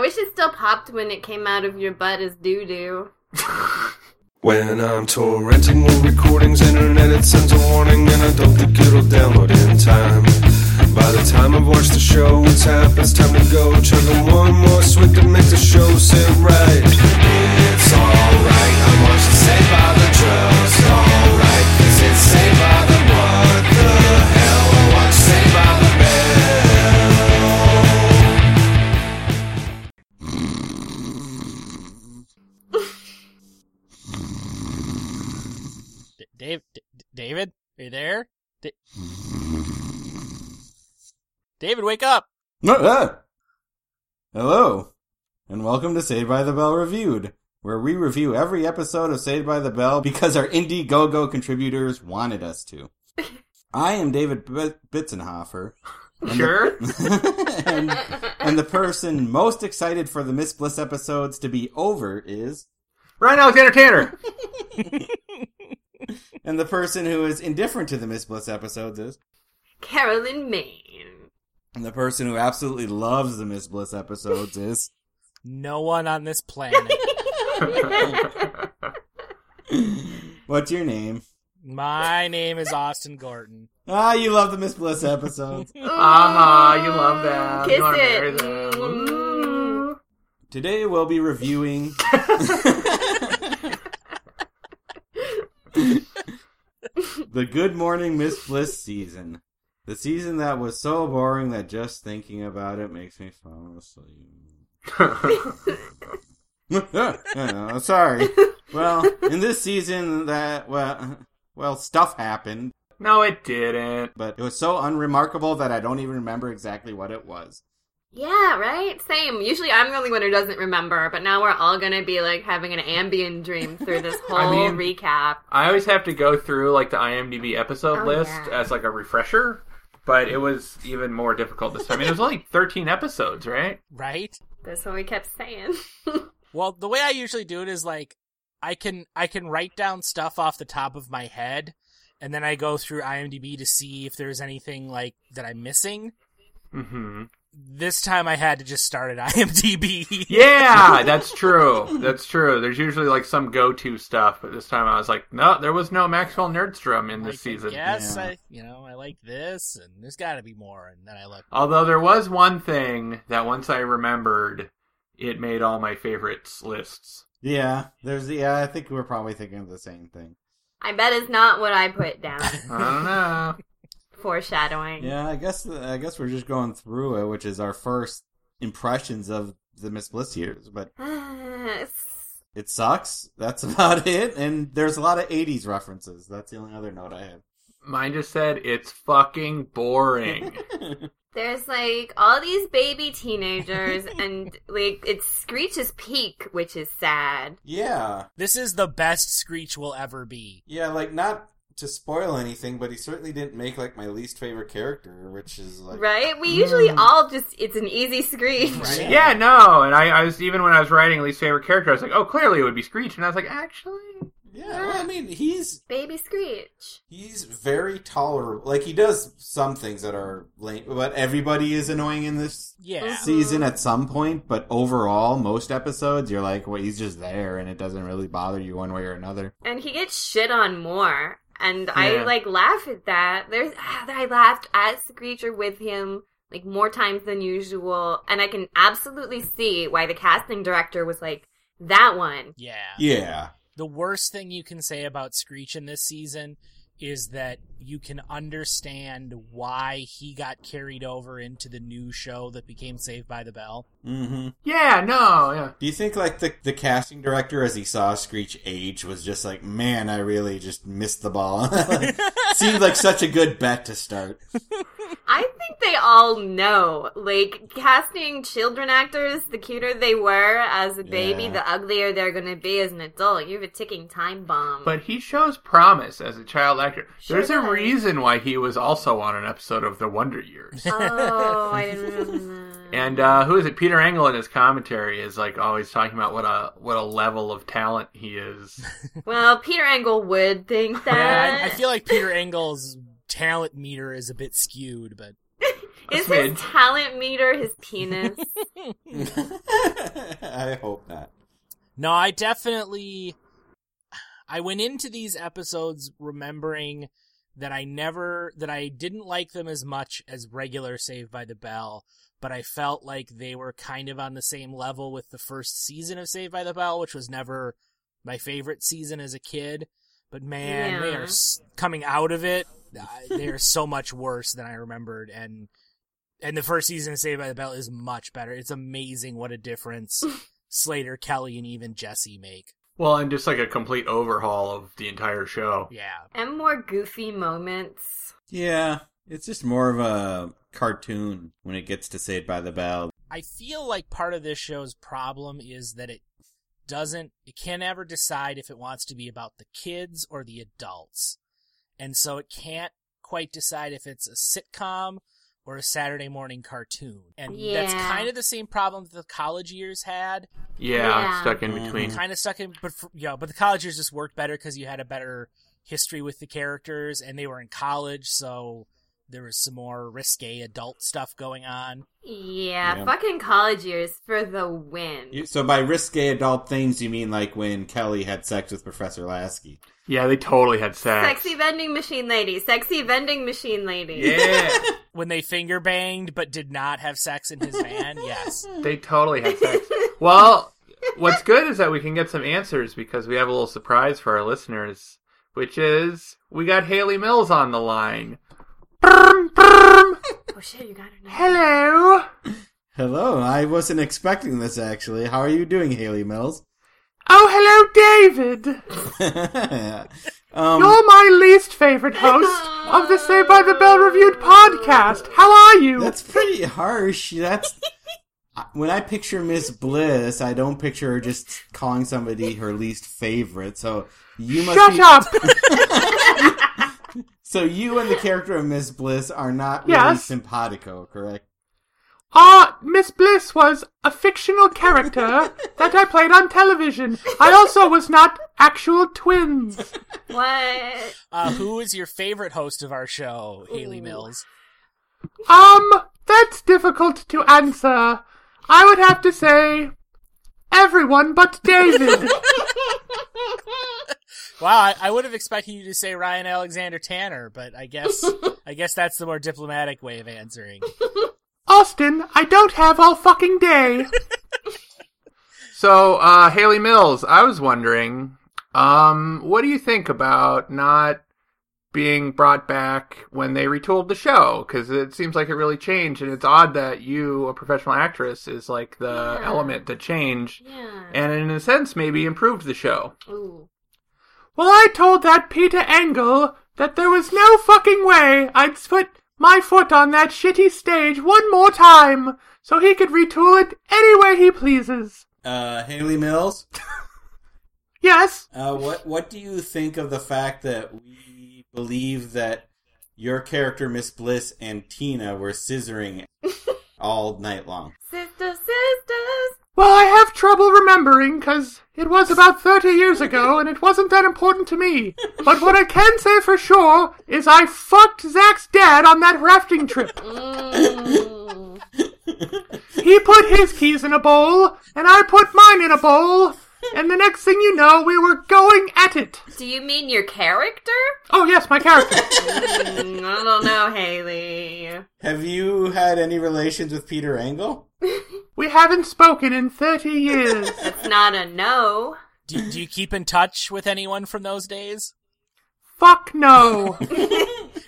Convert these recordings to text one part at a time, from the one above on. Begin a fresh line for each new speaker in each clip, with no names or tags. wish it still popped when it came out of your butt as doo doo.
When I'm torrenting old recordings, internet it sends a warning, and I don't think it'll download in time. By the time I've watched the show, it's half past time to go. Chugging one more swig to make the show sit right. It's alright, I watched it saved by the drugs. Alright, cause it's saved by the what the hell? I watched saved by the bell.
D- Dave, D- D- David, are you there? D- David, wake up!
Ah! Hello, and welcome to Saved by the Bell Reviewed, where we review every episode of Saved by the Bell because our Indiegogo contributors wanted us to. I am David B- Bitzenhofer,
Sure.
and, and the person most excited for the Miss Bliss episodes to be over is,
Ryan Alexander Tanner.
and the person who is indifferent to the Miss Bliss episodes is,
Carolyn Maine.
and the person who absolutely loves the Miss Bliss episodes is.
No one on this planet.
What's your name?
My name is Austin Gorton.
Ah, you love the Miss Bliss episodes.
Ah, you love them.
Kiss
You wanna marry
it.
them.
Mm.
Today we'll be reviewing. the Good Morning Miss Bliss season. The season that was so boring that just thinking about it makes me fall asleep. Oh, sorry. Well, in this season that well, well stuff happened,
No, it didn't.
but it was so unremarkable that I don't even remember exactly what it was.
Yeah, right? Same. Usually I'm the only one who doesn't remember, but now we're all gonna be like having an ambient dream through this whole
I mean-
recap.
I always have to go through like the IMDb episode
Oh,
list
yeah.
as like a refresher, but it was even more difficult this time. I mean, it was only 13 episodes, right?
Right?
That's what we kept saying.
Well, the way I usually do it is like I can I can write down stuff off the top of my head, and then I go through IMDb to see if there's anything like that I'm missing.
Mm-hmm.
This time I had to just start at IMDb.
Yeah, that's true. That's true. There's usually like some go-to stuff, but this time I was like, no, there was no Maxwell Nerdstrom in
Like,
this season.
Yes,
Yeah.
I you know I like this, and there's got to be more. And then I look.
Although there was one thing that once I remembered, it made all my favorites lists.
Yeah, there's the. Yeah, I think we're probably thinking of the same thing.
I bet it's not what I put down.
I don't know.
Foreshadowing.
Yeah, I guess I guess we're just going through it, which is our first impressions of the Miss Bliss years. But
Yes.
it sucks. That's about it. And there's a lot of '80s references. That's the only other note I
Mine just said it's fucking boring.
have.
There's like all these baby teenagers, and like it's Screech's peak, which is sad.
yeah,
This is the best Screech will ever be.
yeah. Like not to spoil anything, but he certainly didn't make like my least favorite character, which is like
Right? We usually all just, it's an easy Screech.
Right.
yeah, no. And I, I was even when I was writing least favorite character, I was like, oh, clearly it would be Screech, and I was like, actually,
Yeah, well, I mean, he's
Baby Screech.
he's very tolerable. Like he does some things that are lame, but everybody is annoying in this
Yeah.
season at some point, but overall, most episodes, you're like, well, he's just there and it doesn't really bother you one way or another.
And he gets shit on more. And I
Yeah.
like laugh at that. There's, ah, I laughed at Screech or with him like more times than usual. And I can absolutely see why the casting director was like, that one.
Yeah.
Yeah.
the worst thing you can say about Screech in this season is that you can understand why he got carried over into the new show that became Saved by the Bell.
Mm-hmm.
yeah, no, yeah.
Do you think, like, the, the casting director, as he saw Screech age, was just like, man, I really just missed the ball? Seemed like such a good bet to start.
I think they all know. Like casting children actors, the cuter they were as a baby,
Yeah.
the uglier they're gonna be as an adult. You have a ticking time bomb.
But he shows promise as a child actor.
Sure
There's a
does.
reason why he was also on an episode of The Wonder Years.
oh, I didn't remember. that.
And uh, who is it? Peter Engel in his commentary is like always talking about what a what a level of talent he is.
well, Peter Engel would think
Yeah,
that.
I, I feel like Peter Engel's talent meter is a bit skewed, but
is
Smidge.
his talent meter his penis?
No, I definitely I went into these episodes remembering that I never that I didn't like them as much as regular Saved by the Bell, but I felt like they were kind of on the same level with the first season of Saved by the Bell, which was never my favorite season as a kid. But man, they are
Yeah.
s- coming out of it. I- They're so much worse than I remembered, and and the first season of Saved by the Bell is much better. It's amazing what a difference Slater, Kelly, and even Jesse make.
Well, and just like a complete overhaul of the entire show.
Yeah,
And more goofy moments.
Yeah, it's just more of a cartoon when it gets to Saved by the Bell.
I feel like part of this show's problem is that it doesn't it can't ever decide if it wants to be about the kids or the adults. And so it can't quite decide if it's a sitcom or a Saturday morning cartoon. And that's
Yeah.
kind of the same problem that the college years had.
Yeah,
Yeah.
stuck in between.
Kind of stuck in but for, you know, but the college years just worked better cuz you had a better history with the characters and they were in college, so there was some more risque adult stuff going on.
Yeah,
Yeah.
fucking college years for the win.
You- So by risque adult things, you mean like when Kelly had sex with Professor Lasky?
Yeah, they totally had sex.
Sexy vending machine lady. Sexy vending machine lady.
Yeah,
when they finger banged but did not have sex in his van. Yes.
they totally had sex. Well, what's good is that we can get some answers because we have a little surprise for our listeners, which is we got Haley Mills on the line. Brum, brum.
Oh shit, you got her now.
Hello.
Hello, I wasn't expecting this actually. How are you doing, Haley Mills?
Oh, hello, David.
um,
You're my least favorite host of the Say by the Bell reviewed podcast. How are you?
that's pretty harsh. That's I- when I picture Miss Bliss, I don't picture her just calling somebody her least favorite. So you must
Shut
be,
up.
So you and the character of Miss Bliss are not really
Yes.
simpatico, correct?
Ah, Miss Bliss was a fictional character that I played on television. I also was not actual twins.
What?
Uh, who is your favorite host of our show, Haley Mills?
Um, that's difficult to answer. I would have to say everyone but David.
Wow, I, I would have expected you to say Ryan Alexander Tanner, but I guess I guess that's the more diplomatic way of answering.
Austin, I don't have all fucking day. so, uh, Haley Mills, I was wondering, um, what do you think about not being brought back when they retooled the show? Because it seems like it really changed, and it's odd that you, a professional actress, is like the
Yeah.
element that changed,
Yeah.
and in a sense, maybe improved the show.
Ooh.
Well, I told that Peter Engel that there was no fucking way I'd put my foot on that shitty stage one more time, so he could retool it any way he pleases.
Uh, Haley Mills,
Yes,
uh, what what do you think of the fact that we believe that your character Miss Bliss and Tina were scissoring all night long?
Sister, sisters.
well, I have trouble remembering, 'cause it was about 30 years ago and it wasn't that important to me. But what I can say for sure is I fucked Zach's dad on that rafting trip.
Mm.
He put his keys in a bowl, and I put mine in a bowl, and the next thing you know, we were going at it.
Do you mean your character?
Oh, yes, my character.
Mm, I don't know, Haley.
Have you had any relations with Peter Engel?
We haven't spoken in 30 years.
It's not a no.
Do, do you keep in touch with anyone from those days?
Fuck no.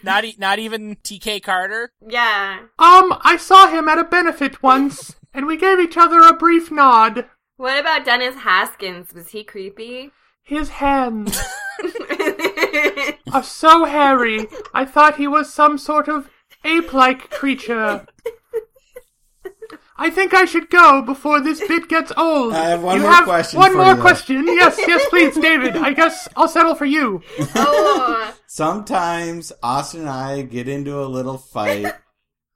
Not e- not even TK Carter.
Yeah.
Um, I saw him at a benefit once, and we gave each other a brief nod.
What about Dennis Haskins? Was he creepy?
His hands
Oh,
are so hairy, I thought he was some sort of ape like creature. I think I should go before this bit gets old.
I have one
you
more
have
question
One
for
more
you.
question. Yes, yes, please, David. I guess I'll settle for you.
oh,
Sometimes Austin and I get into a little fight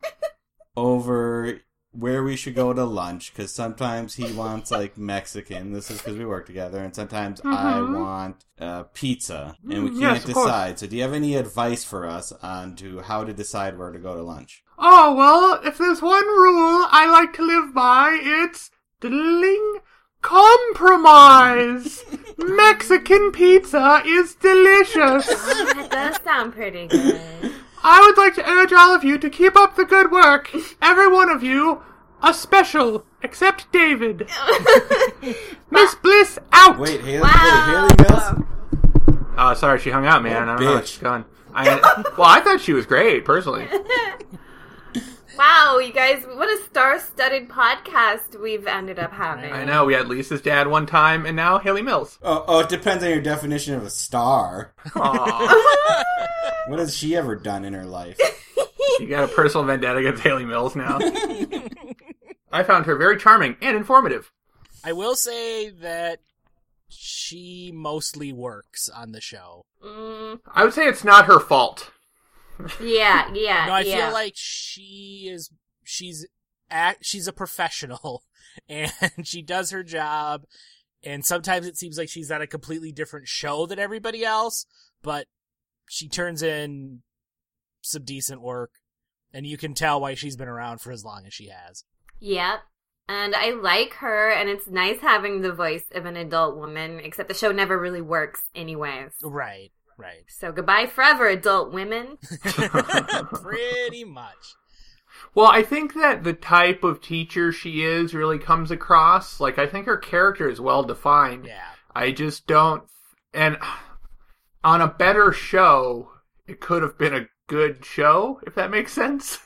over where we should go to lunch because sometimes he wants like Mexican. This is because we work together, and sometimes I
Mhm.
want uh, pizza, and we
Mm,
can't
yes, of course.
decide. So, do you have any advice for us on to how to decide where to go to lunch?
Oh, well, if there's one rule I like to live by, it's dling
Compromise! Mexican pizza is delicious!
that does sound pretty good.
I would like to urge all of you to keep up the good work. Every one of you, a special, except David. Miss Bliss out!
Wait, Haley,
Wow.
wait, Haley Mills?
Oh, sorry, she hung out, man.
Oh,
I don't know how
bitch.
she's gone. I, well, I thought she was great, personally.
Wow, you guys, what a star-studded podcast we've ended up having.
I know, we had Lisa's dad one time, and now Haley Mills.
Oh, oh, it depends on your definition of a star.
Aw,
What has she ever done in her life?
you got a personal vendetta against Haley Mills now. I found her very charming and informative.
I will say that she mostly works on the show.
Mm,
I would say it's not her fault.
yeah, yeah,
No, I
yeah.
feel like she is she's act she's a professional and she does her job and sometimes it seems like she's on a completely different show than everybody else, but she turns in some decent work and you can tell why she's been around for as long as she has.
Yep. And I like her, and it's nice having the voice of an adult woman, except the show never really works, anyways.
Oh.
Right, right.
So goodbye forever, adult women.
Pretty much.
Well, I think that the type of teacher she is really comes across. Like, I think her character is well defined.
Yeah.
I just don't. And on a better show, it could have been a good show, if that makes sense.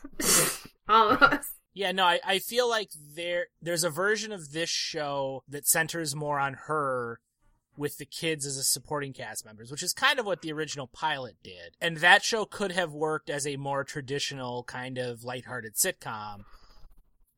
Almost.
Yeah, no, I, I feel like there there's a version of this show that centers more on her with the kids as a supporting cast members, which is kind of what the original pilot did. And that show could have worked as a more traditional kind of lighthearted sitcom.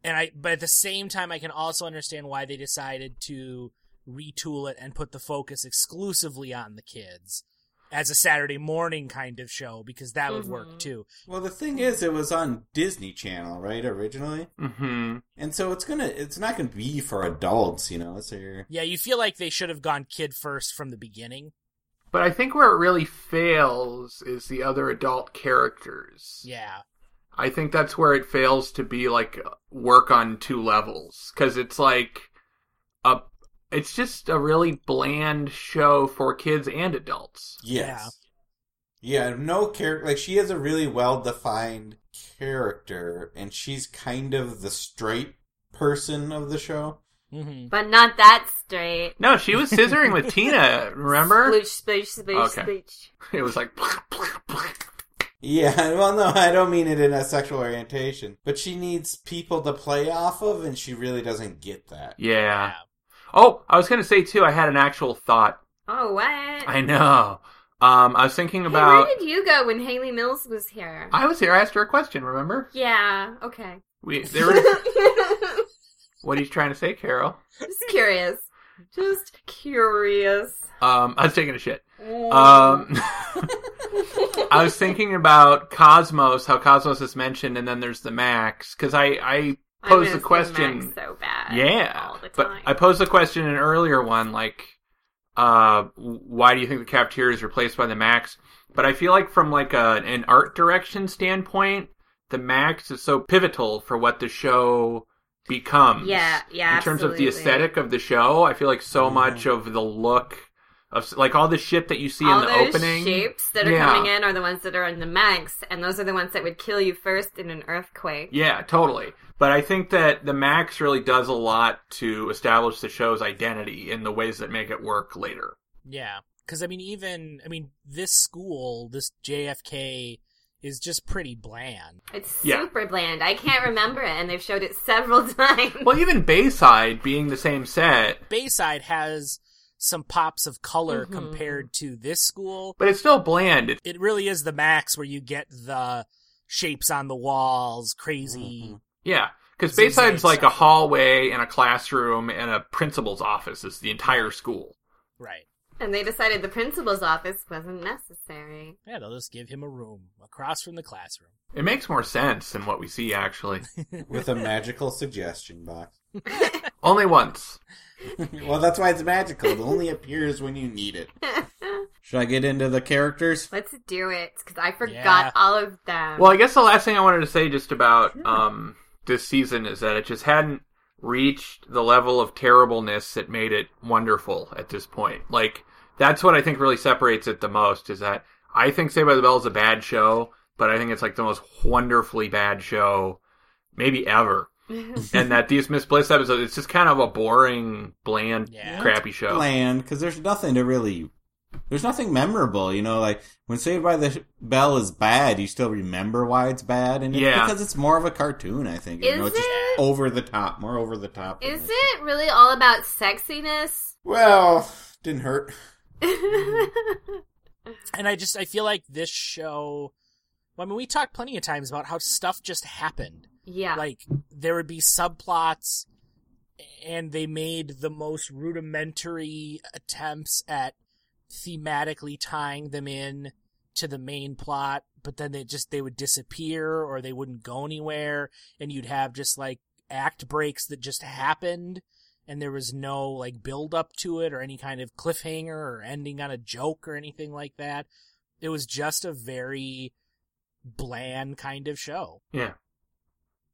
And I but at the same time I can also understand why they decided to retool it and put the focus exclusively on the kids as a Saturday morning kind of show because that would work
Mhm.
too.
Well, the thing is, it was on Disney Channel, right, originally,
hmm
and so it's gonna, it's not gonna be for adults, you know. So you're,
Yeah, you feel like they should have gone kid first from the beginning.
But I think where it really fails is the other adult characters.
Yeah.
I think that's where it fails to be like work on two levels because it's like a it's just a really bland show for kids and adults.
yes, yeah, no character. Like she has a really well defined character, and she's kind of the straight person of the show.
hmm
But not that straight.
No, she was scissoring with Tina. Remember?
Sploosh, sploosh, sploosh,
Okay.
sploosh.
It was like
Yeah, well, no, I don't mean it in a sexual orientation, but she needs people to play off of, and she really doesn't get that.
yeah. Oh, I was gonna say too. I had an actual thought.
Oh, what? Hey,
I know. Um, I was thinking
where
about.
did you go when Haley Mills was here?
I was here. I asked her a question. Remember?
Yeah, okay.
We they were.
Just
what are you trying to say, Carol?
curious. Just curious.
Um, I was taking a shit.
Oh,
Um, I was thinking about Cosmos, how Cosmos is mentioned, and then there's the Max, because I, I
I
posed the
miss
question.
Max so bad.
yeah,
all the
but
time.
I posed the question in an earlier one, like, uh, why do you think the cafeteria is replaced by the Max? But I feel like from like a, an art direction standpoint, the Max is so pivotal for what the show becomes.
Yeah, yeah,
In terms of the
absolutely.
aesthetic of the show, I feel like so much of the look of like all the shit that you see
all
in the
those
opening.
shapes that are
Yeah.
coming in are the ones that are on the max, and those are the ones that would kill you first in an earthquake.
Yeah, totally. But I think that the Max really does a lot to establish the show's identity in the ways that make it work later.
Yeah. Because, I mean, even, I mean, this school, this JFK, is just pretty bland.
It's
Yeah.
super bland. I can't remember it, and they've showed it several times.
Well, even Bayside being the same set,
Bayside has some pops of color compared to this school.
but it's still bland. It,
It really is the max where you get the shapes on the walls, crazy.
yeah, because
Zigzag
Bayside's like a
section.
hallway and a classroom and a principal's office. It's the entire school.
Right.
And they decided the principal's office wasn't necessary.
Yeah, they'll just give him a room across from the classroom.
It makes more sense than what we see, actually.
with a magical suggestion box.
Only once.
well, that's why it's magical. It only appears when you need it. Should I get into the characters?
Let's do it, because I forgot
Yeah.
all of them.
Well, I guess the last thing I wanted to say just about um, this season is that it just hadn't reached the level of terribleness that made it wonderful at this point. Like that's what I think really separates it the most is that I think Saved by the Bell is a bad show, but I think it's like the most wonderfully bad show maybe ever. and that these misplaced episodes, it's just kind of a boring, bland,
Yeah.
crappy show.
Bland, because there's nothing to really. There's nothing memorable, you know. Like when Saved by the Sh- Bell is bad, you still remember why it's bad, and it's
Yeah.
because it's more of a cartoon. I think you know,
Is
it's
it?
just over the top, more over the top. than
Is
this.
it really all about sexiness?
Well, didn't hurt.
And I just I feel like this show. I mean, we talked plenty of times about how stuff just happened.
yeah.
Like there would be subplots, and they made the most rudimentary attempts at thematically tying them in to the main plot. But then they just they would disappear or they wouldn't go anywhere, and you'd have just like act breaks that just happened, and there was no like build up to it or any kind of cliffhanger or ending on a joke or anything like that. It was just a very bland kind of show.
Yeah.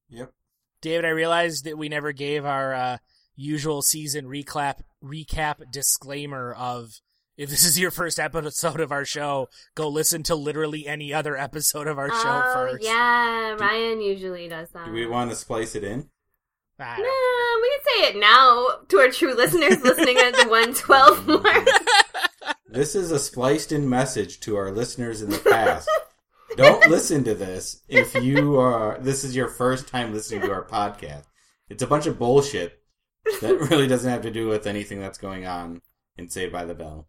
Yep.
David, I realized that we never gave our uh, usual season recap recap disclaimer of if this is your first episode of our show, go listen to literally any other episode of our show
oh,
first.
yeah. Ryan usually does that.
Do we want to splice it in?
I
No,
don't-
we can say it now to our true listeners listening at the 112 mark.
This is a spliced in message to our listeners in the past. Don't listen to this if you are this is your first time listening to our podcast. It's a bunch of bullshit that really doesn't have to do with anything that's going on in Saved by the Bell.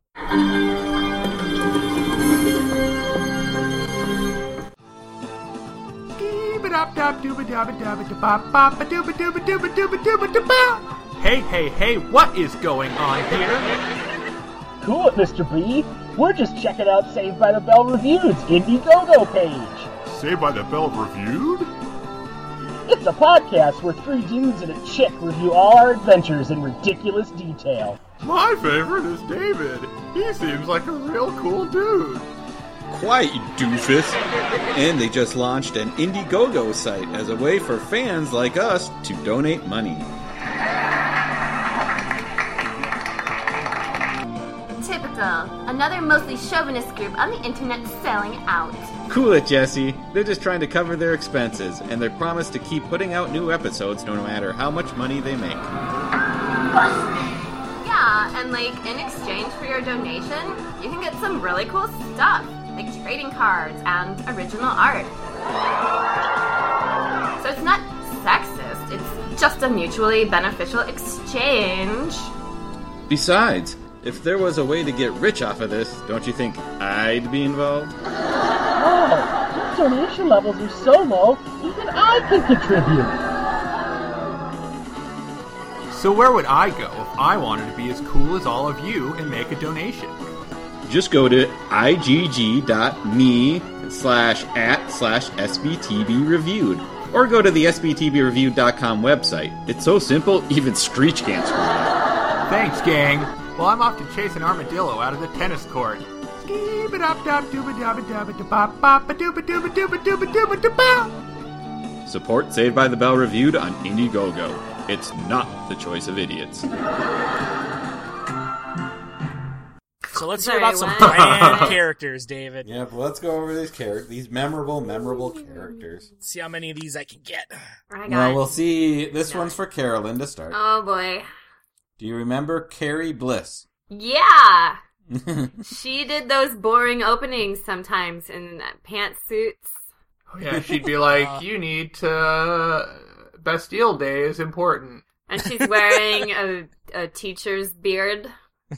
Hey, hey, hey, what is going on here?
Cool it, Mr. B. We're just checking out Saved by the Bell Reviews Indiegogo page.
Saved by the Bell reviewed?
It's a podcast where three dudes and a chick review all our adventures in ridiculous detail.
My favorite is David. He seems like a real cool dude.
Quiet, you doofus! And they just launched an Indiegogo site as a way for fans like us to donate money.
Typical. Another mostly chauvinist group on the internet selling out.
Cool it, Jesse. They're just trying to cover their expenses, and they promise to keep putting out new episodes no matter how much money they make.
Yeah, and like in exchange for your donation, you can get some really cool stuff, like trading cards and original art. So it's not sexist, it's just a mutually beneficial exchange.
Besides, if there was a way to get rich off of this, don't you think I'd be involved?
Wow, your donation levels are so low, even I can contribute.
So, where would I go if I wanted to be as cool as all of you and make a donation?
Just go to igg.me slash at slash SBTB reviewed. Or go to the SBTBReviewed.com website. It's so simple, even Screech can't screw it up.
Thanks, gang. Well, I'm off to chase an armadillo out of the tennis court.
Support Saved by the Bell Reviewed on Indiegogo. It's not the choice of idiots.
So let's
Sorry,
hear about some
what?
bland characters, David.
Yep, let's go over these characters, these memorable, memorable characters.
See how many of these I can get.
I got
Now
it.
we'll see. This one's for Carolyn to start.
Oh boy.
Do you remember Carrie Bliss?
Yeah. she did those boring openings sometimes in pantsuits.
Yeah, she'd be like, "You need to." uh, Bastille Day is important.
And she's wearing a, a teacher's beard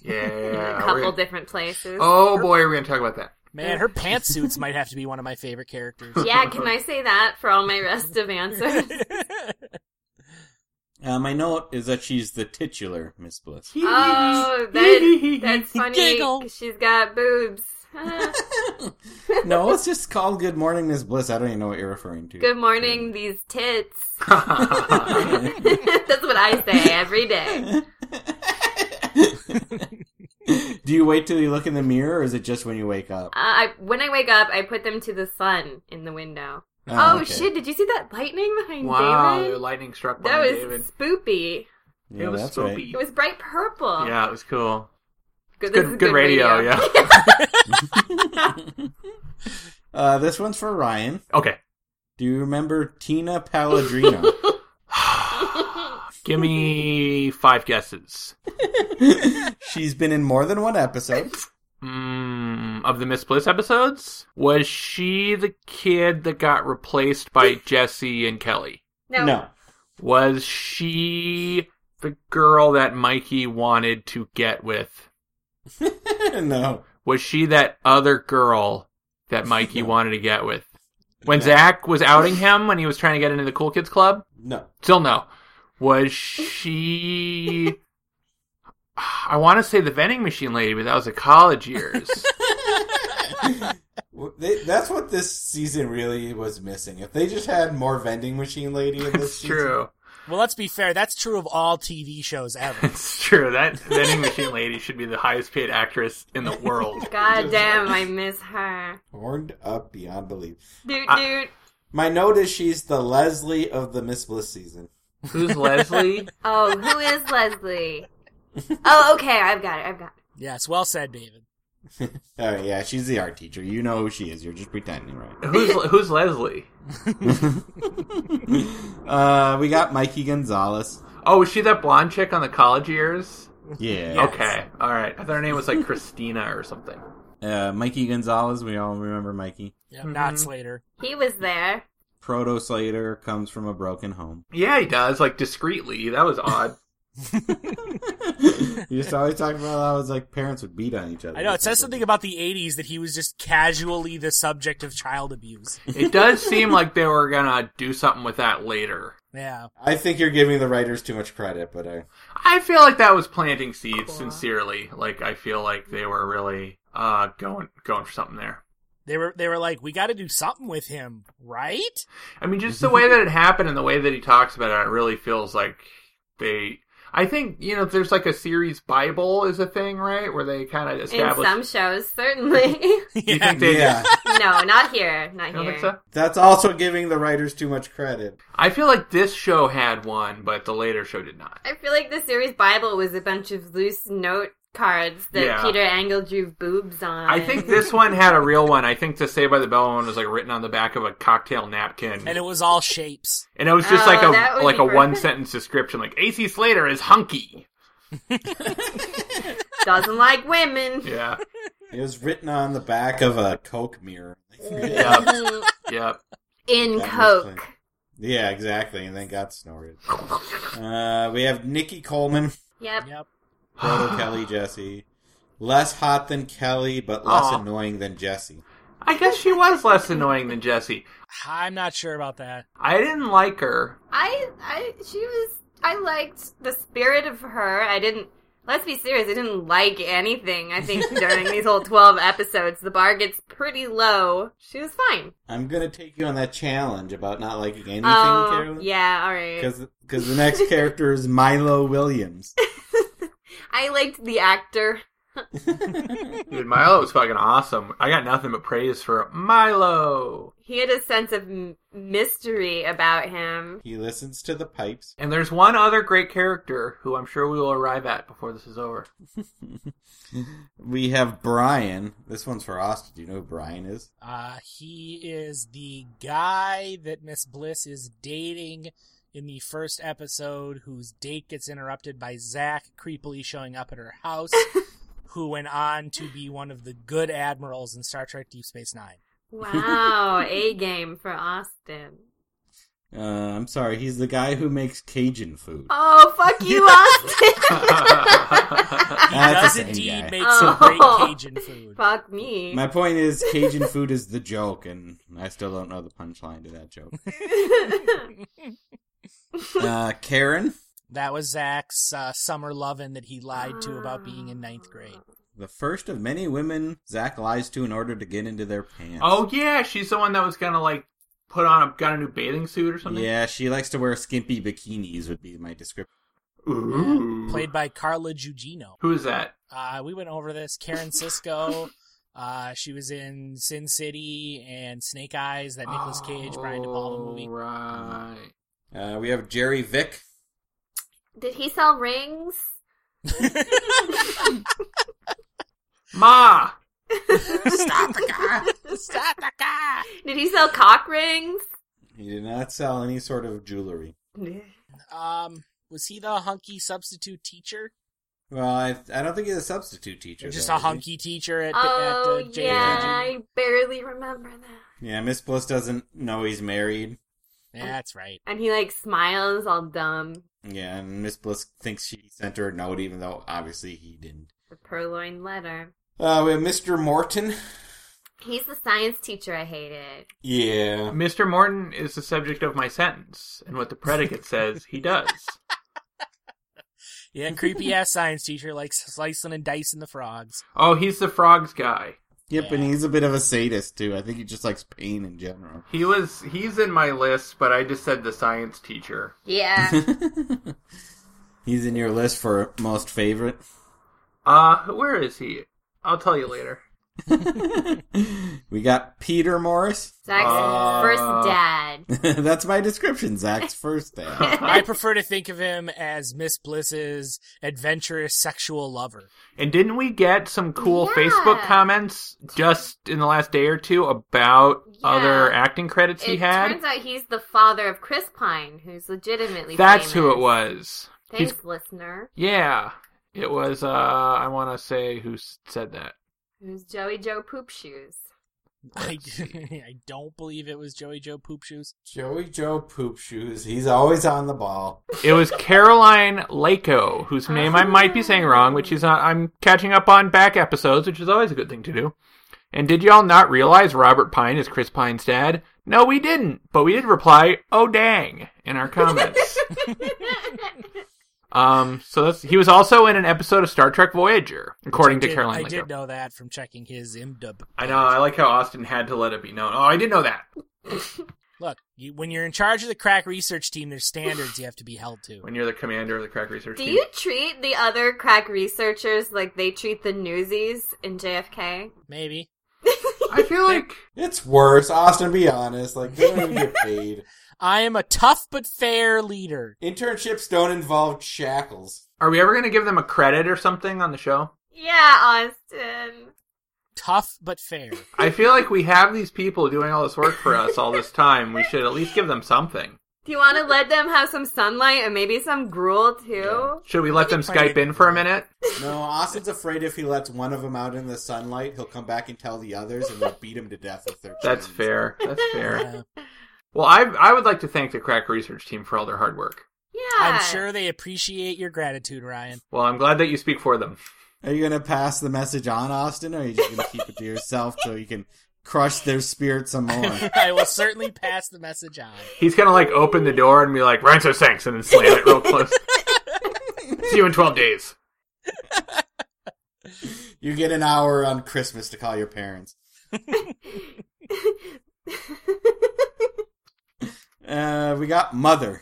in
Yeah.
a couple
we're-
different places.
oh boy, we're gonna talk about that.
Man, her pantsuits might have to be one of my favorite characters.
Yeah, can I say that for all my rest of answers?
Uh, my note is that she's the titular Miss Bliss.
Oh, that, that's funny.
Giggle.
'cause She's got boobs.
no, it's just called Good Morning Miss Bliss. I don't even know what you're referring to.
Good morning, these tits. that's what I say every day.
Do you wait till you look in the mirror, or is it just when you wake up?
Uh, I, when I wake up, I put them to the sun in the window. Oh,
okay.
shit! Did you see that lightning behind
Wow, the
David?
lightning struck by
That was
David.
spoopy.
Yeah,
it was
that's right.
spooky.
It was bright purple.
Yeah, it was cool.
good, this
Good,
is
good, radio, Yeah.
Uh, this one's for Ryan.
okay.
Do you remember Tina Palladrino?
Give me five guesses.
She's been in more than one episode.
Mm, of the Miss Bliss episodes, was she the kid that got replaced by Jesse and Kelly?
No.
Was she the girl that Mikey wanted to get with?
No. No.
Was she that other girl that Mikey
No.
wanted to get with? When Zach was outing him when he was trying to get into the cool kids club?
No.
Still no. Was she? I want to say the vending machine lady, but that was the college years.
Well, They, that's what this season really was missing. If they just had more vending machine lady in this
it's
season,
true.
Well, let's be fair. That's true of all TV shows ever.
It's true. That vending machine lady should be the highest paid actress in the world.
God damn, I miss her.
horned up beyond belief.
Dude,
I-
dude.
My note is she's the Leslie of the Miss Bliss season.
Who's Leslie?
Oh, who is Leslie? Oh, okay, I've got it. I've got it.
yes, well said, David.
All right, Oh, yeah, she's the art teacher. You know who she is. You're just pretending, right?
Who's Who's Leslie?
Uh, we got Mikey Gonzalez.
Oh, was she that blonde chick on the college years?
Yeah.
Okay, all right. I thought her name was like Christina or something.
Uh, Mikey Gonzalez. We all remember Mikey.
Yep, Not
Mm-hmm.
Slater.
He was there.
Proto Slater comes from a broken home.
Yeah, he does like discreetly. That was odd.
you just always talk about how it's like parents would beat on each other.
I know it says something about the '80s that he was just casually the subject of child abuse.
It does seem like they were gonna do something with that later.
Yeah,
I think you're giving the writers too much credit, but uh, I.
I feel like that was planting seeds. Sincerely, like I feel like they were really uh going going for something there.
they were they were like, we got to do something with him, right?
I mean, just the way that it happened and the way that he talks about it, it really feels like they. I think you know, there's like a series Bible is a thing, right? Where they kind of
In
establish.
some shows, certainly.
you think they
Yeah,
no, not here. Not
You don't
here.
think so?
that's also giving the writers too much credit.
I feel like this show had one, but the later show did not.
I feel like the series Bible was a bunch of loose note cards that
Yeah.
Peter Engel drew boobs on.
I think this one had a real one. I think the Say by the Bell one was like written on the back of a cocktail napkin,
And it was all shapes.
and it was just
Oh,
like
that
a
would
like
be
a
perfect.
one sentence description, like AC Slater is hunky.
doesn't like women.
Yeah,
It was written on the back of a Coke mirror.
yeah, yeah.
In
That was
Coke.
fun. Yeah, exactly, and then got snorted. Uh, we have Nikki Coleman,
Yep.
Yep.
Proto Kelly Jesse. Less hot than Kelly, but less
Aw.
annoying than Jesse.
I guess she was less annoying than Jesse.
I'm not sure about that.
I didn't like her.
I, I, she was. I liked the spirit of her. I didn't. Let's be serious. I didn't like anything. I think during these whole twelve episodes, the bar gets pretty low. She was fine.
I'm gonna take you on that challenge about not liking anything,
Oh,
Carolyn.
yeah. All right.
Because the next character is Milo Williams.
I liked the actor.
Dude, Milo was fucking awesome. I got nothing but praise for Milo.
He had a sense of m- mystery about him.
He listens to the pipes.
And there's one other great character who I'm sure we will arrive at before this is over.
We have Brian. This one's for Austin. Do you know who Brian is?
Uh, he is the guy that Miss Bliss is dating in the first episode, whose date gets interrupted by Zach creepily showing up at her house, who went on to be one of the good admirals in Star Trek Deep Space Nine.
Wow, a game for Austin.
Uh, I'm sorry. He's the guy who makes Cajun food.
Oh, fuck you, Austin.
He
That's
does
the same
indeed
guy.
make some
Oh.
great Cajun food.
fuck me.
My point is, Cajun food is the joke, and I still don't know the punchline to that joke. Uh, Karen,
That was Zach's uh, summer lovin' that he lied to about being in ninth grade.
the first of many women Zach lies to in order to get into their pants.
Oh yeah, she's the one that was gonna like put on a got a new bathing suit or something.
yeah, she likes to wear skimpy bikinis. Would be my description.
Ooh.
Played by Carla Gugino.
Who is that?
Uh, we went over this. Karen Cisco Uh, she was in Sin City and Snake Eyes, that Nicolas Cage, Brian De Palma movie.
Right.
Uh, we have Jerry Vick.
Did he sell rings?
Ma.
Oh,
Stop the car! Stop the car!
Did he sell cock rings?
He did not sell any sort of jewelry.
Um, was he the hunky substitute teacher?
Well, I, I don't think he's a substitute teacher.
Just
though,
a
is he?
hunky teacher at,
Oh,
at uh, JFK.
yeah, I barely remember that.
Yeah, Miss Bliss doesn't know he's married.
Yeah, That's right.
And he like smiles all dumb.
Yeah, and Miss Bliss thinks she sent her a note, even though obviously he didn't.
The purloined letter.
Uh, we have Mr. Morton.
He's the science teacher I hated.
Yeah.
Mr. Morton is the subject of my sentence, and what the predicate says, he does.
Yeah, creepy ass science teacher likes slicing and dicing the frogs.
Oh, he's the frogs guy.
Yep, and he's a bit of a sadist too. I think he just likes pain in general.
He was he's in my list, but I just said the science teacher.
Yeah.
he's in your list for most favorite.
Uh, where is he? I'll tell you later.
we got Peter Morris.
Zach's
Uh.
first dad.
That's my description, Zach's first dad.
I prefer to think of him as Miss Bliss's adventurous sexual lover.
And didn't we get some cool
Yeah.
Facebook comments just in the last day or two about
Yeah.
other acting credits he
it
had?
turns out he's the father of Chris Pine, who's legitimately
That's who
famous.
it was.
Thanks,
He's-
listener.
Yeah. It was uh I want to say who s- said that.
Who's Joey Joe Poop Shoes?
I, I don't believe it was Joey Joe Poop Shoes.
Joey Joe Poop Shoes. He's always on the ball.
It was Caroline Lako, whose name I might be saying wrong, which is uh, I'm catching up on back episodes, which is always a good thing to do. And did y'all not realize Robert Pine is Chris Pine's dad? No, we didn't, but we did reply, "Oh dang," in our comments. um, so that's he was also in an episode of Star Trek Voyager, according to
Did-
Caroline
I
Lako.
did know that from checking his IMDb.
I know. I like how Austin had to let it be known. Oh, I did know that.
Look, you, when you're in charge of the crack research team, there's standards you have to be held to.
When you're the commander of the crack research
Do
team,
you treat the other crack researchers like they treat the newsies in JFK?
Maybe.
I feel like
It's worse. Austin, be honest. Like, they don't even get paid.
I am a tough but fair leader.
Internships don't involve shackles.
are we ever going to give them a credit or something on the show?
Yeah, Austin.
Tough but fair.
I feel like we have these people doing all this work for us all this time. We should at least give them something.
Do you want to let them have some sunlight and maybe some gruel too?
Should we let them Skype in for a minute?
No, Austin's afraid if he lets one of them out in the sunlight, he'll come back and tell the others, and they'll beat him to death with their.
That's
chains.
fair. That's fair.
Uh,
Well, I I would like to thank the crack research team for all their hard work.
Yeah.
I'm sure they appreciate your gratitude, Ryan.
Well, I'm glad that you speak for them.
Are you gonna pass the message on, Austin, or are you just gonna keep it to yourself so you can crush their spirit some more?
I will certainly pass the message on.
He's gonna like open the door and be like, "Ryan says thanks," and then slam it real close. See you in twelve days.
You get an hour on Christmas to call your parents. Uh, we got mother.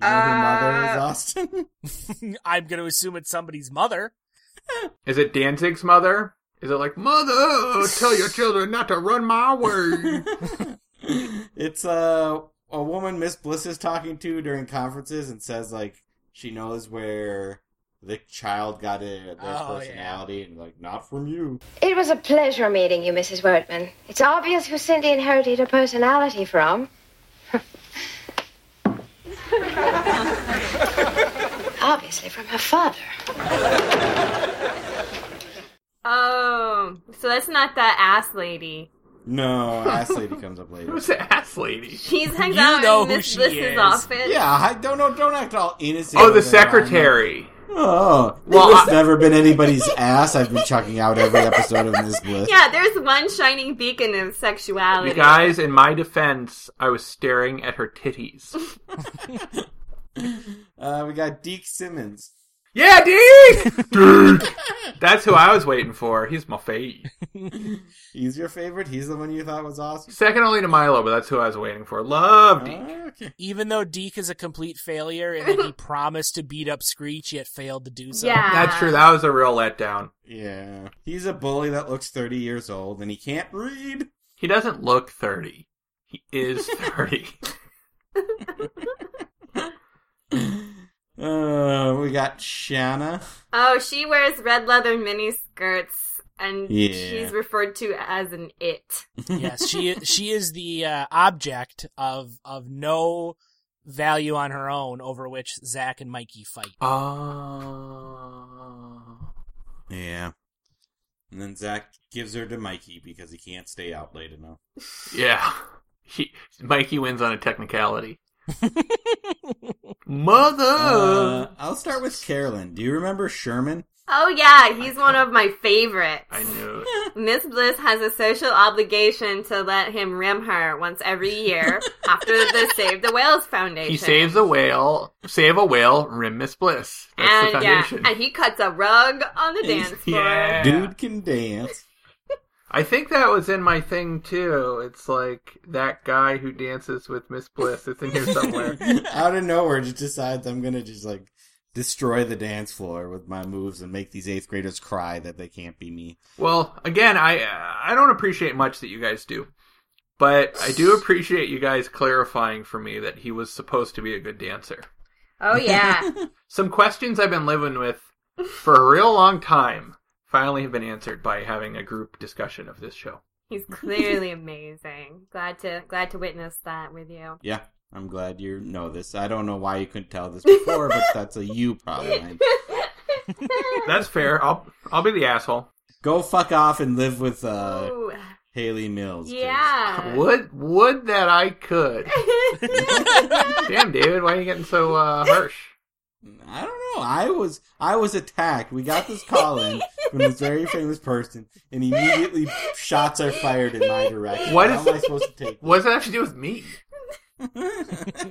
You know who mother
Uh.
is, Austin?
I'm going to assume it's somebody's mother.
Is it Danzig's mother? Is it like mother? Tell your children not to run my way.
it's uh, a woman Miss Bliss is talking to during conferences and says like she knows where the child got it, their
Oh, yeah.
personality, and like not from you.
It was a pleasure meeting you, Mrs. Wortman. It's obvious who Cindy inherited her personality from. Obviously from her father.
Oh, so that's not that ass lady.
No, ass lady comes up later.
Who's the ass lady?
She's hangs
You
out
know
in
who
Miss
she
Bliss's
is.
office.
Yeah, I don't know. Don't act all innocent.
Oh, the
with it, Ryan.
secretary.
Oh,
Well,
well, it's
I-
never been anybody's ass. I've been chucking out every episode of Miss Bliss.
Yeah, there's one shining beacon of sexuality.
You guys, in my defense, I was staring at her titties.
Uh, we got Deke Simmons.
Yeah, Deke! Deke! That's who I was waiting for. He's my fave.
He's your favorite. He's the one you thought was awesome.
Second only to Milo, but that's who I was waiting for. Love Deke.
Even though Deke is a complete failure and that he promised to beat up Screech yet failed to do so.
Yeah.
That's true. That was a real letdown.
Yeah, he's a bully that looks thirty years old and he can't read.
He doesn't look 30. He is 30.
Uh, we got Shanna.
Oh, she wears red leather mini skirts, and
Yeah.
she's referred to as an it.
yes, she is, she is the uh, object of of no value on her own over which Zach and Mikey fight.
Ah. Oh.
Yeah. And then Zach gives her to Mikey because he can't stay out late enough.
Yeah. He, Mikey wins on a technicality. Mother! Oh.
Uh, I'll start with Carolyn. Do you remember Sherman?
Oh yeah, he's one of my favorites.
I knew it.
Miss Bliss has a social obligation to let him rim her once every year after the Save the Whales Foundation.
He saves a whale, save a whale, rim Miss Bliss. That's
and
the
yeah,
foundation.
and he cuts a rug on the
He's-
dance floor.
yeah.
Dude can dance.
I think that was in my thing too. It's like that guy who dances with Miss Bliss. It's in here somewhere.
out of nowhere, just decides I'm gonna just like destroy the dance floor with my moves and make these eighth graders cry that they can't be me.
well, again, I I don't appreciate much that you guys do, but I do appreciate you guys clarifying for me that he was supposed to be a good dancer.
Oh yeah.
Some questions I've been living with for a real long time finally have been answered by having a group discussion of this show.
He's clearly amazing. Glad to glad to witness that with you.
Yeah, I'm glad you know this. I don't know why you couldn't tell this before, but that's a you problem.
That's fair. I'll I'll be the asshole.
Go fuck off and live with uh,
Ooh,
Haley Mills. 'cause-
yeah.
Would would that I could. Damn, David, why are you getting so uh, harsh?
I don't know. I was I was attacked. We got this call in from this very famous person, and immediately shots are fired in my direction.
What
How
is-
am I supposed to take?
What does that have to do with me?
This?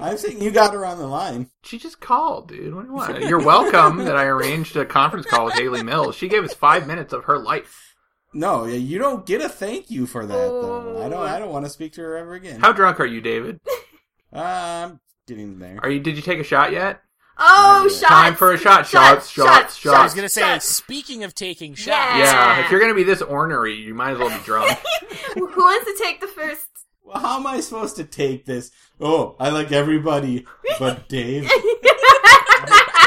I'm saying you got her on the line.
She just called, dude. What do you want? You're welcome that I arranged a conference call with Haley Mills. She gave us five minutes of her life.
No, yeah, you don't get a thank you for that though. I don't. I don't want to speak to her ever again.
How drunk are you, David?
Uh, I'm getting there.
Are you? Did you take a shot yet?
Oh, shots.
Time for a shot. Shots, shots,
I was
shots.
gonna say, speaking of taking shots,
Yeah.
Yeah, if you're gonna be this ornery, you might as well be drunk.
Who wants to take the first?
Well, how am I supposed to take this? Oh, I like everybody, but Dave.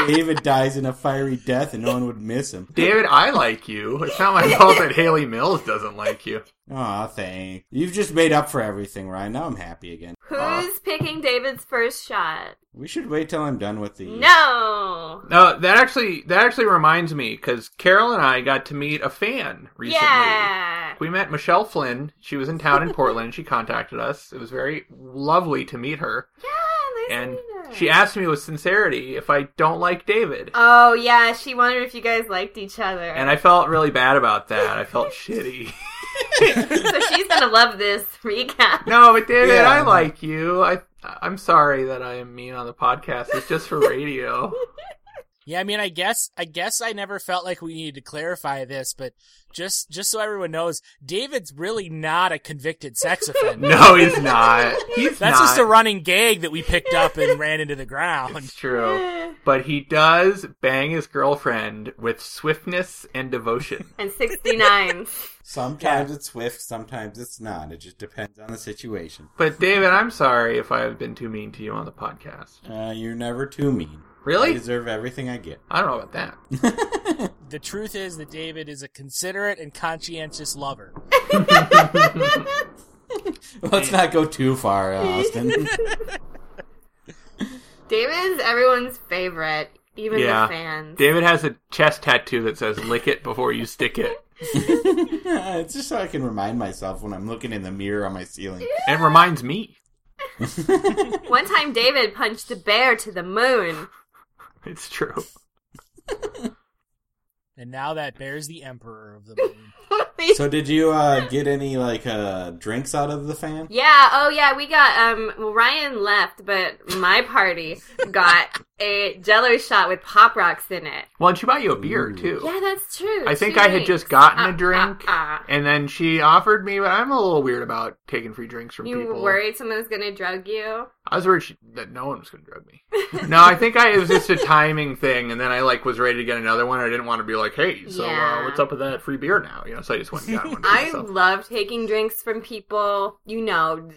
David dies in a fiery death, and no one would miss him.
David, I like you. It's not my fault that Haley Mills doesn't like you.
Aw, thanks. You've just made up for everything, Ryan. Now I'm happy again.
Who's
Uh,
picking David's first shot?
We should wait till I'm done with the.
No.
No, that actually that actually reminds me because Carol and I got to meet a fan recently.
Yeah.
We met Michelle Flynn. She was in town in Portland. and She contacted us. It was very lovely to meet her.
Yeah, nice to
And
meet her.
she asked me with sincerity if I don't like David.
Oh yeah, she wondered if you guys liked each other.
And I felt really bad about that. I felt shitty.
so she's gonna love this recap.
No, but David,
Yeah.
I like you. I I'm sorry that I am mean on the podcast. It's just for radio.
yeah. I mean, I guess, I guess, I never felt like we needed to clarify this, but just, just so everyone knows, David's really not a convicted sex offender.
No, he's not. He's
That's
not.
just a running gag that we picked up and ran into the ground.
It's true. But he does bang his girlfriend with swiftness and devotion.
And sixty nine.
Sometimes it's swift, sometimes it's not. It just depends on the situation.
But David, I'm sorry if I have been too mean to you on the podcast.
Uh, you're never too mean. I
Really?
deserve everything I get.
I don't know about that.
The truth is that David is a considerate and conscientious lover.
Let's not go too far, Austin.
David's everyone's favorite, even
Yeah.
the fans.
David has a chest tattoo that says "Lick it before you stick it."
it's just so I can remind myself when I'm looking in the mirror on my ceiling.
And it reminds me.
One time, David punched a bear to the moon.
It's true.
And now that bear's the emperor of the moon.
coffee.
So did you uh, get any like uh, drinks out of the fan?
Yeah, oh yeah, we got um well, Ryan left, but my party got a jello shot with pop rocks in it.
Well, and she bought you a beer too.
Yeah, that's true.
I think
Two
I had
drinks.
just gotten
Uh,
a drink,
uh, uh.
and then she offered me. But I'm a little weird about taking free drinks from
You were
people.
worried someone was gonna drug you?
I was worried she, that no one was going to drug me. no, I think I it was just a timing thing, and then I like was ready to get another one. I didn't want to be like, hey, so
Yeah.
uh, what's up with that free beer now? You know, so I just went and got one. for
I
myself.
love taking drinks from people, you know,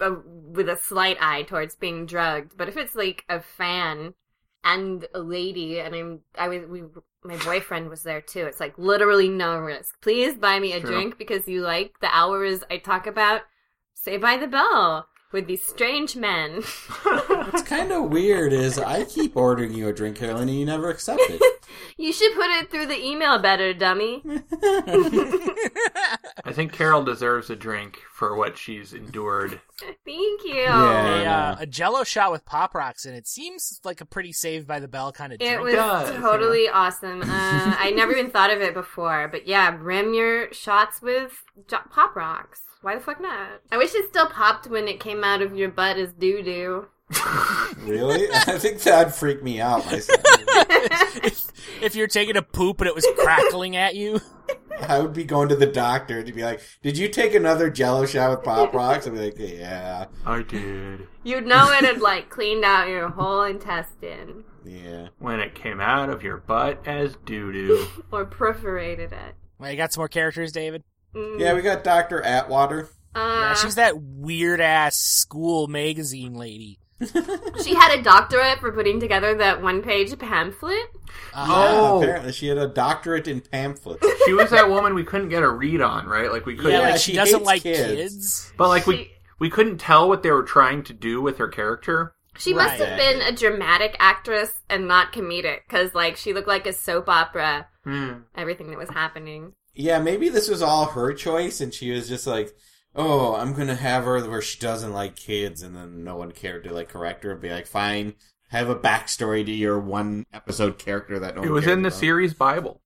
uh, with a slight eye towards being drugged. But if it's like a fan and a lady, and I'm, I was, we, my boyfriend was there too. It's like literally no risk. Please buy me a
True.
drink because you like the hours I talk about. Say by the bell with these strange men.
What's kind of weird is I keep ordering you a drink, Carolyn, and you never accept it.
you should put it through the email better, dummy.
I think Carol deserves a drink for what she's endured.
Thank you.
Yeah.
a,
Yeah.
uh, a jello shot with pop rocks and it seems like a pretty saved by the bell kind of
It
drink.
was
does, yeah.
totally awesome. Uh, I never even thought of it before, but yeah, rim your shots with jo- pop rocks. Why the fuck not? I wish it still popped when it came out of your butt as doo doo.
really? I think that'd freak me out myself.
if you're taking a poop and it was crackling at you
I would be going to the doctor to be like, "Did you take another Jello shot with Pop Rocks?" I'd be like, "Yeah,
I did.
You'd know it had like cleaned out your whole intestine
yeah."
When it came out of your butt as doo doo.
or perforated it.
well, you got some more characters david
Mm.
Yeah, we got Doctor Atwater.
yeah,
Uh,
she's that weird ass school magazine lady
she had a doctorate for putting together that one page pamphlet.
Uh-huh.
apparently she had a doctorate in pamphlets.
she was that woman we couldn't get a read on, right? Like we couldn't,
yeah, like
Yeah,
she,
she
doesn't
hates
like kids,
kids.
but like we
She-
we couldn't tell what they were trying to do with her character.
She must
Right.
have been a dramatic actress and not comedic, because like she looked like a soap opera.
Hmm.
Everything that was happening.
yeah, maybe this was all her choice, and she was just like, "Oh, I'm gonna have her where she doesn't like kids," and then no one cared to like correct her and be like, "Fine." Have a backstory to your one episode character that no
It
one
was
cared
in the
about.
series Bible.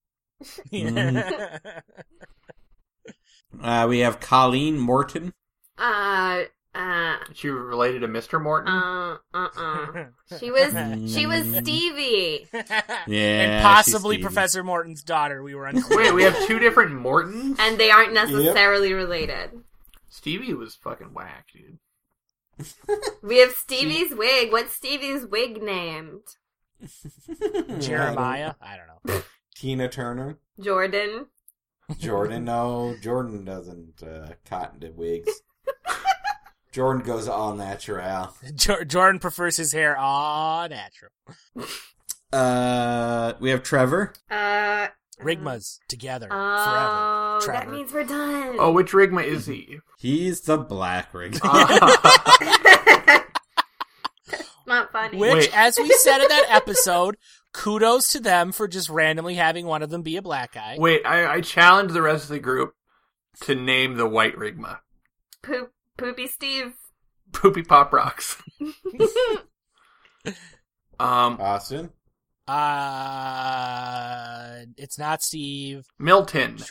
Uh, we have Colleen Morton.
Uh, uh,
She related to Mr. Morton.
uh, uh, uh. She was, she was
Mm.
Stevie.
Yeah,
and
she's
possibly
Stevie.
Professor Morton's daughter. We were unclear.
Wait, we have two different Mortons.
And they aren't necessarily related.
Stevie was fucking whack, dude.
We have Stevie's wig. What's Stevie's wig named?
Jeremiah. I don't know.
Tina Turner.
Jordan.
Jordan, no, Jordan doesn't uh, cotton to wigs. Jordan goes all natural.
Jor- Jordan prefers his hair all natural.
Uh, we have Trevor.
Uh,
Rigmas together
oh,
forever.
that
Trevor.
means we're done.
Oh, which Rigma is he?
He's the black rig.
Ah.
Not funny.
Which,
Wait.
as we said in that episode, kudos to them for just randomly having one of them be a black guy.
wait, I, I challenge the rest of the group to name the white Rigma.
Poop, poopy Steve.
Poopy Pop Rocks. um,
Austin.
Uh, it's not Steve,
Milton.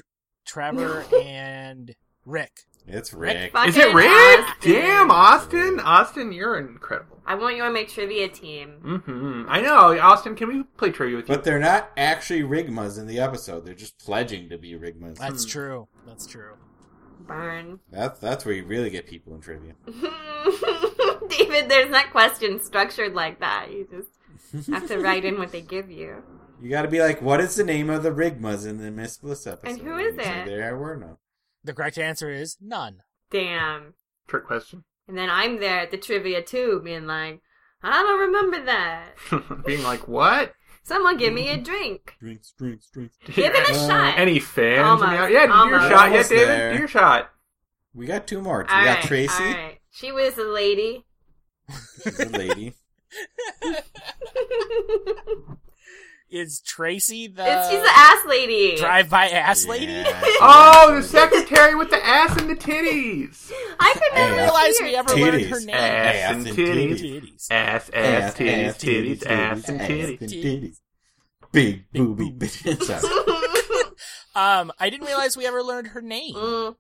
Trevor, and Rick.
It's
Rick
Rick.
Is
Fucking
it Rick?
Austin.
Damn, Austin. Austin, you're incredible.
I want you on my trivia team.
hmm I know. Austin, can we play trivia with you?
But they're not actually Rigmas in the episode. They're just pledging to be Rigmas.
That's
Hmm.
true. That's true.
Burn.
That's that's where you really get people in trivia.
David, there's not question structured like that. You just have to write in what they give you.
You got to be like, what is the name of the Rigmas in the Miss Bliss episode?
And who is
it's like,
it?
There were no.
The correct answer is none.
Damn.
Trick question.
And then I'm there at the trivia too, being like, I don't remember that.
Being like, what?
Someone give me a drink.
Drinks, drinks, drinks.
Give it a
Uh,
shot.
Any fans?
Almost,
in the- yeah, do your
almost.
shot. Yeah,
Almost
David,
there.
do your shot.
We got two more. We
All
got
right,
Tracy.
all right. She was a lady.
She's a lady.
Is Tracy the
It's- she's an ass lady.
drive by ass lady?
Yeah.
Oh, the secretary with the ass and the titties.
I could
Hey,
never
I
realize we ever learned her
Titties.
name.
Ass and
and titties.
titties. Ass, ass, titties, titties, ass and titties.
Big booby bitches.
Um, I didn't realize we ever learned her name.
Mm.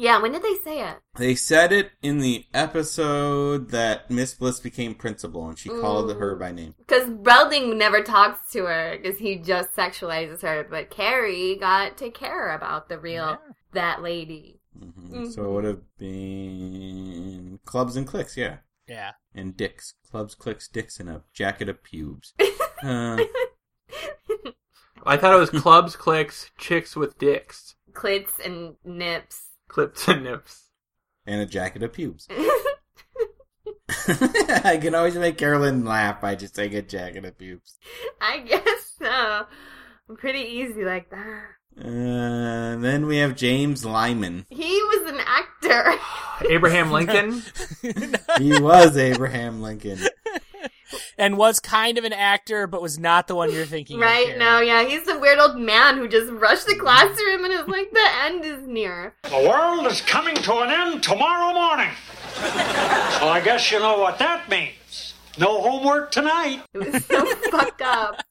Yeah, when did they say it?
They said it in the episode that Miss Bliss became principal, and she called her by name.
Because Belding never talks to her because he just sexualizes her, but Carrie got to care about the real that lady.
Mhm. So it would have been clubs and clicks, yeah,
Yeah.
and dicks, clubs, clicks, dicks, and a jacket of pubes. uh,
I thought it was clubs, clicks, chicks with dicks,
Clits and nips.
clips and nips.
and a jacket of pubes. I can always make Carolyn laugh by just saying a jacket of pubes.
I guess so. I'm pretty easy like that.
Uh, and then we have James Lyman.
He was an actor.
Abraham Lincoln.
He was Abraham Lincoln.
and was kind of an actor, but was not the one you're thinking.
Right?
Of
No, yeah, he's the weird old man who just rushed the classroom and is like, the end is near.
The world is coming to an end tomorrow morning. well, I guess you know what that means. No homework tonight.
It was so fucked up.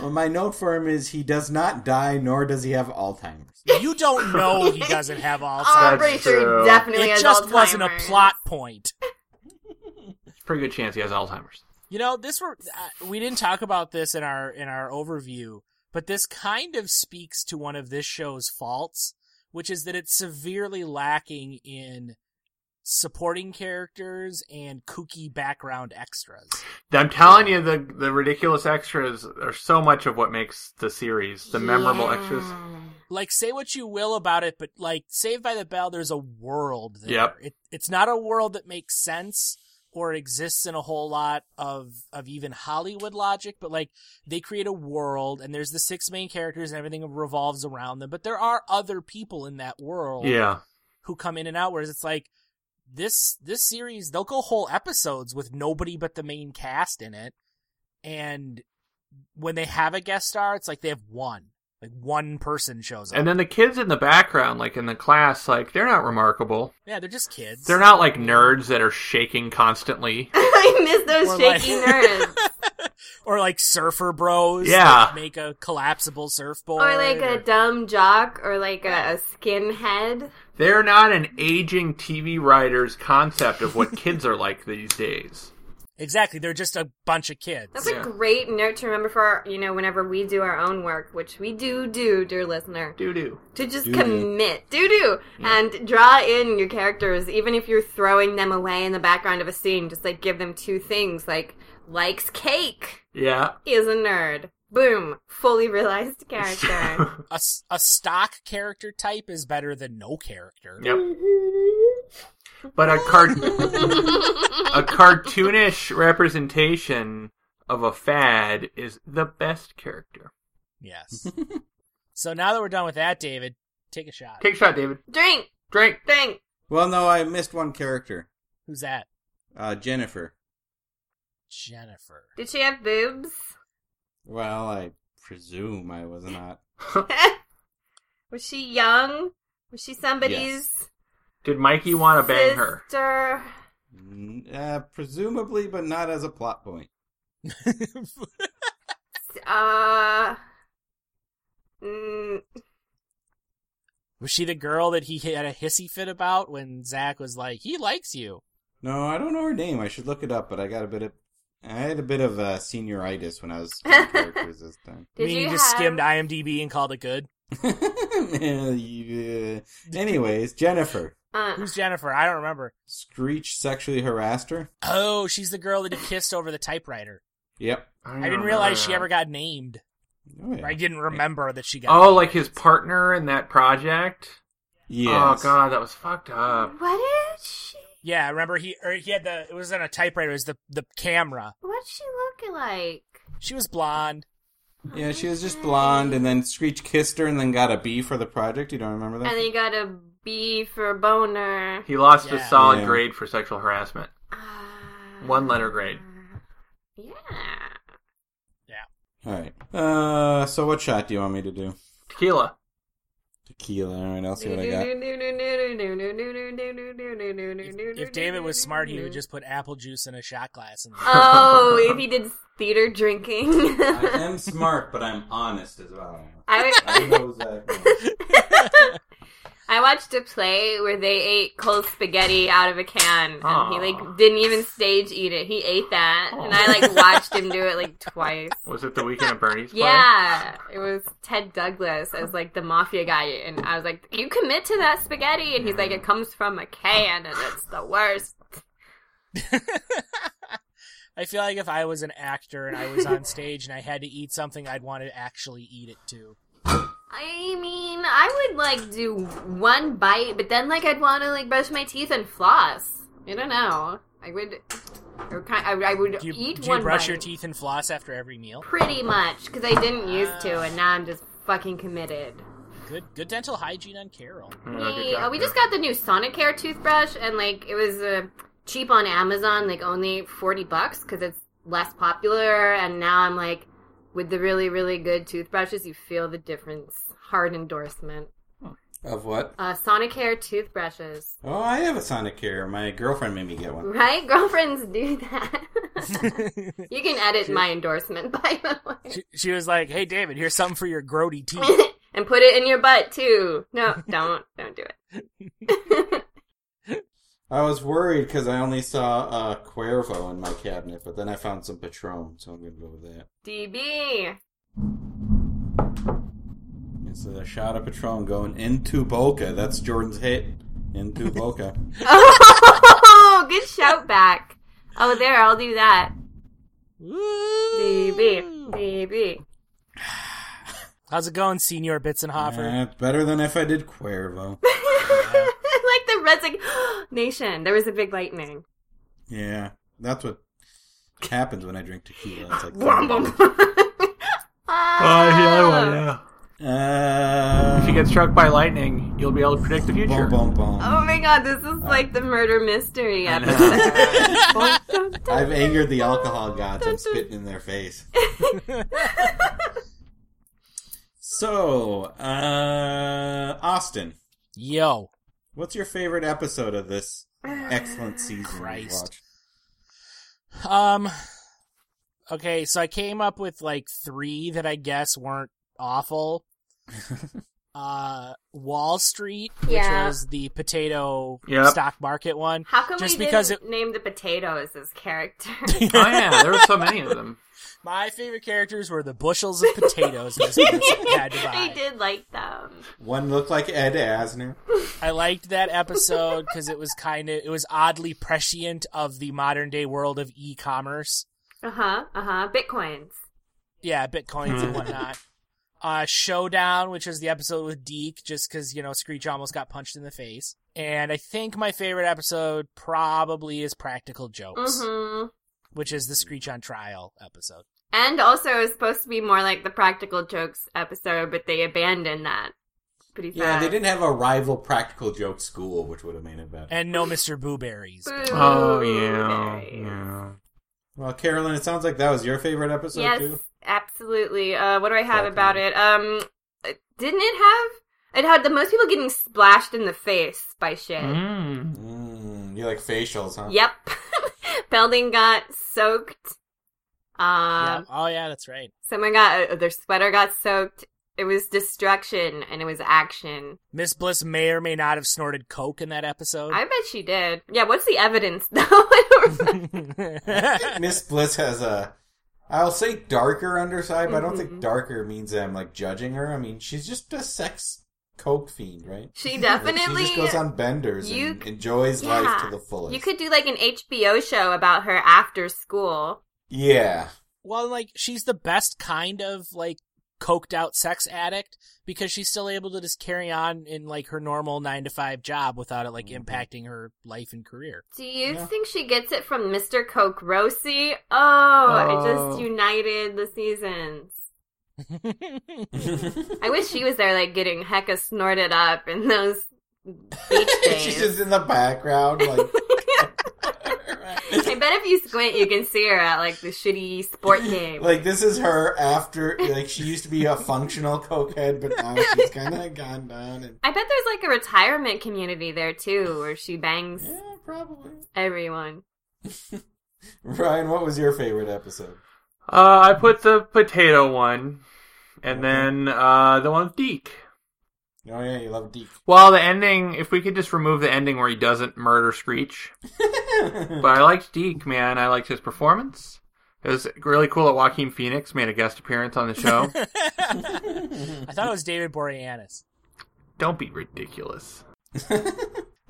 Well, my note for him is he does not die, nor does he have Alzheimer's.
no. You don't know he doesn't have
I'm
Alzheimer's.
pretty sure
true.
he Ah, definitely
it
has
just wasn't a
Alzheimer's.
plot point.
Pretty good chance he has Alzheimer's.
You know, this were uh, we didn't talk about this in our in our overview, but this kind of speaks to one of this show's faults, which is that it's severely lacking in supporting characters and kooky background extras.
I'm telling you, the the ridiculous extras are so much of what makes the series, the memorable extras.
like say what you will about it, but like Saved by the Bell, there's a world there.
Yep.
It, it's not a world that makes sense or exists in a whole lot of of even Hollywood logic, but like they create a world and there's the six main characters and everything revolves around them. But there are other people in that world
Yeah,
who come in and out, whereas it's like this this series, they'll go whole episodes with nobody but the main cast in it. And when they have a guest star, it's like they have one. Like one person shows up.
and then the kids in the background, like in the class, like they're not remarkable.
Yeah, they're just kids.
They're not like nerds that are shaking constantly.
I miss those
Or
shaky
like-
nerves.
or like surfer bros.
Yeah.
that make a collapsible surfboard.
Or like a dumb jock or like a, a skinhead.
They're not an aging TV writer's concept of what kids are like these days.
exactly. They're just a bunch of kids.
That's
Yeah.
a great note to remember for, our, you know, whenever we do our own work, which we do do, dear listener,
Doo doo.
to just
Do do.
commit, do do, and draw in your characters, even if you're throwing them away in the background of a scene. Just like give them two things, like likes cake,
Yeah.
is a nerd. Boom, fully realized character.
A, s- a stock character type is better than no character.
Yep.
Mm-hmm.
But a cart a cartoonish representation of a fad is the best character.
Yes. so now that we're done with that, David, take a shot.
Take a shot, David.
drink,
Drink.
drink.
Well, no, I missed one character.
Who's that?
Uh, Jennifer.
Jennifer.
Did she have boobs?
Well, I presume I was not.
Was she young? Was she somebody's
Did Mikey want to bang her?
sister?
Mm, Uh, presumably, but not as a plot point.
Uh. mm,
was she the girl that he had a hissy fit about when Zach was like, "He likes you"?
No, I don't know her name. I should look it up, but I got a bit of. I had a bit of uh, senioritis when I was doing characters this time.
did
Meaning
you
just
have-
skimmed IMDb and called it good.
Yeah, you- Anyways, Jennifer.
Uh,
Who's Jennifer? I don't remember.
Screech sexually harassed her?
Oh, she's the girl that he kissed over the typewriter.
Yep.
don't
I didn't
remember
realize she
that.
ever got named.
Oh, yeah.
I didn't remember that she got.
Oh, like his partner in that project?
Yes.
Oh god, that was fucked up.
what is she?
Yeah, I remember he or he had the it was on a typewriter. It was the the camera.
What's she look like?
She was blonde.
Yeah, she was just blonde, and then Screech kissed her, and then got a B for the project. You don't remember that?
And then you got a B for boner.
He lost
Yeah.
a solid
Yeah.
grade for sexual harassment.
Ah,
One letter grade.
Yeah.
All right. Uh, so what shot do you want me to do?
Tequila.
Tequila. All right, I'll see what I got.
If David was smart, he would just put apple juice in a shot glass. And
Oh, if he did theater drinking.
I am smart, but I'm honest as well.
I-
I know that.
I watched a play where they ate cold spaghetti out of a can, and he
Aw.
like didn't even stage eat it. He ate that, and I like watched him do it like twice.
Was it the weekend at Bernie's? play?
Yeah, it was Ted Douglas as like the mafia guy, and I was like, "You commit to that spaghetti," and he's like, "It comes from a can, and it's the worst."
I feel like if I was an actor and I was on stage and I had to eat something, I'd want to actually eat it too.
I mean, I would like do one bite, but then like I'd want to like brush my teeth and floss. I don't know. I would, or kind, I, I would
Do you,
eat
do you
one.
brush
bite.
your teeth and floss after every meal?
Pretty much, because I didn't used to, and now I'm just fucking committed.
Good, good dental hygiene on Carol.
Mm-hmm.
Mm,
Yay. Oh, we just got the new Sonicare toothbrush, and like it was uh, cheap on Amazon, like only forty bucks, because it's less popular. And now I'm like, with the really, really good toothbrushes, you feel the difference. Hard endorsement.
Of what?
Uh, Sonicare toothbrushes,
Oh, I have a Sonic here. My girlfriend made me get one.
right? Girlfriends do that. you can edit
Sure.
my endorsement, by the way.
She, she was like, "Hey, David, here's something for your grody teeth."
and put it in your butt too. No, don't, don't do it.
I was worried because I only saw uh, Cuervo in my cabinet, but then I found some Patron, so I'm gonna go with that.
DB.
It's a shot of Patron going into Boca. That's Jordan's hit. Into Boca.
Oh, good shout back. Oh, there, I'll do that. DB, DB.
How's it going, Senior Bitzenhofer?
Eh, better than if I did Cuervo.
like the resignation. There was a big lightning.
Yeah, that's what happens when I drink tequila. It's like
Wham, bum.
Oh,
Oh,
Uh,
if you get struck by lightning, you'll be able to predict the future.
Boom, boom, boom.
Oh my god, this is like the murder mystery episode.
I've angered the alcohol gods. I'm spitting in their face. so, uh, Austin,
Yo,
what's your favorite episode of this excellent season? we've
Christ.
watched?
um, okay, so I came up with like three that I guess weren't awful. uh, Wall Street,
Yeah.
which was the potato
Yep.
stock market one.
How come
Just
we
because
didn't name the potatoes as character?
oh yeah, there were so many of them.
My favorite characters were the bushels of potatoes Miss Benson had to
I
buy.
did like them.
One looked like Ed Asner.
I liked that episode because it was kind of it was oddly prescient of the modern day world of e-commerce.
Uh huh. Uh huh. Bitcoins.
Yeah, bitcoins and whatnot. Uh, Showdown, which was the episode with Deke, just because you know Screech almost got punched in the face. And I think my favorite episode probably is Practical Jokes,
Mm-hmm.
which is the Screech on Trial episode.
And also, it was supposed to be more like the practical jokes episode, but they abandoned that. Pretty sad.
Yeah, they didn't have a rival practical joke school, which would have made it better.
And no Mr. Booberries.
Boo.
Oh yeah,
Okay.
yeah.
well, Carolyn, it sounds like that was your favorite episode
yes,
too.
absolutely. Uh, what do I have
Fucking-
about it? Um, didn't it have? It had the most people getting splashed in the face by shit.
Mm.
Mm, you like facials, huh?
Yep, Belding got soaked. Um,
Yeah. Oh yeah, that's right.
someone got uh, their sweater got soaked. It was destruction and it was action.
Miss Bliss may or may not have snorted coke in that
Oh.
episode.
I bet she did. Yeah, what's the evidence though? I don't remember.
Miss Bliss has a, I'll say darker underside, but I don't
Mm-hmm.
think darker means that I'm like judging her. I mean, she's just a sex coke fiend, right?
she
Like,
definitely.
she just goes on benders
you-
and enjoys life to the fullest.
You could do like an HBO show about her after school.
yeah,
Well, like she's the best kind of like coked out sex addict because she's still able to just carry on in like her normal nine to five job without it like impacting her life and career.
Do you
Yeah.
think she gets it from Mr. Coke Rossi? Oh, it
Oh.
just united the seasons. I wish she was there, like getting hecka snorted up in those beach days.
she's just in the background, like
I bet if you squint, you can see her at like the shitty sport game.
Like this is her after like she used to be a functional cokehead, but now she's kind of gone down. And
I bet there's like a retirement community there too, where she bangs
probably
everyone.
Ryan, what was your favorite episode?
Uh, I put the potato one, and then uh, the one with Deke.
Oh yeah, you love Deke.
Well, the ending. If we could just remove the ending where he doesn't murder Screech, but I liked Deke, man. I liked his performance. It was really cool that Joaquin Phoenix made a guest appearance on the show.
I thought it was David Boreanaz.
Don't be ridiculous.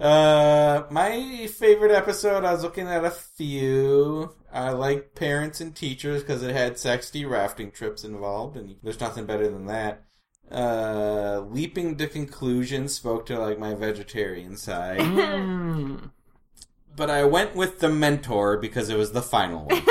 Uh, my favorite episode. I was looking at a few. I like parents and teachers because it had sexy rafting trips involved, and there's nothing better than that. Uh, leaping to conclusions spoke to like my vegetarian side,
Mm.
but I went with the mentor because it was the final one.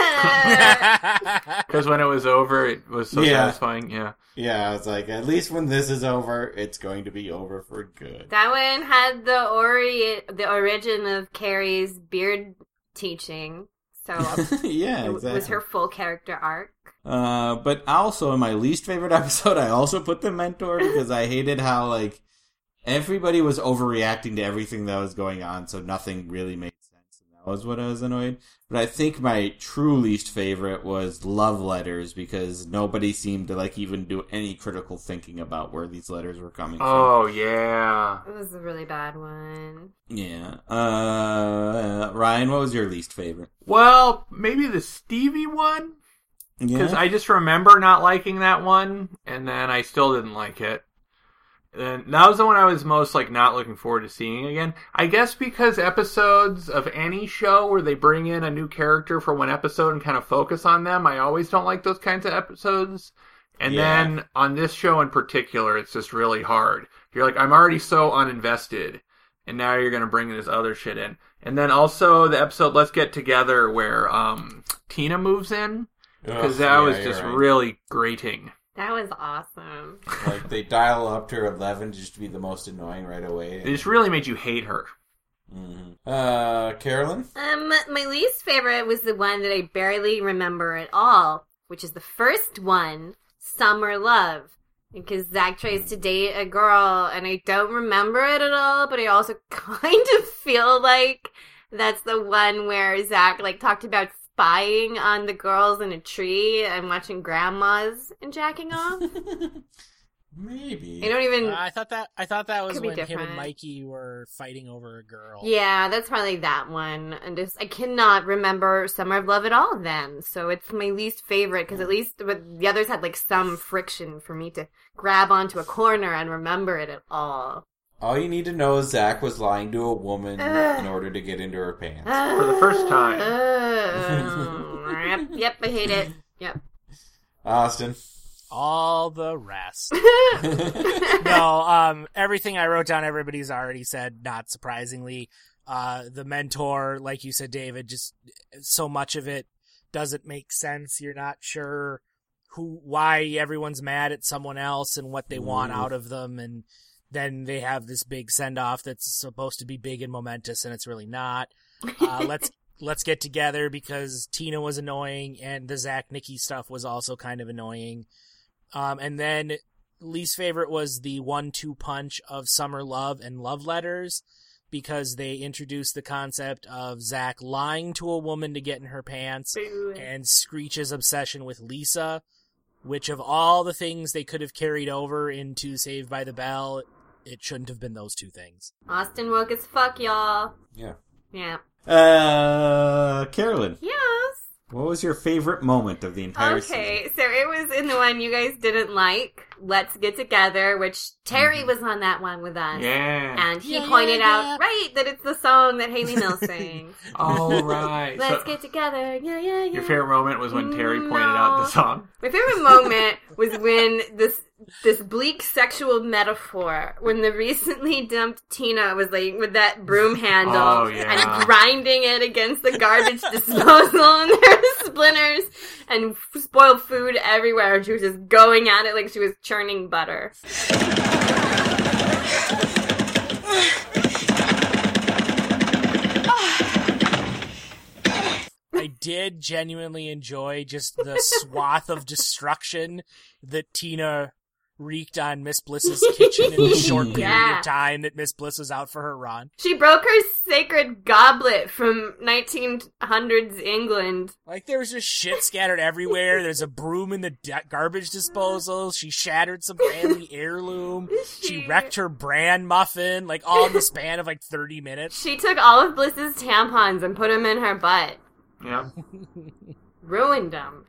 Because when it was over, it was so
Yeah.
satisfying. Yeah.
Yeah, I was like, at least when this is over, it's going to be over for good.
That one had the ori- the origin of Carrie's beard teaching, so
yeah,
it
exactly.
was her full character arc.
Uh, but also in my least favorite episode, I also put the mentor because I hated how like everybody was overreacting to everything that was going on, so nothing really made sense. And that was what I was annoyed. But I think my true least favorite was love letters because nobody seemed to like even do any critical thinking about where these letters were coming from.
Oh yeah.
It was a really bad one.
Yeah. Uh, Ryan, what was your least favorite?
Well, maybe the Stevie one. Because I just remember not liking that one, and then I still didn't like it. And that was the one I was most like not looking forward to seeing again. I guess because episodes of any show where they bring in a new character for one episode and kind of focus on them, I always don't like those kinds of episodes. And
Yeah.
then on this show in particular, it's just really hard. You're like, I'm already so uninvested, and now you're going to bring this other shit in. And then also the episode "Let's Get Together" where um, Tina moves in because that
Ugh, yeah,
was
you're
just
right.
really grating.
That was awesome.
like they dial up to her eleven just to be the most annoying right away.
It just really made you hate her.
Mhm. Uh, Carolyn.
Um, my least favorite was the one that I barely remember at all, which is the first one, Summer Love. Because Zach tries to date a girl, and I don't remember it at all, but I also kind of feel like that's the one where Zach, like, talked about spying on the girls in a tree and watching grandmas and jacking off.
Maybe.
I don't even.
Uh, I thought that I thought that was
Could be
when him
different.
and Mikey were fighting over a girl.
Yeah, that's probably that one. And just, I cannot remember Summer of Love at all then. So it's my least favorite because at
Mm.
least but the others had like some friction for me to grab onto a corner and remember it at all.
All you need to know is Zach was lying to a woman
Ugh.
in order to get into her pants.
For
the first time.
Oh, yep, yep, I hate it. Yep.
Austin.
All the rest. no, um, everything I wrote down, everybody's already said. Not surprisingly, uh, the mentor, like you said, David, just so much of it doesn't make sense. You're not sure who, why everyone's mad at someone else and what they want
Mm.
out of them, and then they have this big send off that's supposed to be big and momentous, and it's really not. Uh, let's. Let's get together because Tina was annoying and the Zach Nikki stuff was also kind of annoying. Um, and then least favorite was the one-two punch of Summer Love and Love Letters because they introduced the concept of Zach lying to a woman to get in her pants and Screech's obsession with Lisa, which of all the things they could have carried over into Saved by the Bell, it shouldn't have been those two things.
Austin woke as fuck, y'all.
Yeah.
Yeah.
Uh, Carolyn,
Yes.
what was your favorite moment of the entire
Okay, so it was in the one you guys didn't like, Let's Get Together, which Terry was on that one with us.
Mm-hmm. Yeah.
And he
Yeah,
pointed
yeah,
out,
yeah.
right, that it's the song that Haley Mills sings.
All right.
Let's
So,
get together. Yeah, yeah, yeah.
your favorite moment was when Terry pointed out the song.
My favorite moment was when this this bleak sexual metaphor, when the recently dumped Tina was like with that broom handle
Oh, yeah.
and grinding it against the garbage disposal, and there were splinters and spoiled food everywhere, and she was just going at it like she was churning butter.
Ah. Got it.
I did genuinely enjoy just the swath of destruction that Tina wreaked on Miss Bliss's kitchen in the short period
Yeah.
of time that Miss Bliss was out for her run.
She broke her sacred goblet from 1900s England.
Like there was just shit scattered everywhere. There's a broom in the de- garbage disposal. She shattered some family heirloom. She wrecked her bran muffin. Like all in the span of like 30 minutes.
She took all of Bliss's tampons and put them in her butt.
Yeah.
Ruined them.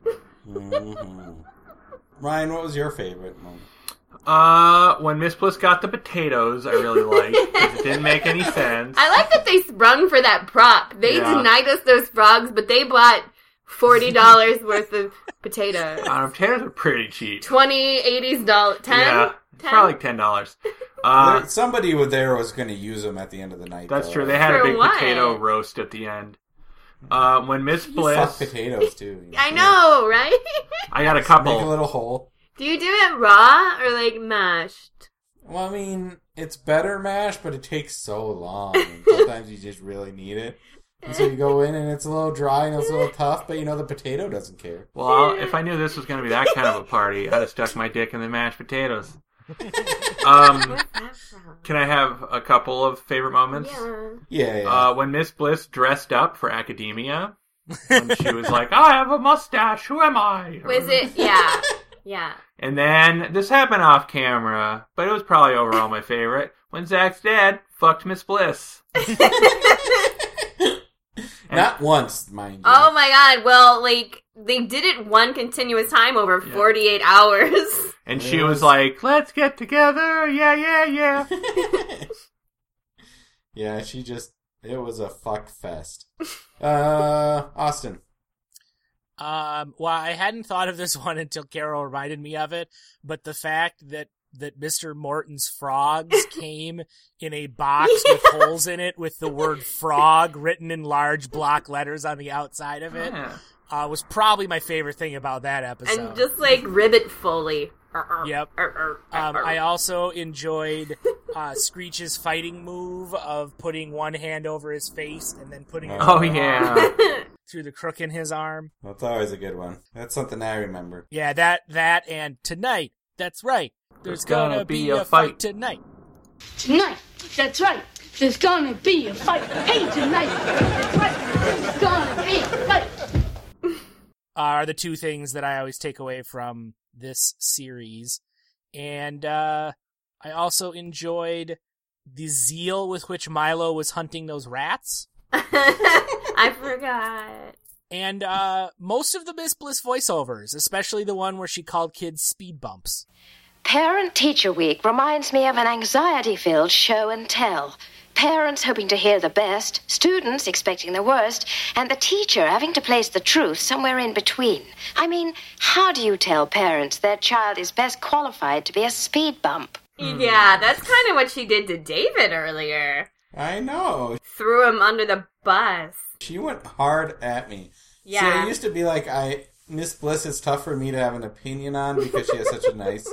Mm-hmm. Ryan, what was your favorite moment?
Uh, when Miss Bliss got the potatoes, I really liked. 'cause it didn't make any sense.
I like that they sprung for that prop. They
Yeah.
denied us those frogs, but they bought $40 worth of potatoes.
Uh, potatoes are pretty cheap.
20, 80s doll- 10?
Yeah,
10?
probably ten dollars. Uh,
There- somebody with there was going to use them at the end of the night.
that's
though.
true. They had
For
a big
what?
potato roast at the end. Uh, when Miss
Fuck
Bliss,
potatoes too. you
I know, right?
I got a
Make a
couple.
little hole.
Do you do it raw or like mashed?
Well, I mean, it's better mash, but it takes so long. And sometimes you just really need it. And so you go in and it's a little dry and it's a little tough, but you know the potato doesn't care.
Well, I'll- if I knew this was going to be that kind of a party, I'd have stuck my dick in the mashed potatoes. Um, can I have a couple of favorite moments?
Yeah.
Yeah, yeah.
Uh, when Miss Bliss dressed up for academia, when she was like, "I have a mustache. Who am I?"
Was it? Yeah. Yeah.
And then this happened off camera, but it was probably overall my favorite. When Zach's dad fucked Miss Bliss.
Not once, mind you.
Oh my god. Well, like, they did it one continuous time over 48 hours.
And she was like, let's get together. Yeah, yeah, yeah.
Yeah, she just. It was a fuck fest. Uh, Austin.
Um, well, I hadn't thought of this one until Carol reminded me of it, but the fact that that Mr. Morton's frogs came in a box with holes in it with the word frog written in large block letters on the outside of it
Yeah.
uh, was probably my favorite thing about that episode.
and just like ribbit foley.
Yep. Um, I also enjoyed uh, Screech's fighting move of putting one hand over his face and then putting it
Oh, yeah.
through the crook in his arm.
That's always a good one. That's something I remember.
Yeah, that that and tonight. That's right. There's, gonna, be, a, fight tonight.
Tonight, that's right. There's gonna be a fight. Hey, tonight, that's right. There's gonna be a fight.
are the two things that I always take away from this series. And uh, I also enjoyed the zeal with which Milo was hunting those rats.
I forgot.
And uh, most of the Miss Bliss voiceovers, especially the one where she called kids speed bumps.
Parent Teacher Week reminds me of an anxiety filled show and tell. Parents hoping to hear the best, students expecting the worst, and the teacher having to place the truth somewhere in between. I mean, how do you tell parents their child is best qualified to be a speed bump?
Yeah, that's kind of what she did to David earlier.
I know.
Threw him under the bus.
She went hard at me. See,
Yeah.
I used to be like, I Miss Bliss is tough for me to have an opinion on because she has such a nice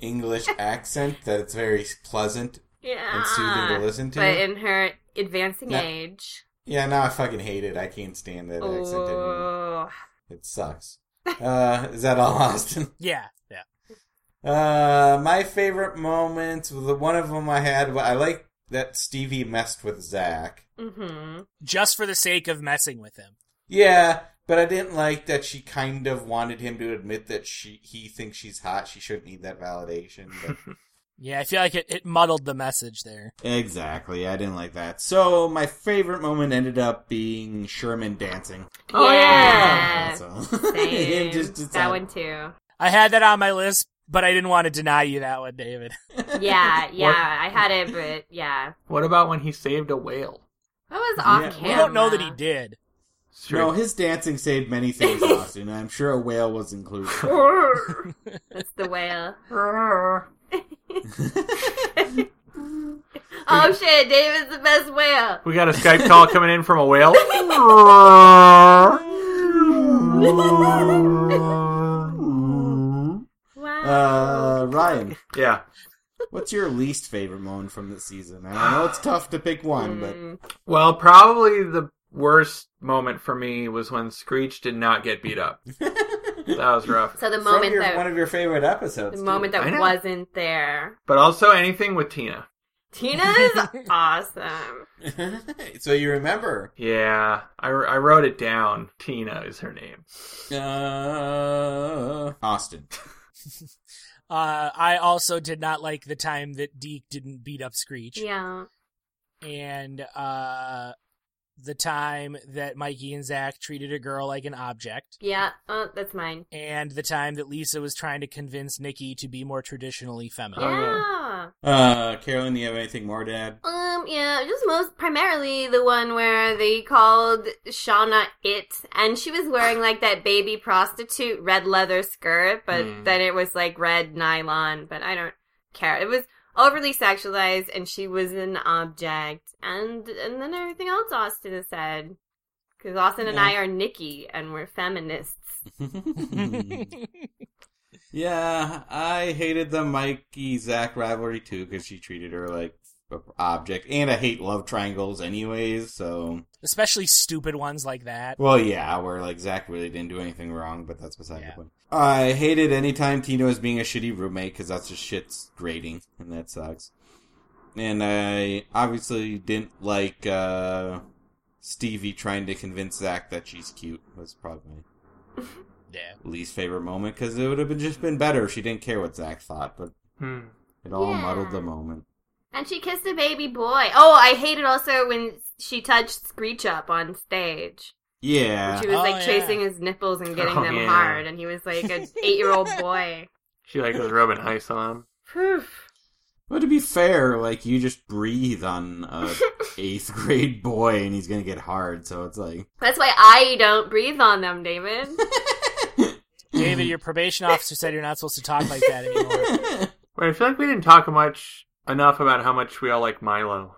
English accent that it's very pleasant
yeah.
and soothing to listen to.
But in her advancing
Yeah.
age.
yeah, now I fucking hate it. I can't stand that accent
Oh.
anymore. It sucks. Uh, is that all, Austin?
Yeah, yeah.
Uh, my favorite moments. The one of them I had. I like that Stevie messed with Zach.
Mm-hmm.
Just for the sake of messing with him.
Yeah, but I didn't like that she kind of wanted him to admit that she he thinks she's hot. She shouldn't need that validation. But...
Yeah, I feel like it, it muddled the message there.
exactly. I didn't like that. So my favorite moment ended up being Sherman dancing.
Oh,
yeah.
So-
Same.
Him just decided-
that one too.
I had that on my list, but I didn't want to deny you that one, David.
Yeah, yeah. I had it, but yeah.
What about when he saved a whale?
That was off
Yeah.
camera.
We don't know that he did.
It's true.
No, his dancing saved many things, Austin. and I'm sure a whale was included.
That's the whale. oh shit, David's the best whale.
we got a Skype call coming in from a whale.
Uh,
Wow.
Uh, Ryan,
yeah.
what's your
Hmm.
least favorite moment from this season? I know it's tough to pick one, but
Well, probably the worst moment for me was when Screech did not get beat up. that was rough.
So the
From
moment
your-
that
one of your favorite episodes.
the
too.
moment
I
that
know.
wasn't there.
But also anything with Tina.
Tina is awesome.
so you remember?
Yeah, I, I wrote it down. Tina is her name.
Uh, Austin.
Uh, I also did not like the time that Deke didn't beat up Screech.
Yeah.
And uh, the time that Mikey and Zach treated a girl like an object.
Yeah. Oh, that's mine.
And the time that Lisa was trying to convince Nikki to be more traditionally
Oh,
feminine.
Yeah.
Uh, Carolyn, do you have anything more to add?
Um, yeah, just most primarily the one where they called Shauna it, and she was wearing like that baby prostitute red leather skirt, but
Hmm.
then it was like red nylon, but I don't care. It was overly sexualized, and she was an object, and and then everything else Austin has said. Because Austin and
Yeah.
I are Nikki, and we're feminists.
Mm-hmm. Yeah, I hated the Mikey Zach rivalry too because she treated her like an object, and I hate love triangles anyways. So,
Especially stupid ones like that.
well, yeah, where like Zach really didn't do anything wrong, but that's beside the point. I hated anytime Tino is being a shitty roommate because that's just shit's grating, and that sucks. And I obviously didn't like uh, Stevie trying to convince Zach that she's cute. Was probably my
Yeah.
least favorite moment because it would have been just been better if she didn't care what Zach thought, but
Hmm.
it all
Yeah.
muddled the moment.
And she kissed a baby boy. Oh, I hated also when she touched Screech up on stage.
Yeah.
She was
Oh,
like
yeah.
chasing his nipples and getting
Oh,
them
yeah.
hard, and he was like an eight year old boy.
She like was rubbing ice on him.
Phew.
But to be fair, like you just breathe on a eighth grade boy and he's gonna get hard, so it's like
That's why I don't breathe on them, David.
David, your probation officer said you're not supposed to talk like that anymore.
Wait, I feel like we didn't talk much enough about how much we all like Milo.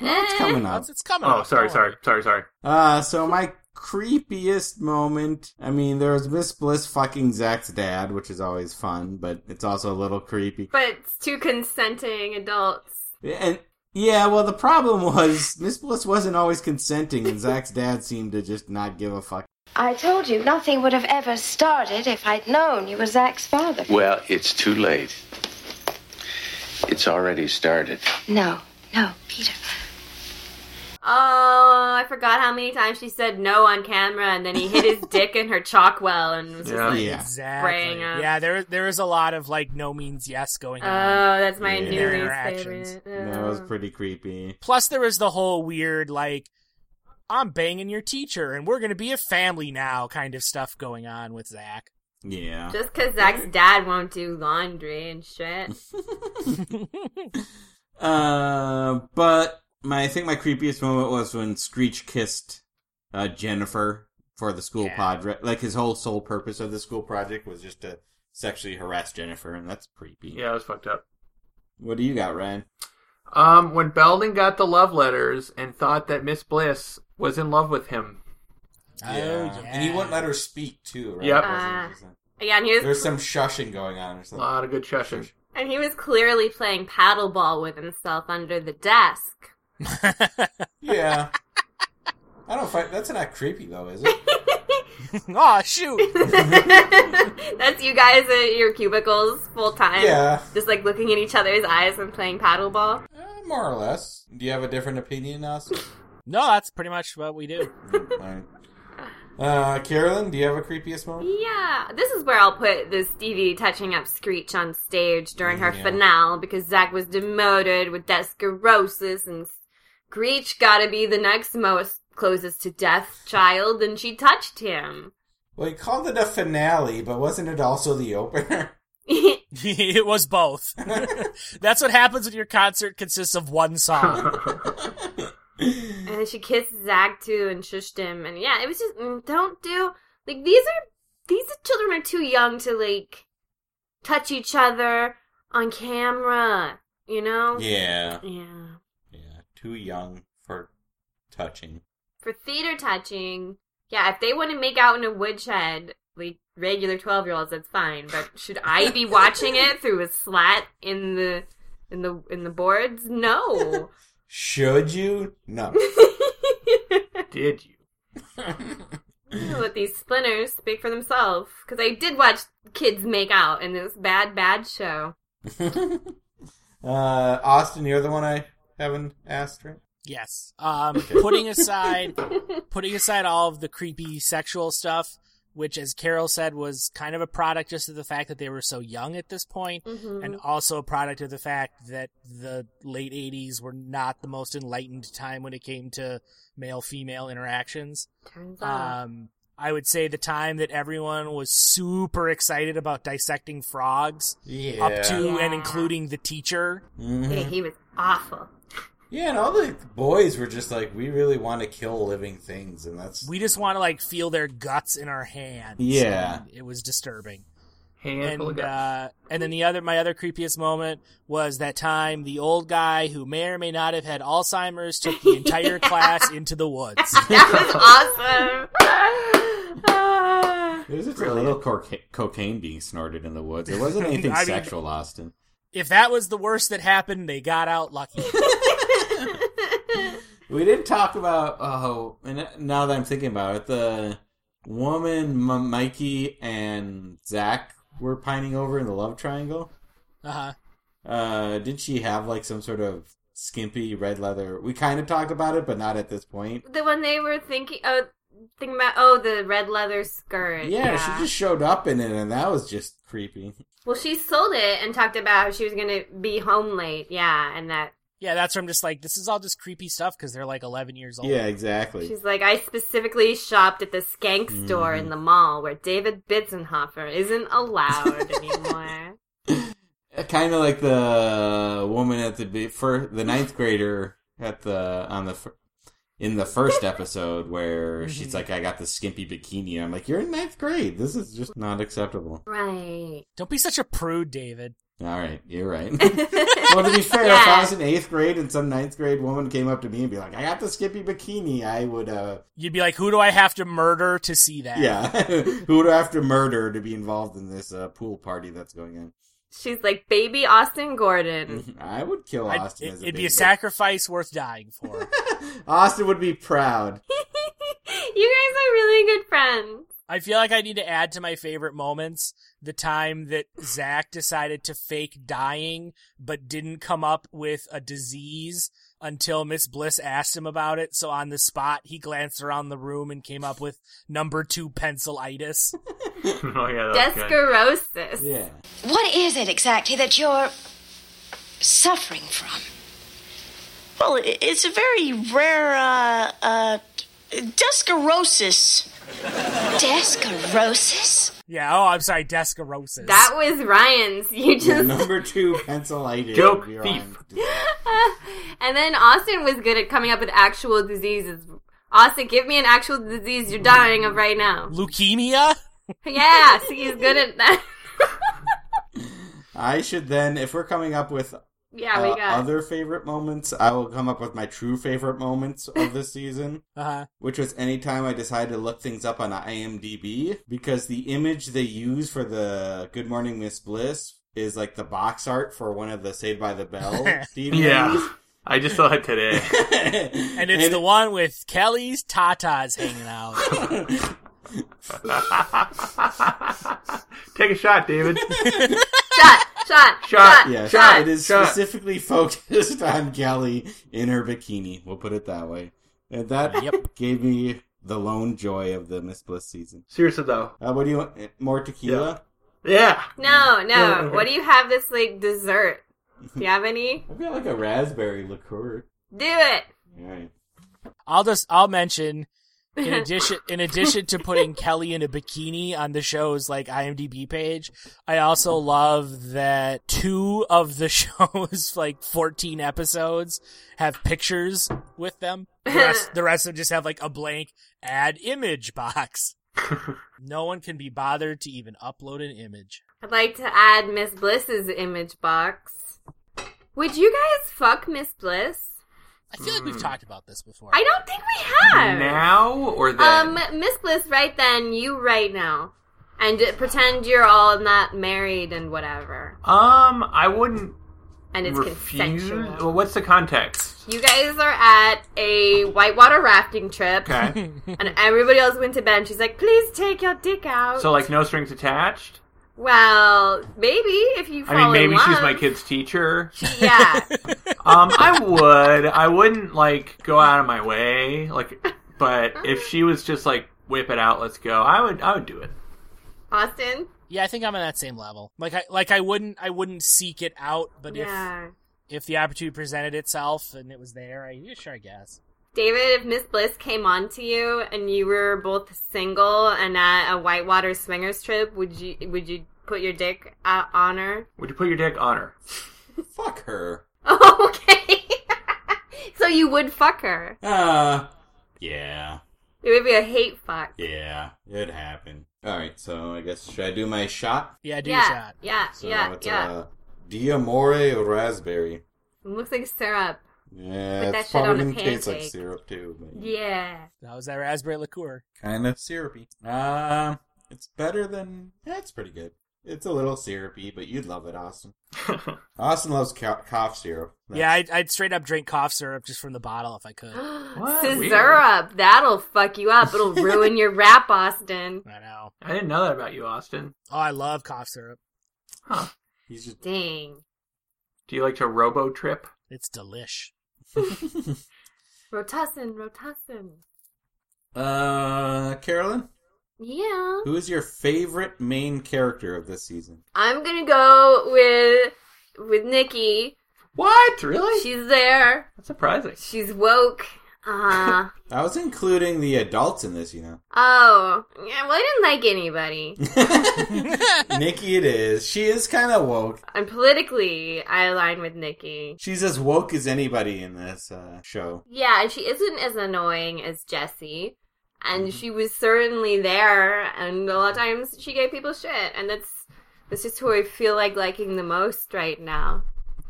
Eh,
it's coming up.
It's coming.
Oh,
up,
sorry,
don't
sorry, sorry, sorry.
Uh so my creepiest moment I mean there was Miss Bliss fucking Zach's dad, which is always fun, but it's also a little creepy.
but it's two consenting adults.
And yeah, well the problem was Miss Bliss wasn't always consenting and Zach's dad seemed to just not give a fuck.
I told you nothing would have ever started if I'd known you were Zach's father.
Well, it's too late. It's already started.
No, no, Peter.
Oh, I forgot how many times she said no on camera, and then he hid his dick in her chalk well and was just like
Exactly.
spraying up.
Yeah, there there is a lot of like no means yes going on.
Oh, that's my
in
new
their
least
interactions.
favorite. Oh.
That was pretty creepy.
Plus, there was the whole weird like, I'm banging your teacher, and we're gonna be a family now kind of stuff going on with Zach.
Yeah.
Just because Zach's dad won't do laundry and shit.
Uh, but my I think my creepiest moment was when Screech kissed uh, Jennifer for the school project. Like his whole sole purpose of the school project was just to sexually harass Jennifer, and that's creepy.
Yeah, it was fucked up.
What do you got, Ryan?
Um, when Belding got the love letters and thought that Miss Bliss was in love with him.
Oh, yeah.
and he wouldn't let her speak too. Right?
Yep.
Uh, yeah, and he was
There's some shushing going on or
A
something.
lot of good shushing.
and he was clearly playing paddleball with himself under the desk.
yeah. I don't find that's not creepy though, is it?
Aw, shoot.
That's you guys at your cubicles full time.
Yeah.
Just like looking in each other's eyes and playing paddleball.
Uh, More or less. Do you have a different opinion, Austin?
No, that's pretty much what we do.
Alright. Uh, Carolyn, do you have a creepiest moment?
Yeah. This is where I'll put the Stevie touching up Screech on stage during her
Yeah.
finale because Zach was demoted with descarosis and Screech gotta be the next most closest to death child and she touched him.
Well, he called it a finale, but wasn't it also the opener?
it was both. that's what happens when your concert consists of one song.
And she kissed Zach too and shushed him. And yeah, it was just mm, don't do like these are these children are too young to like touch each other on camera. You know?
Yeah.
Yeah.
Yeah. Too young for touching.
For theater touching, yeah. If they want to make out in a woodshed, like regular twelve year olds, that's fine. But should I be watching it through a slat in the in the in the boards? No.
Should you? No.
did you?
Let these splinters speak for themselves. Because I did watch kids make out in this bad, bad show.
Uh, Austin, you're the one I haven't asked, right?
Yes. Um, putting aside putting aside all of the creepy sexual stuff, which, as Carol said, was kind of a product just of the fact that they were so young at this point,
Mhm.
and also a product of the fact that the late '80s were not the most enlightened time when it came to male-female interactions.
Turns
uh,
out.
Um, I would say the time that everyone was super excited about dissecting frogs,
Yeah. Mm-hmm.
up to and
Yeah.
including the teacher.
Yeah, he was awful.
Yeah, and all the boys were just like, we really want to kill living things, and that's
We just want to like feel their guts in our hands.
Yeah.
And it was disturbing.
Handful of
and,
guts.
uh, and then the other, my other creepiest moment was that time the old guy who may or may not have had Alzheimer's took the entire class into the woods.
Awesome. Ah.
It was just a little corca- cocaine being snorted in the woods. It wasn't anything
I mean-
sexual, Austin.
if that was the worst that happened, they got out lucky.
We didn't talk about oh, and now that I'm thinking about it, the woman M- Mikey and Zach were pining over in the love triangle.
Uh huh.
Uh, did she have like some sort of skimpy red leather? We kind of talked about it, but not at this point.
The one they were thinking, oh, thinking about, oh, the red leather skirt.
Yeah, she just showed up in it, and that was just creepy.
Well, she sold it and talked about how she was going to be home late. Yeah, and that
Yeah, that's where I'm just like, this is all just creepy stuff because they're like 11 years old.
Yeah, exactly.
she's like, I specifically shopped at the skank store
Mm-hmm.
in the mall where David Bitzenhofer isn't allowed anymore.
kind of like the woman at the be- fir- the ninth grader at the on the fir- in the first episode where
Mm-hmm.
she's like, "I got the skimpy bikini." I'm like, "You're in ninth grade. This is just not acceptable."
right.
Don't be such a prude, David.
All right, you're right. well, to be fair, if I was in eighth grade and some ninth grade woman came up to me and be like, "I got the skimpy bikini," I would, uh,
You'd be like, who do I have to murder to see that?
yeah, who would I have to murder to be involved in this uh, pool party that's going on?
She's like, baby Austin Gordon.
I would kill
Mm-hmm. I'd-
Austin.
it,
as a
would be
baby.
a sacrifice worth dying for.
Austin would be proud. Mm-hmm.
You guys are really good friends.
I feel like I need to add to my favorite moments the time that Zach decided to fake dying but didn't come up with a disease until Miss Bliss asked him about it. So on the spot, he glanced around the room and came up with number two pencilitis.
oh yeah,
that's good.
Descarosis.
Yeah.
What is it exactly that you're suffering from?
Well, i- it's a very rare, uh, uh, descarosis.
Descarosis?
Yeah. Oh, I'm sorry, descarosis.
That was Ryan's. You
The
just
number two pencil idea.
Joke
You're
thief.
on.
And then Austin was good at coming up with actual diseases. Austin, give me an actual disease you're dying of right now.
leukemia.
Yeah, see, he's good at that.
I should then, if we're coming up with
Yeah, we
uh,
got.
other favorite moments, I will come up with my true favorite moments of this season,
Uh huh.
which was any time I decided to look things up on IMDb because the image they use for the Good Morning Miss Bliss is like the box art for one of the Saved by the Bell DVDs.
Yeah, I just saw it today.
And it's the one with Kelly's tatas hanging out.
Take a shot, David.
Shot, shot,
Shot.
shot.
Yeah,
Shot,
it is
shot.
specifically focused on Kelly in her bikini. We'll put it that way. And that
Yep.
gave me the lone joy of the Miss Bliss season.
Seriously though,
Uh, what do you want? Eh, More tequila?
yeah.
No,
Yeah.
no. What do you have this, like, dessert? Do you have any?
I've got like a raspberry liqueur.
Do it.
All right.
I'll just I'll mention in addition in addition to putting Kelly in a bikini on the show's like IMDb page, I also love that two of the show's like 14 episodes have pictures with them. The rest, the rest of them just have like a blank add image box. no one can be bothered to even upload an image.
I'd like to add Miss Bliss's image box. Would you guys fuck Miss Bliss?
I feel like we've talked about this before.
Hmm. I don't think we have.
Now or then?
Oh. Um, Miss Bliss, right then, you right now. And pretend you're all not married and whatever.
Um, I wouldn't
and it's consensual.
Well, what's the context?
You guys are at a whitewater rafting trip,
Okay.
and everybody else went to bed. And she's like, "Please take your dick out."
so, like, no strings attached.
well, maybe if you. Fall
I mean, maybe
in love.
she's my kid's teacher.
Yeah.
Um, I would. I wouldn't like go out of my way, like. But if she was just like, whip it out, let's go. I would. I would do it.
Austin.
Yeah, I think I'm on that same level. Like I like I wouldn't I wouldn't seek it out, but
Yeah.
if if the opportunity presented itself and it was there, I yeah, sure I guess.
David, if Miss Bliss came on to you and you were both single and at a whitewater swingers trip, would you would you put your dick uh, on her?
Would you put your dick on her?
Fuck her.
So you would fuck her.
Uh, yeah.
It would be a hate fuck.
Yeah, it happened. All right, so I guess should I do my shot?
Yeah,
yeah, Yeah,
So
yeah,
it's
yeah.
uh, Diamore raspberry.
It looks like syrup.
Yeah,
Put that
it's
shit on
probably
a
gonna taste like
pancake.
syrup too, but
Yeah.
That was that raspberry liqueur.
kind of syrupy. Um, it's better than that's pretty good. It's a little syrupy, but you'd love it, Austin. Austin loves co- cough syrup.
yeah, I'd, I'd straight up drink cough syrup just from the bottle if I could.
Syrup. That'll fuck you up. It'll ruin your rap, Austin.
I know.
I didn't know that about you, Austin.
Oh, I love cough syrup.
He's just.
Dang.
Do you like to robo trip?
It's delish.
Rotussin, Rotussin.
Uh, Carolyn,
Yeah.
who is your favorite main character of this season?
I'm gonna go with with Nikki.
What? Really?
She's there.
That's surprising.
She's woke. Uh
I was including the adults in this, you know.
oh. Yeah, well I didn't like anybody.
Nikki, it is. She is kind of woke.
And politically I align with Nikki.
She's as woke as anybody in this uh, show.
Yeah, and she isn't as annoying as Jessie. And she was certainly there and a lot of times she gave people shit and that's that's just who I feel like liking the most right now.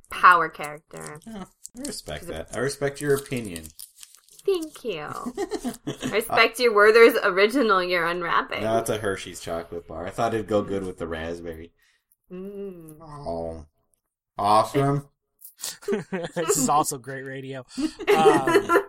Power character.
Oh, I respect that. I respect your opinion.
Thank you. I respect your Werther's original you're unwrapping.
Now it's a Hershey's chocolate bar. I thought it'd go good with the raspberry.
Mm.
Oh, awesome.
this is also great radio. Um,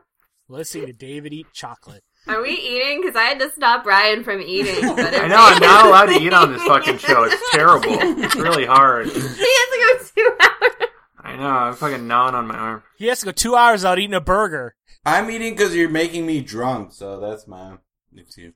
listening to David eat chocolate.
Are we eating? Because I had to stop Ryan from eating. But
I know I'm not allowed to eat on this fucking show. It's terrible. It's really hard.
he has to go two hours.
I know. I'm fucking gnawing on my arm.
He has to go two hours out eating a burger.
I'm eating because you're making me drunk, so that's my excuse.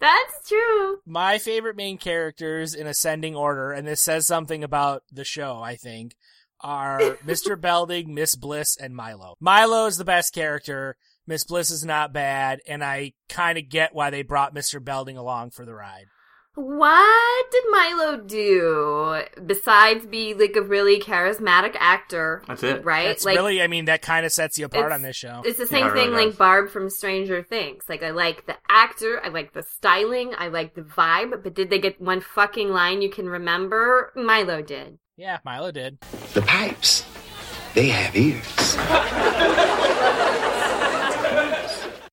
That's true.
My favorite main characters in ascending order, and this says something about the show, I think, are Mr. Belding, Miss Bliss, and Milo. Milo is the best character. Miss Bliss is not bad, and I kind of get why they brought Mr. Belding along for the ride.
What did Milo do besides be like a really charismatic actor?
That's it.
Right?
That's
like
really, I mean, that kind of sets you apart
It's-
on this show.
it's the same
Yeah, it really
thing
does.
like Barb from Stranger Things. Like I like the actor, I like the styling, I like the vibe, but did they get one fucking line you can remember? Milo did.
Yeah, Milo did.
The pipes, they have ears.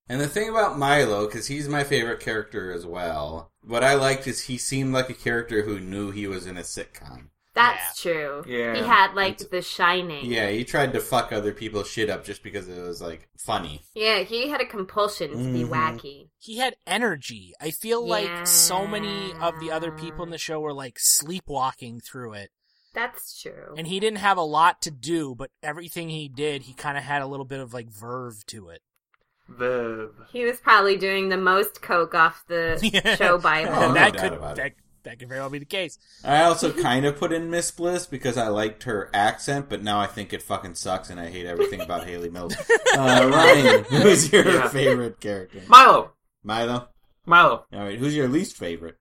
And the thing about Milo, because he's my favorite character as well, what I liked is he seemed like a character who knew he was in a sitcom.
That's true.
Yeah.
He had like the shining.
Yeah, he tried to fuck other people's shit up just because it was, like, funny.
Yeah, he had a compulsion to be
Mhm.
wacky.
He had energy. I feel like so many of the other people in the show were like sleepwalking through it.
That's true.
And he didn't have a lot to do, but everything he did, he kind of had a little bit of like verve to it.
The
He was probably doing the most coke off the show Bible.
Oh, no
that
doubt
could
about it.
that, that could very well be the case.
I also kind of put in Miss Bliss because I liked her accent, but now I think it fucking sucks and I hate everything about Haley Mills. Uh, Ryan, who's your
Yeah.
favorite character?
Milo.
Milo?
Milo.
All right, who's your least favorite?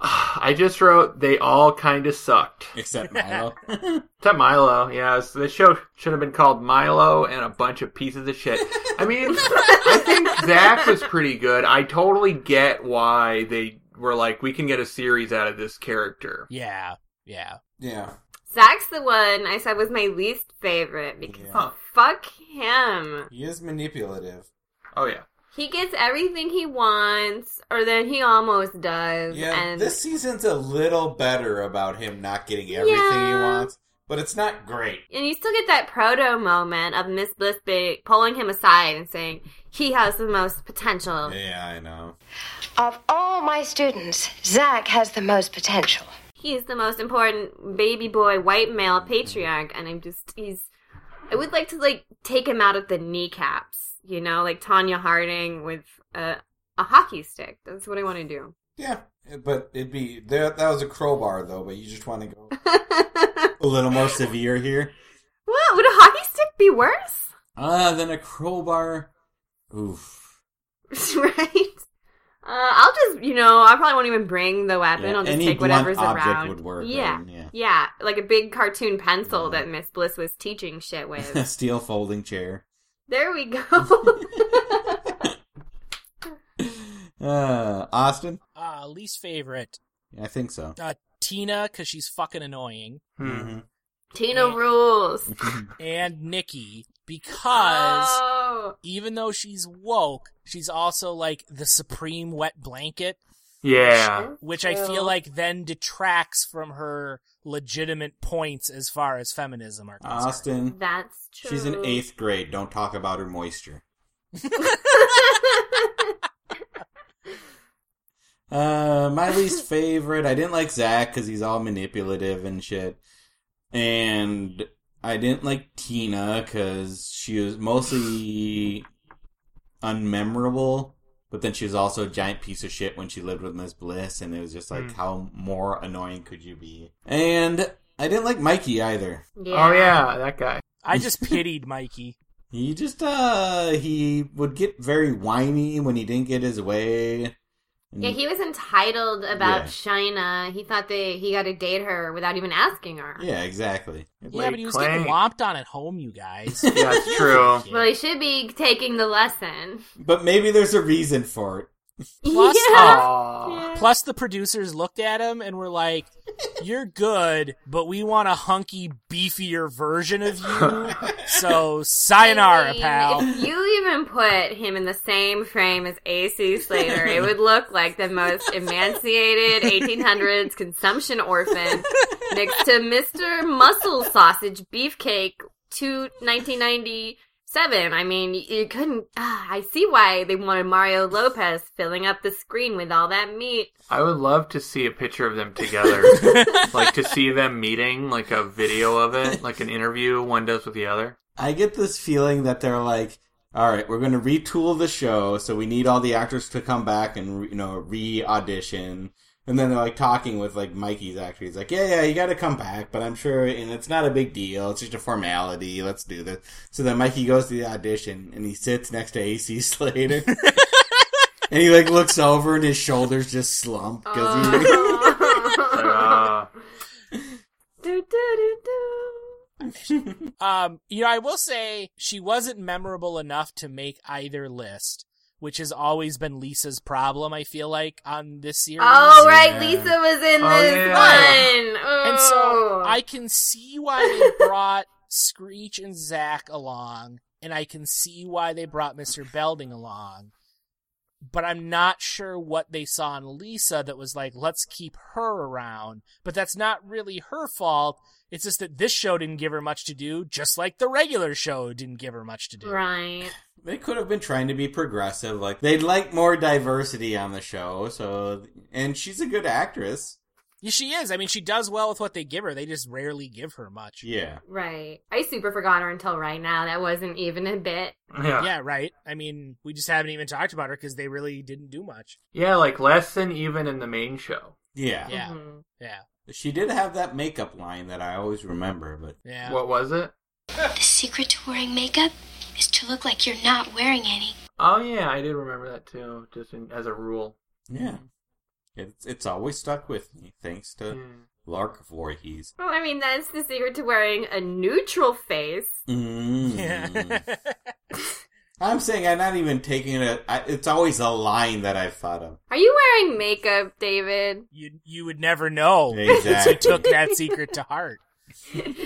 I just wrote they all kind of sucked.
Except Milo.
Except Milo, yeah. So the show should have been called Milo and a bunch of pieces of shit. I mean, I think Zach was pretty good. I totally get why they were like, we can get a series out of this character.
Yeah, yeah.
yeah.
Zach's the one I said was my least favorite because oh,
Yeah.
fuck him.
He is manipulative.
Oh yeah,
He gets everything he wants, or then he almost does.
Yeah,
and
this season's a little better about him not getting everything he
Yeah.
wants. but it's not great.
And you still get that proto moment of Miss Bliss be- pulling him aside and saying, he has the most potential.
Yeah, I know.
Of all my students, Zach has the most potential.
He's the most important baby boy white male patriarch, and I'm just, he's, I would like to, like, take him out at the kneecaps, you know, like Tanya Harding with a, a hockey stick. That's what I want to do.
Yeah, but it'd be there. That was a crowbar, though. But you just want to go a little more severe here.
What? Would a hockey stick be worse?
Ah, then a crowbar. Oof.
right? Uh, I'll just, you know, I probably won't even bring the weapon.
Yeah,
I'll just
any
take whatever's
blunt object
around.
would work,
yeah.
then, yeah.
like a big cartoon pencil that Miss Bliss was teaching shit with.
Steel folding chair.
there we go.
Uh, Austin.
Uh, least favorite.
I think so.
Uh, Tina, because she's fucking annoying.
Mhm.
Tina rules.
and Nikki because
Oh.
even though she's woke, she's also like the supreme wet blanket.
Yeah.
Which I feel like then detracts from her legitimate points as far as feminism are concerned.
Austin.
That's
She's in eighth grade. Don't talk about her moisture. uh, my least favorite. I didn't like Zach because he's all manipulative and shit. And I didn't like Tina because she was mostly unmemorable. But then she was also a giant piece of shit when she lived with Miss Bliss, and it was just like,
Hmm.
how more annoying could you be? And I didn't like Mikey either.
Oh yeah, that guy.
I just pitied Mikey.
He just uh he would get very whiny when he didn't get his way. And-
yeah, he was entitled about
Yeah.
Shina. He thought that he got to date her without even asking her.
Yeah, exactly.
yeah, but he was getting whomped on at home, you guys.
Yeah, it's true.
Well, he should be taking the lesson.
But maybe there's a reason for it.
Plus,
uh,
Yeah.
the, plus the producers looked at him and were like, "You're good, but we want a hunky, beefier version of you. So sayonara, pal."
If you even put him in the same frame as AC Slater, it would look like the most emaciated 1800s consumption orphan next to Mr. Muscle Sausage Beefcake to 1997. I mean, you couldn't. ah, I see why they wanted Mario Lopez filling up the screen with all that meat.
I would love to see a picture of them together, like to see them meeting, like a video of it, like an interview one does with the other.
I get this feeling that they're like, all right, we're going to retool the show, so we need all the actors to come back and you know re audition. And then they're like talking with like Mikey's actor. He's like, yeah, yeah, you got to come back, but I'm sure, and it's not a big deal. It's just a formality. Let's do this. So then Mikey goes to the audition and he sits next to AC Slater. and he like looks over and his shoulders just slump because
Like, ah.
Oh. Do, do, do, do.
um, you know, I will say she wasn't memorable enough to make either list, which has always been Lisa's problem. I feel like on this series.
Oh, right, Lisa was in
Oh,
this
yeah.
one.
And so
Oh.
I can see why they brought Screech and Zach along, and I can see why they brought Mr. Belding along. But I'm not sure what they saw in Lisa that was like, let's keep her around. But that's not really her fault. It's just that this show didn't give her much to do, just like the regular show didn't give her much to do.
Right.
They could have been trying to be progressive. Like they'd like more diversity on the show. So, and she's a good actress.
Yeah, she is. I mean, she does well with what they give her. They just rarely give her much.
Yeah.
Right. I super forgot her until right now. That wasn't even a bit.
Yeah.
right. I mean, we just haven't even talked about her because they really didn't do much.
yeah, like less than even in the main show.
Yeah.
Yeah.
Mm-hmm.
Yeah.
She did have that makeup line that I always remember, but
Yeah.
What was it?
The secret to wearing makeup is to look like you're not wearing any.
Oh yeah, I did remember that too, just in, as a rule.
yeah, it's it's always stuck with me thanks to Lark Voorhees.
Well, I mean, that's the secret to wearing a neutral face.
Mm. I'm saying I'm not even taking it. I, it's always a line that I've thought of.
Are you wearing makeup, David?
You you would never know.
Exactly.
She took that secret to heart.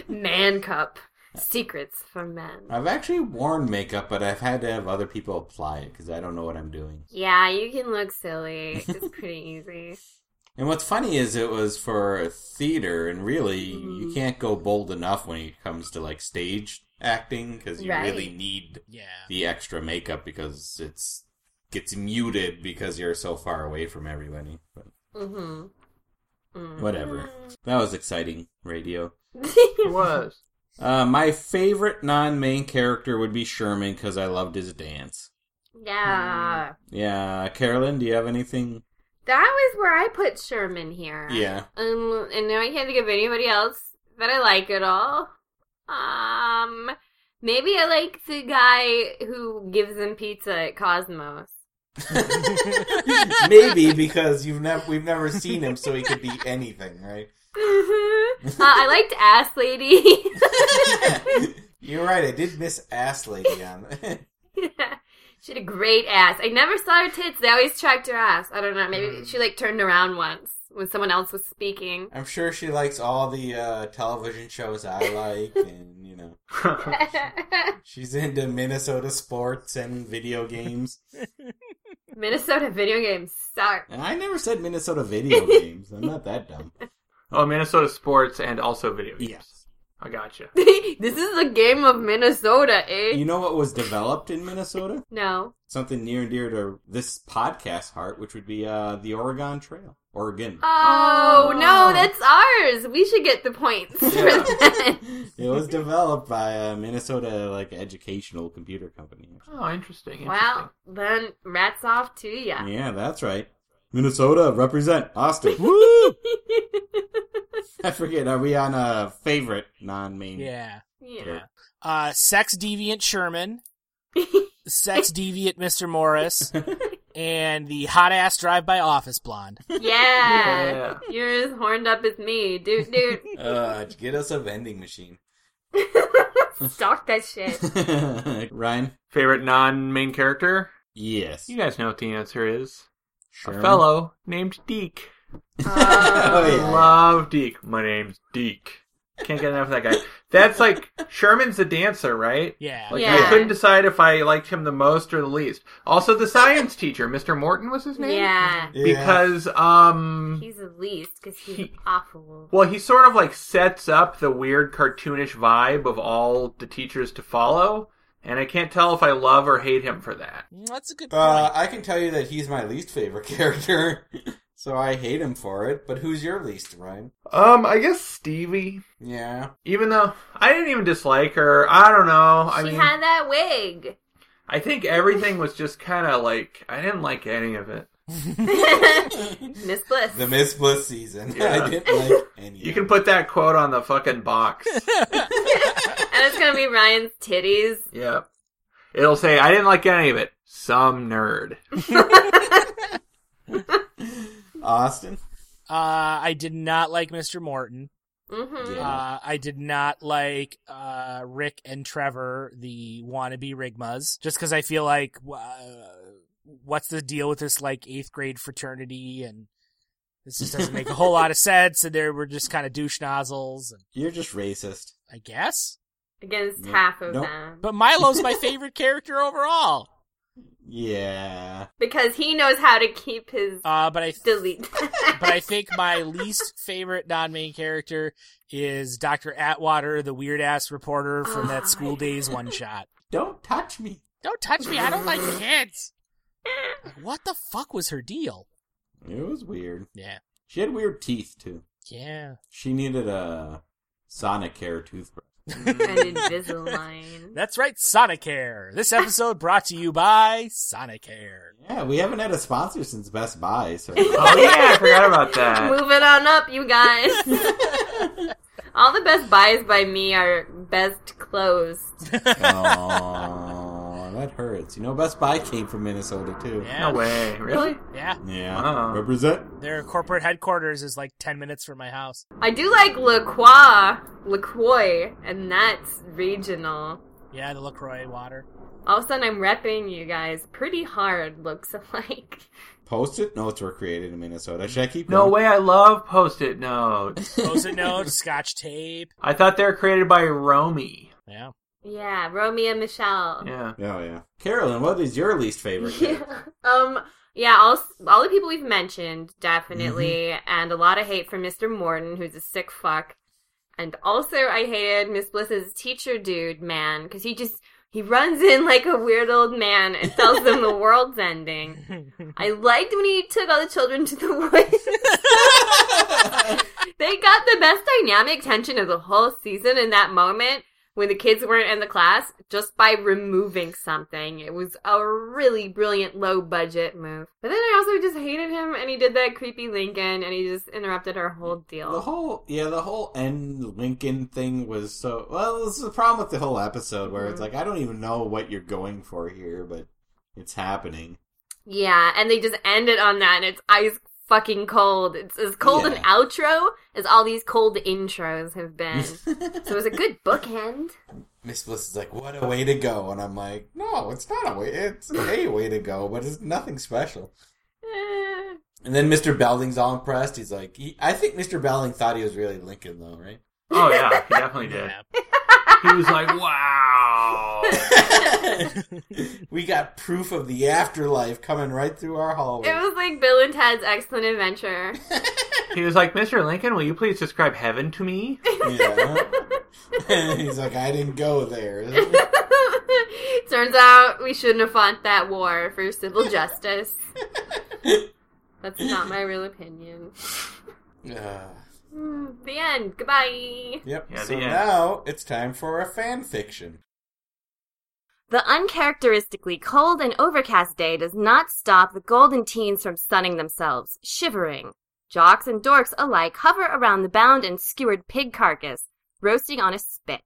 Man cup. Secrets for men.
I've actually worn makeup, but I've had to have other people apply it because I don't know what I'm doing.
Yeah, you can look silly. It's pretty easy.
And what's funny is it was for theater, and really, you can't go bold enough when it comes to like stage acting because you
Right.
really need the extra makeup because it's gets muted because you're so far away from everybody. But
Mm-hmm. Mm.
whatever, that was exciting radio.
it was.
Uh, my favorite non-main character would be Sherman because I loved his dance. Mm.
Yeah.
Yeah, Carolyn, do you have anything?
That was where I put Sherman here.
Yeah.
Um, and now I can't think of anybody else that I like at all. Um, maybe I like the guy who gives them pizza at Cosmos.
Maybe because you've never we've never seen him, so he could be anything, right?
uh, I liked Ass Lady.
You're right. I did miss ass lady on.
she had a great ass. I never saw her tits. They always tracked her ass. I don't know. Maybe she like turned around once when someone else was speaking.
I'm sure she likes all the uh, television shows I like, and you know, she's into Minnesota sports and video games.
Minnesota video games suck.
And I never said Minnesota video games. I'm not that dumb.
Oh, Minnesota sports and also video games. I gotcha.
this is a game of Minnesota, eh?
You know what was developed in Minnesota?
No.
Something near and dear to this podcast heart, which would be uh, the Oregon Trail, Oregon.
Oh, no, that's ours. We should get the points.
It was developed by a Minnesota like educational computer company.
Oh, interesting.
Well, then rats off to ya.
Yeah, that's right. Minnesota represent Austin. I forget. Are we on a favorite non-main?
Yeah.
Yeah.
Uh, sex deviant Sherman, sex deviant Mr. Morris, and the hot ass drive by office blonde.
Yeah.
Yeah.
You're as horned up as me, dude, dude.
Uh, get us a vending machine.
Stock that shit.
Ryan,
favorite non-main character?
Yes.
You guys know what the answer is.
Sure.
A fellow named Deke.
Um,
Oh,
I love Deke. My name's Deke. Can't get enough of that guy. That's like Sherman's the dancer, right?
Yeah.
Like I
Yeah.
couldn't decide if I liked him the most or the least. Also, the science teacher, Mr. Morton, was his name.
Yeah.
Because um,
He's the least because he's awful.
Well, he sort of like sets up the weird cartoonish vibe of all the teachers to follow, and I can't tell if I love or hate him for that.
That's a good point.
Uh, I can tell you that he's my least favorite character, so I hate him for it. But who's your least, Ryan?
Um, I guess Stevie.
Yeah.
Even though I didn't even dislike her, I don't know. I
she
mean,
had that wig.
I think everything was just kind of like I didn't like any of it.
Miss Bliss.
The Miss Bliss season.
Yeah.
I didn't like any.
You can put that quote on the fucking box.
And it's going to be Ryan's titties.
yep. It'll say I didn't like any of it. Some nerd.
Austin.
Uh, I did not like Mr. Morton.
Mm-hmm.
Uh, I did not like uh, Rick and Trevor, the wannabe Rigmas, just because I feel like, wh- uh, what's the deal with this like eighth grade fraternity? And this just doesn't make a whole lot of sense. And they were just kind of douche nozzles, and
You're just racist.
I guess.
Against
Nope.
half of
Nope.
them.
But Milo's my favorite character overall.
Yeah.
Because he knows how to keep his
Uh, but I
delete.
but I think my least favorite non-main character is Dr. Atwater, the weird ass reporter from that school days one shot.
Don't touch me.
Don't touch me. I don't like kids. What the fuck was her deal?
It was weird.
Yeah.
She had weird teeth too.
Yeah.
She needed a Sonicare toothbrush.
and Invisalign.
That's right, Sonicare. This episode brought to you by Sonicare.
Yeah, we haven't had a sponsor since Best Buy, so
Oh yeah, I forgot about that.
Move it on up, you guys. All the best buys by me are best closed.
Aw, that hurts. You know, Best Buy came from Minnesota too.
Yeah. No
way. Really?
Yeah.
Yeah.
Wow.
Represent.
Their corporate headquarters is like 10 minutes from my house.
I do like La Croix, La Croix, and that's regional.
Yeah, the LaCroix water.
All of a sudden, I'm repping you guys pretty hard, looks like.
Post-it notes were created in Minnesota. Should I keep
No
going?
way. I love post-it notes.
Post-it notes, scotch tape.
I thought they were created by Romy.
Yeah.
Yeah, Romeo and Michelle.
Yeah.
Oh yeah. Carolyn, what is your least favorite?
Yeah. Um, Yeah, all all the people we've mentioned definitely, and a lot of hate from Mr. Morton, who's a sick fuck. And also, I hated Miss Bliss's teacher dude man because he just he runs in like a weird old man and tells them the world's ending. I liked when he took all the children to the woods. they got the best dynamic tension of the whole season in that moment when the kids weren't in the class just by removing something. It was a really brilliant low budget move. But then I also just hated him and he did that creepy Lincoln and he just interrupted our whole deal.
The whole yeah, the whole end Lincoln thing was so well. This is the problem with the whole episode where it's like I don't even know what you're going for here, but it's happening.
Yeah, and they just end it on that and it's ice fucking cold. It's as cold an
Yeah.
outro as all these cold intros have been. so it was a good bookend.
Miss Bliss is like, "What a way to go," and I'm like, "No, it's not a way. It's a way to go, but it's nothing special."
Eh.
And then Mr. Belding's all impressed. He's like, he, "I think Mr. Belding thought he was really Lincoln, though, right?"
Oh yeah, he definitely did. He was like, "Wow."
we got proof of the afterlife coming right through our hallway.
It was like Bill and Ted's Excellent Adventure.
He was like, "Mr. Lincoln, will you please describe heaven to me?"
Yeah. He's like, I didn't go there.
Turns out we shouldn't have fought that war for civil justice. That's not my real opinion.
Uh,
Mm, The end. Goodbye.
yep.
Yeah,
so
the end.
now it's time for a fan fiction.
The uncharacteristically cold and overcast day does not stop the golden teens from sunning themselves, shivering. Jocks and dorks alike hover around the bound and skewered pig carcass, roasting on a spit.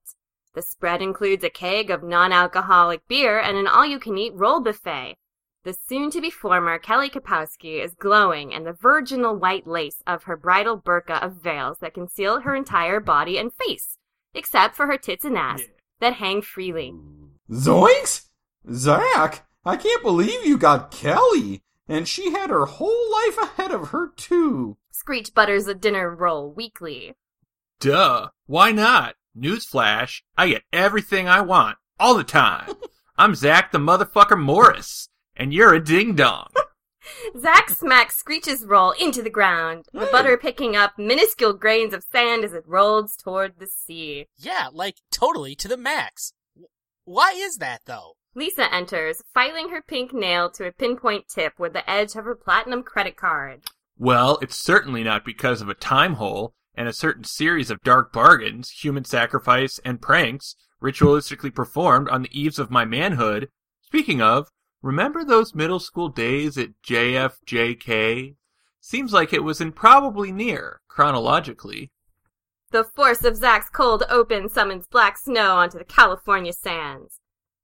The spread includes a keg of non alcoholic beer and an all you can eat roll buffet. The soon to be former Kelly Kapowski is glowing in the virginal white lace of her bridal burqa of veils that conceal her entire body and face, except for her tits and ass that hang freely.
Zoinks! Zach, I can't believe you got Kelly, and she had her whole life ahead of her too.
Screech butters a dinner roll weekly.
Duh. Why not? Newsflash. I get everything I want all the time. I'm Zach the motherfucker Morris, and you're a ding dong.
Zack smacks Screech's roll into the ground, the butter picking up minuscule grains of sand as it rolls toward the sea.
Yeah, like totally to the max. W- Why is that though?
Lisa enters, filing her pink nail to a pinpoint tip with the edge of her platinum credit card.
Well, it's certainly not because of a time hole and a certain series of dark bargains, human sacrifice, and pranks ritualistically performed on the eves of my manhood. Speaking of, remember those middle school days at JFJK? Seems like it was improbably near, chronologically.
The force of Zack's cold open summons black snow onto the California sands.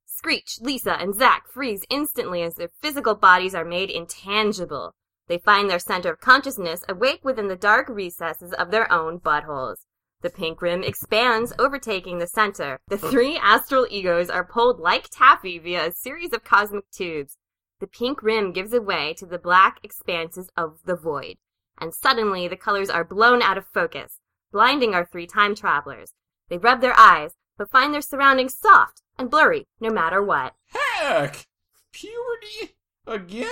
Screech, Lisa, and Zack freeze instantly as their physical bodies are made intangible. They find their center of consciousness awake within the dark recesses of their own buttholes. The pink rim expands, overtaking the center. The three astral egos are pulled like taffy via a series of cosmic tubes. The pink rim gives away to the black expanses of the void, and suddenly the colors are blown out of focus, blinding our three time travelers. They rub their eyes, but find their surroundings soft and blurry no matter what.
Heck! Puberty? Again?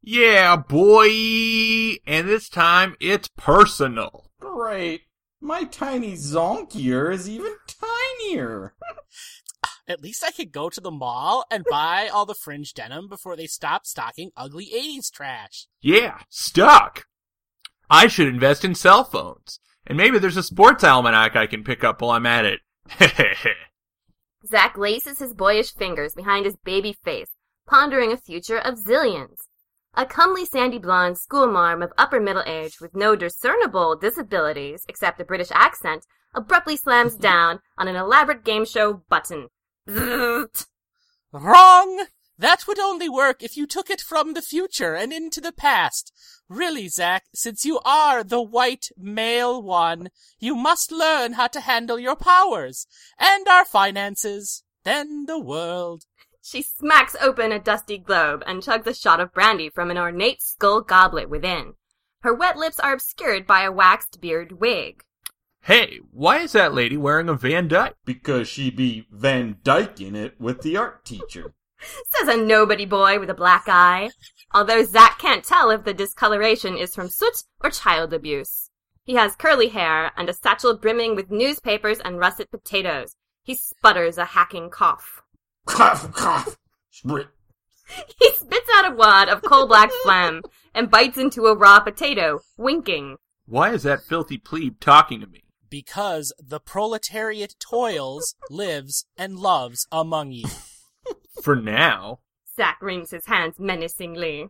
Yeah, boy! And this time it's personal.
Great. My tiny zonkier is even tinier.
At least I could go to the mall and buy all the fringe denim before they stop stocking ugly 80s trash.
Yeah, stock. I should invest in cell phones. And maybe there's a sports almanac I can pick up while I'm at it.
Zack laces his boyish fingers behind his baby face, pondering a future of zillions. A comely sandy blonde schoolmarm of upper middle age with no discernible disabilities except a British accent abruptly slams down on an elaborate game show button. Zzzzt.
Wrong! That would only work if you took it from the future and into the past. Really, Zack, since you are the white male one, you must learn how to handle your powers and our finances, then the world.
She smacks open a dusty globe and chugs a shot of brandy from an ornate skull goblet within. Her wet lips are obscured by a waxed beard wig.
hey, why is that lady wearing a Van Dyke?
Because she be Van Dyking it with the art teacher.
Says a nobody boy with a black eye. although Zack can't tell if the discoloration is from soot or child abuse. He has curly hair and a satchel brimming with newspapers and russet potatoes. He sputters a hacking cough.
Cough, cough. Sprit.
He spits out a wad of coal black phlegm and bites into a raw potato, winking.
Why is that filthy plebe talking to me?
Because the proletariat toils, lives, and loves among you.
For now.
Zack wrings his hands menacingly.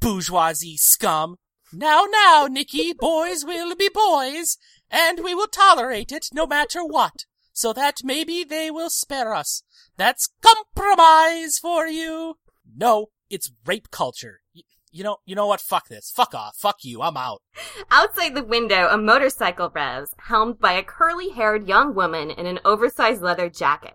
Bourgeoisie scum. Now, now, Nicky, boys will be boys, and we will tolerate it no matter what, so that maybe they will spare us. That's compromise for you. No, it's rape culture. Y- you know, you know what? Fuck this. Fuck off. Fuck you. I'm out.
Outside the window, a motorcycle revs, helmed by a curly-haired young woman in an oversized leather jacket.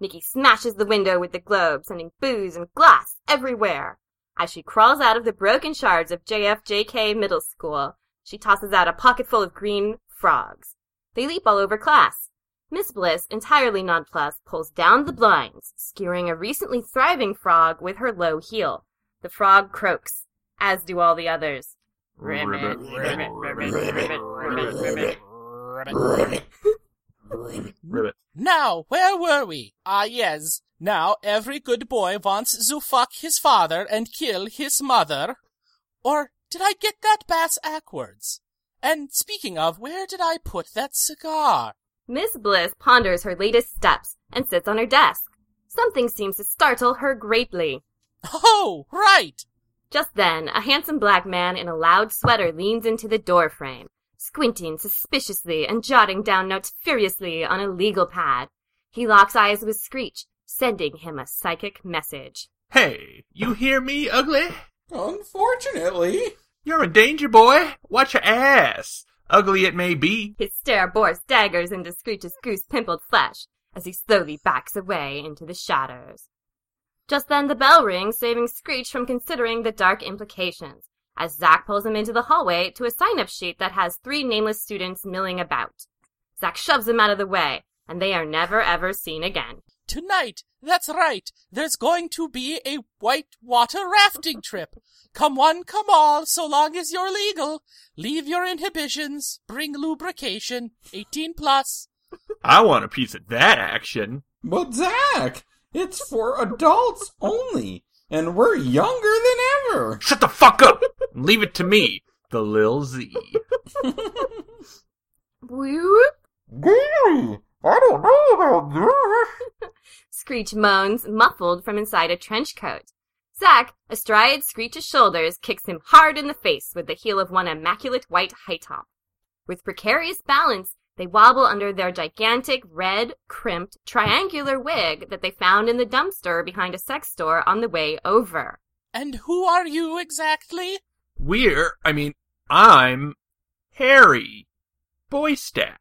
Nikki smashes the window with the globe, sending booze and glass everywhere. As she crawls out of the broken shards of JFJK Middle School, she tosses out a pocketful of green frogs. They leap all over class. Miss Bliss, entirely nonplussed, pulls down the blinds, skewering a recently thriving frog with her low heel. The frog croaks, as do all the others. Ribbit, ribbit, ribbit, ribbit, ribbit, ribbit,
ribbit.
Ribbit.
Now, where were we? Ah, yes. Now, every good boy wants to fuck his father and kill his mother. Or did I get that bass backwards? And speaking of, where did I put that cigar?
Miss Bliss ponders her latest steps and sits on her desk. Something seems to startle her greatly.
Oh, right!
Just then, a handsome black man in a loud sweater leans into the door frame, squinting suspiciously and jotting down notes furiously on a legal pad. He locks eyes with Screech, sending him a psychic message.
Hey, you hear me, ugly?
Unfortunately.
You're in danger, boy. Watch your ass. Ugly it may be.
His stare bores daggers into Screech's goose pimpled flesh as he slowly backs away into the shadows. Just then the bell rings, saving Screech from considering the dark implications, as Zack pulls him into the hallway to a sign up sheet that has three nameless students milling about. Zack shoves him out of the way, and they are never ever seen again.
Tonight, that's right, there's going to be a white water rafting trip. Come one, come all, so long as you're legal. Leave your inhibitions, bring lubrication, 18 plus.
I want a piece of that action.
But Zach, it's for adults only, and we're younger than ever.
Shut the fuck up! and Leave it to me, the Lil Z.
Whoop!
Gary, I don't know about this.
Screech moans, muffled from inside a trench coat. Zack, astride Screech's shoulders, kicks him hard in the face with the heel of one immaculate white high top. With precarious balance, they wobble under their gigantic, red, crimped, triangular wig that they found in the dumpster behind a sex store on the way over.
And who are you exactly?
We're, I mean, I'm Harry Boystack.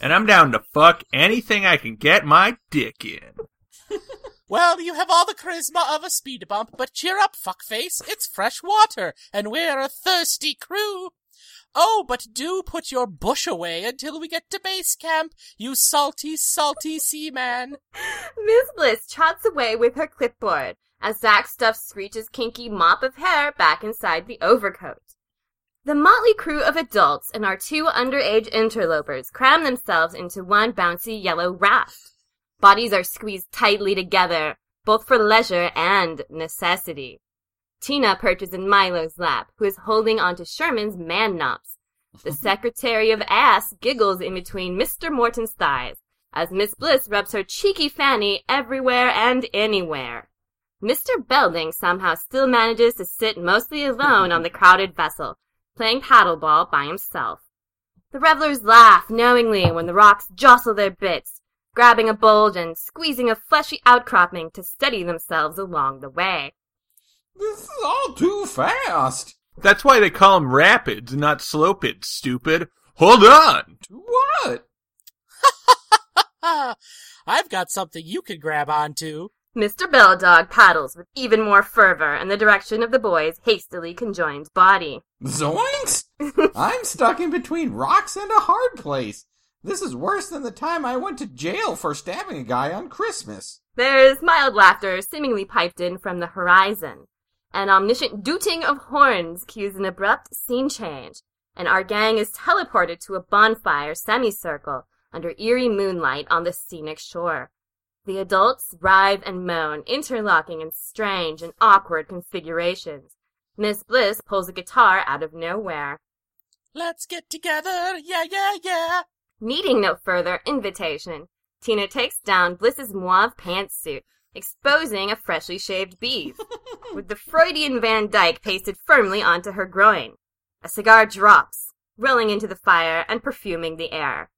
And I'm down to fuck anything I can get my dick in.
Well, you have all the charisma of a speed bump, but cheer up, fuckface. It's fresh water, and we're a thirsty crew. Oh, but do put your bush away until we get to base camp, you salty, salty seaman.
Miss Bliss trots away with her clipboard as Zack stuffs Screech's kinky mop of hair back inside the overcoat. The motley crew of adults and our two underage interlopers cram themselves into one bouncy yellow raft. Bodies are squeezed tightly together, both for leisure and necessity. Tina perches in Milo's lap, who is holding onto Sherman's man knops. The secretary of ass giggles in between Mr. Morton's thighs as Miss Bliss rubs her cheeky fanny everywhere and anywhere. Mr. Belding somehow still manages to sit mostly alone on the crowded vessel, playing paddleball by himself. The revelers laugh knowingly when the rocks jostle their bits, grabbing a bulge and squeezing a fleshy outcropping to steady themselves along the way.
This is all too fast.
That's why they call 'em rapids, not slopids, stupid. Hold on!
What?
Ah, I've got something you can grab onto.
Mr. Belldog paddles with even more fervor in the direction of the boy's hastily conjoined body.
Zoinks! I'm stuck in between rocks and a hard place. This is worse than the time I went to jail for stabbing a guy on Christmas.
There's mild laughter seemingly piped in from the horizon. An omniscient dooting of horns cues an abrupt scene change, and our gang is teleported to a bonfire semicircle under eerie moonlight on the scenic shore. The adults writhe and moan, interlocking in strange and awkward configurations. Miss Bliss pulls a guitar out of nowhere.
Let's get together, yeah, yeah, yeah.
Needing no further invitation, Tina takes down Bliss's mauve pantsuit, exposing a freshly shaved beef, with the Freudian Van Dyke pasted firmly onto her groin. A cigar drops, rolling into the fire and perfuming the air.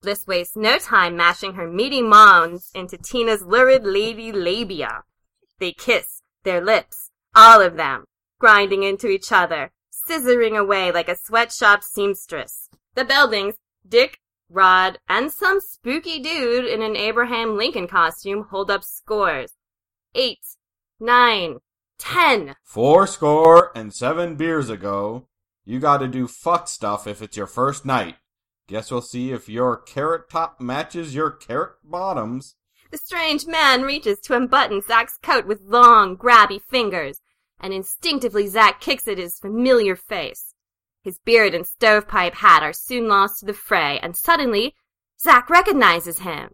Bliss wastes no time mashing her meaty mounds into Tina's lurid lady labia. They kiss, their lips, all of them, grinding into each other, scissoring away like a sweatshop seamstress. The Beldings, Dick, Rod, and some spooky dude in an Abraham Lincoln costume hold up scores. Eight, nine, ten.
Four score and seven beers ago, you gotta do fuck stuff if it's your first night. Guess we'll see if your carrot top matches your carrot bottoms.
The strange man reaches to unbutton Zack's coat with long, grabby fingers, and instinctively Zack kicks at his familiar face. His beard and stovepipe hat are soon lost to the fray, and suddenly Zack recognizes him.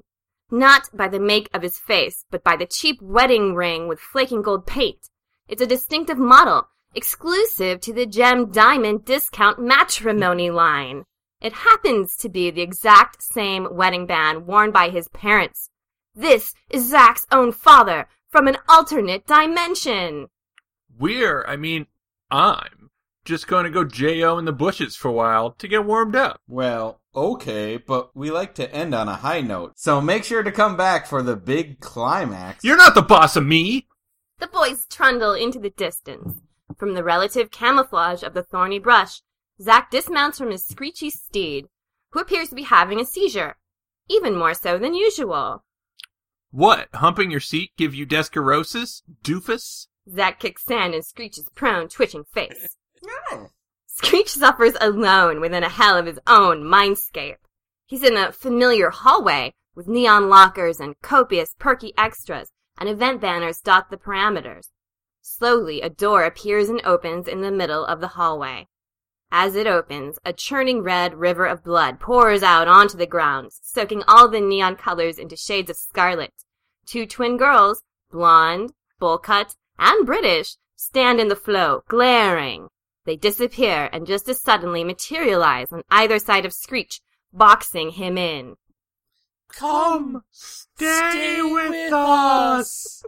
Not by the make of his face, but by the cheap wedding ring with flaking gold paint. It's a distinctive model, exclusive to the Gem Diamond discount matrimony line. It happens to be the exact same wedding band worn by his parents. This is Zack's own father from an alternate dimension.
We're, I mean, I'm just going to go J.O. in the bushes for a while to get warmed up.
Well, okay, but we like to end on a high note, so make sure to come back for the big climax.
You're not the boss of me!
The boys trundle into the distance. From the relative camouflage of the thorny brush, Zack dismounts from his screechy steed, who appears to be having a seizure, even more so than usual.
What? Humping your seat give you descarosis, doofus?
Zack kicks sand and Screech's prone, twitching face. No. Screech suffers alone within a hell of his own mindscape. He's in a familiar hallway with neon lockers and copious perky extras and event banners dot the parameters. Slowly, a door appears and opens in the middle of the hallway. As it opens, a churning red river of blood pours out onto the ground, soaking all the neon colors into shades of scarlet. Two twin girls, blonde, bowl cut, and British, stand in the flow, glaring. They disappear and just as suddenly materialize on either side of Screech, boxing him in.
Come, stay, stay with, with, us.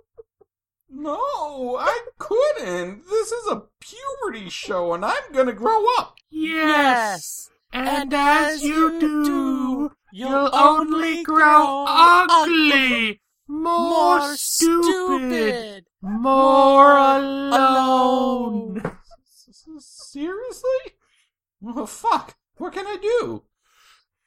No, I couldn't. This is a puberty show and I'm gonna grow up.
Yes.
And, and as, as, you, you do, do, you'll only grow ugly, ugly more, more stupid, more alone. alone.
Seriously? Oh, fuck. What can I do?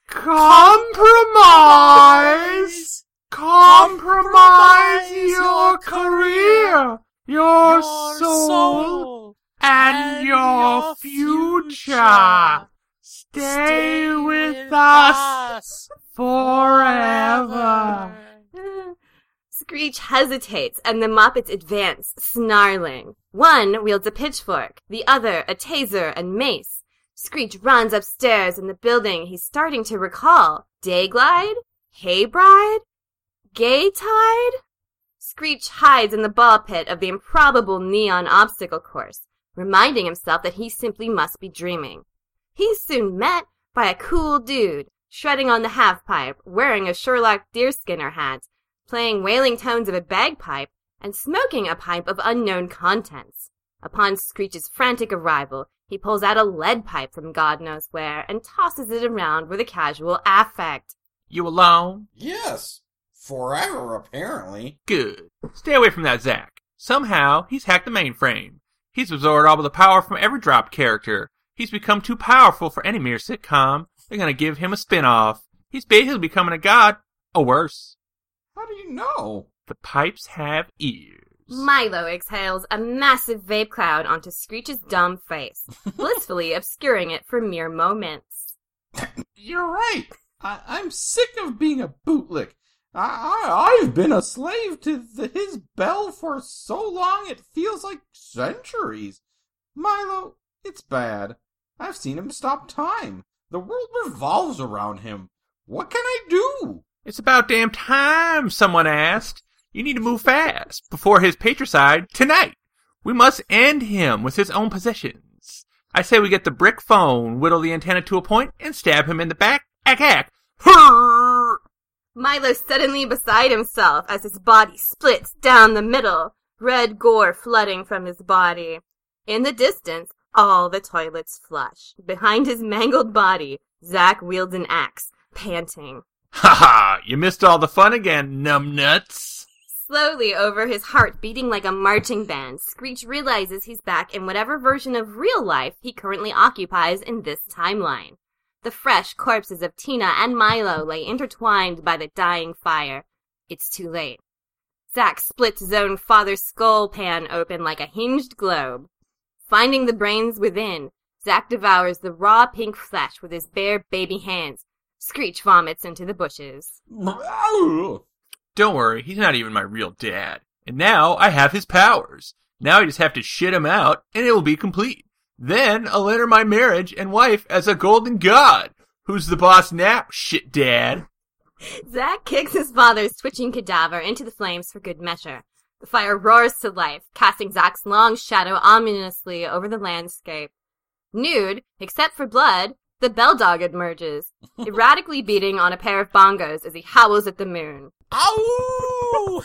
Compromise! Compromise your career, your soul, and your future. Stay with us forever.
Screech hesitates, and the Muppets advance, snarling. One wields a pitchfork, the other a taser and mace. Screech runs upstairs in the building he's starting to recall. Dayglide? Haybride? Gay tide? Screech hides in the ball pit of the improbable neon obstacle course, reminding himself that he simply must be dreaming. He's soon met by a cool dude, shredding on the half pipe, wearing a Sherlock deerskinner hat, playing wailing tones of a bagpipe, and smoking a pipe of unknown contents. Upon Screech's frantic arrival, he pulls out a lead pipe from God knows where and tosses it around with a casual affect.
You alone?
Yes forever, apparently.
Good. Stay away from that Zack. Somehow, he's hacked the mainframe. He's absorbed all of the power from every drop character. He's become too powerful for any mere sitcom. They're gonna give him a spin-off. He's basically becoming a god, or worse.
How do you know?
The pipes have ears.
Milo exhales a massive vape cloud onto Screech's dumb face, blissfully obscuring it for mere moments.
You're right. I- I'm sick of being a bootlick. I, I I've been a slave to the, his bell for so long it feels like centuries. Milo, it's bad. I've seen him stop time. The world revolves around him. What can I do?
It's about damn time someone asked. You need to move fast before his patricide tonight. We must end him with his own possessions. I say we get the brick phone, whittle the antenna to a point, and stab him in the back. Ack ack. Hurr!
Milo suddenly beside himself as his body splits down the middle, red gore flooding from his body. In the distance, all the toilets flush. Behind his mangled body, Zack wields an axe, panting.
Ha ha! You missed all the fun again, numbnuts.
Slowly over his heart beating like a marching band, Screech realizes he's back in whatever version of real life he currently occupies in this timeline. The fresh corpses of Tina and Milo lay intertwined by the dying fire. It's too late. Zack splits his own father's skull pan open like a hinged globe. Finding the brains within, Zack devours the raw pink flesh with his bare baby hands. Screech vomits into the bushes.
Don't worry, he's not even my real dad. And now I have his powers. Now I just have to shit him out, and it will be complete. Then I'll enter my marriage and wife as a golden god. Who's the boss now, shit dad?
Zack kicks his father's twitching cadaver into the flames for good measure. The fire roars to life, casting Zack's long shadow ominously over the landscape. Nude, except for blood, the bell dog emerges, erratically beating on a pair of bongos as he howls at the moon.
Ow!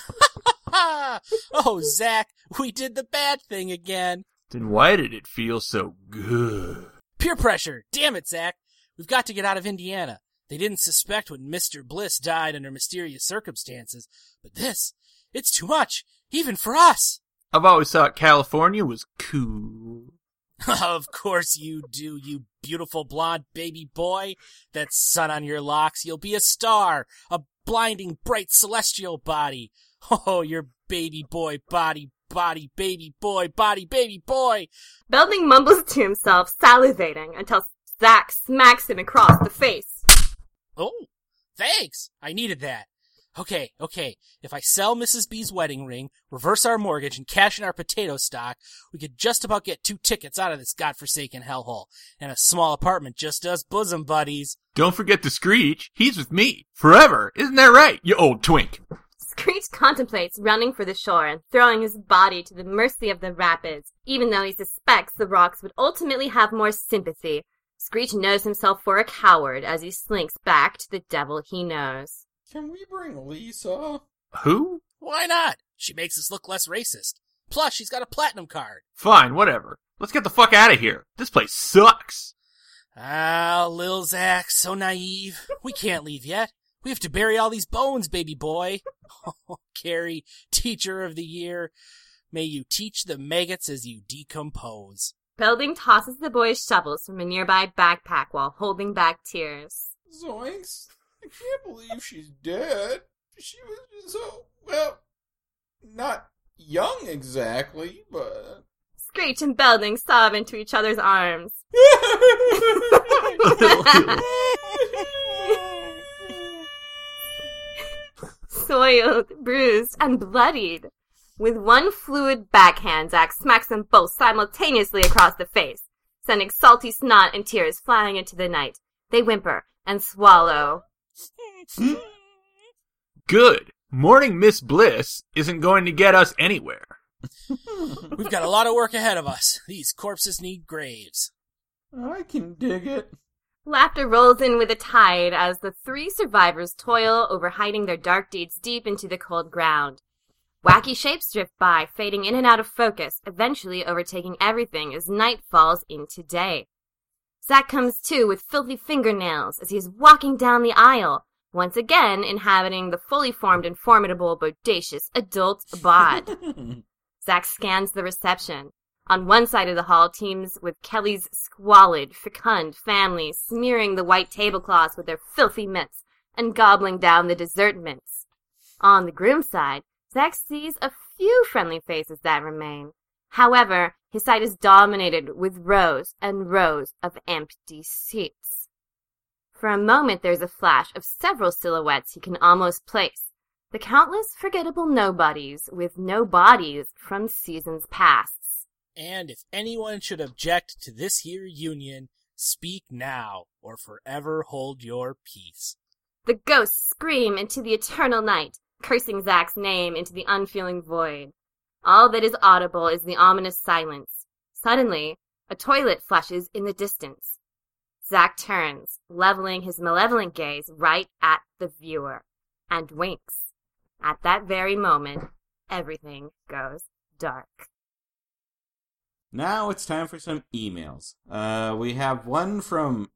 oh, Zach, we did the bad thing again.
Then why did it feel so good?
Peer pressure. Damn it, Zach. We've got to get out of Indiana. They didn't suspect when Mr. Bliss died under mysterious circumstances, but this, it's too much, even for us.
I've always thought California was cool.
of course you do, you beautiful blonde baby boy. That sun on your locks, you'll be a star, a blinding bright celestial body. Oh, your baby boy body, body, baby boy, body, baby boy.
Belding mumbles to himself, salivating, until Zack smacks him across the face.
Oh, thanks. I needed that. Okay, okay. If I sell Mrs. B's wedding ring, reverse our mortgage, and cash in our potato stock, we could just about get two tickets out of this godforsaken hellhole. And a small apartment just us bosom buddies.
Don't forget to Screech. He's with me. Forever. Isn't that right, you old twink?
Screech contemplates running for the shore and throwing his body to the mercy of the rapids, even though he suspects the rocks would ultimately have more sympathy. Screech knows himself for a coward as he slinks back to the devil he knows.
Can we bring Lisa?
Who?
Why not? She makes us look less racist. Plus, she's got a platinum card.
Fine, whatever. Let's get the fuck out of here. This place sucks.
Ah, Lil Zach, so naive. We can't leave yet. We have to bury all these bones, baby boy. Oh, Carrie, teacher of the year. May you teach the maggots as you decompose.
Belding tosses the boys shovels from a nearby backpack while holding back tears.
Zoinks, I can't believe she's dead. She was just so, well, not young exactly, but.
Screech and Belding sob into each other's arms. soiled, bruised, and bloodied. With one fluid backhand, Zack smacks them both simultaneously across the face, sending salty snot and tears flying into the night. They whimper and swallow.
Good. Morning Miss Bliss isn't going to get us anywhere.
We've got a lot of work ahead of us. These corpses need graves.
I can dig it.
Laughter rolls in with a tide as the three survivors toil over hiding their dark deeds deep into the cold ground. Wacky shapes drift by, fading in and out of focus, eventually overtaking everything as night falls into day. Zack comes to with filthy fingernails as he is walking down the aisle, once again inhabiting the fully formed and formidable bodacious adult bod. Zack scans the reception. On one side of the hall, teams with Kelly's squalid, fecund family smearing the white tablecloths with their filthy mitts and gobbling down the dessert mints. On the groom's side, Zack sees a few friendly faces that remain. However, his side is dominated with rows and rows of empty seats. For a moment, there's a flash of several silhouettes he can almost place, The countless forgettable nobodies with no bodies from seasons past.
And if anyone should object to this here union, speak now or forever hold your peace.
The ghosts scream into the eternal night, cursing Zack's name into the unfeeling void. All that is audible is the ominous silence. Suddenly, a toilet flashes in the distance. Zack turns, leveling his malevolent gaze right at the viewer, and winks. At that very moment, everything goes dark.
Now it's time for some emails. Uh, we have one from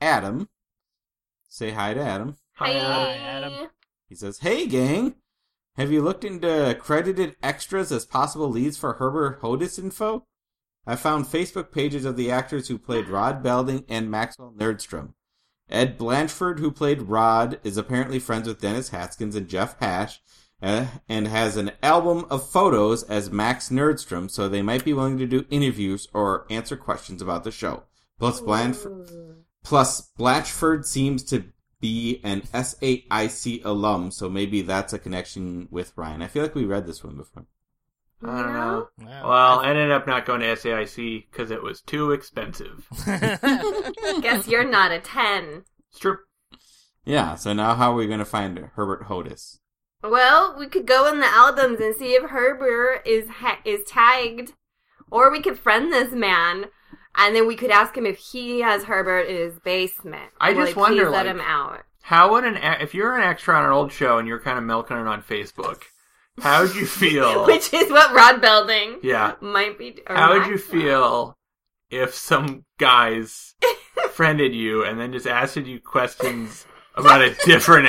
Adam. Say hi to Adam.
Hi, Adam.
He says, Hey, gang. Have you looked into credited extras as possible leads for Herbert Hodis info? I found Facebook pages of the actors who played Rod Belding and Maxwell Nerdstrom. Ed Blanchford, who played Rod, is apparently friends with Dennis Haskins and Jeff Hash, uh, and has an album of photos as Max Nerdstrom, so they might be willing to do interviews or answer questions about the show. Plus, Blanford, plus Blatchford seems to be an SAIC alum, so maybe that's a connection with Ryan. I feel like we read this one before.
I don't know. Uh, Well, I ended up not going to SAIC because it was too expensive.
Guess you're not a 10.
It's true.
Yeah, so now how are we going to find Herbert Hodis?
Well, we could go in the albums and see if Herbert is ha- is tagged, or we could friend this man, and then we could ask him if he has Herbert in his basement.
I
Will
just
he
wonder,
please let
like-
him out.
How would an a- if you're an extra on an old show and you're kind of milking it on Facebook, how'd you feel?
Which is what Rod Belding
yeah,
might be. or
how would
Max.
you feel if some guys friended you and then just asked you questions about a different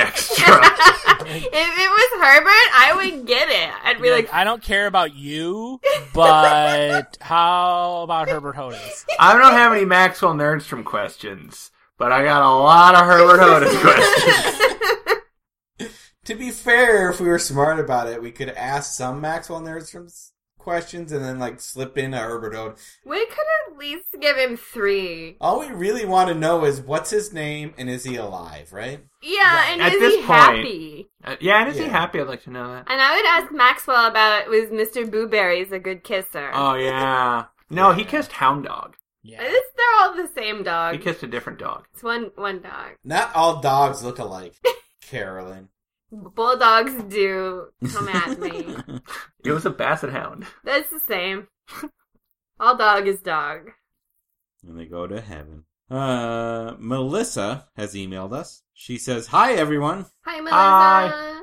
extra?
If it was Herbert, I would get it. I'd be
You're
like,
like, I don't care about you, but how about Herbert Hodis?
I don't have any Maxwell Nerdstrom questions, but I got a lot of Herbert Hodis questions.
To be fair, if we were smart about it, we could ask some Maxwell Nerdstrom's questions and then, like, slip in a Herbert Ode.
we could at least give him three.
All we really want to know is what's his name and is he alive, right?
Yeah, and
At
is
this
he
point-
happy?
Uh, yeah, and is he
Yeah.
happy? I'd like to know that.
And I would ask Maxwell about was Mr. Booberry's a good kisser?
Oh yeah, no, he kissed Hound Dog.
It's- they're all the same dog.
He kissed a different dog.
It's one one dog.
Not all dogs look alike, Carolyn.
Bulldogs do come at me.
It was a Basset Hound.
That's the same. All dog is dog.
and they go to heaven. Uh, Melissa has emailed us. She says, Hi, everyone.
Hi, Melissa.
Hi.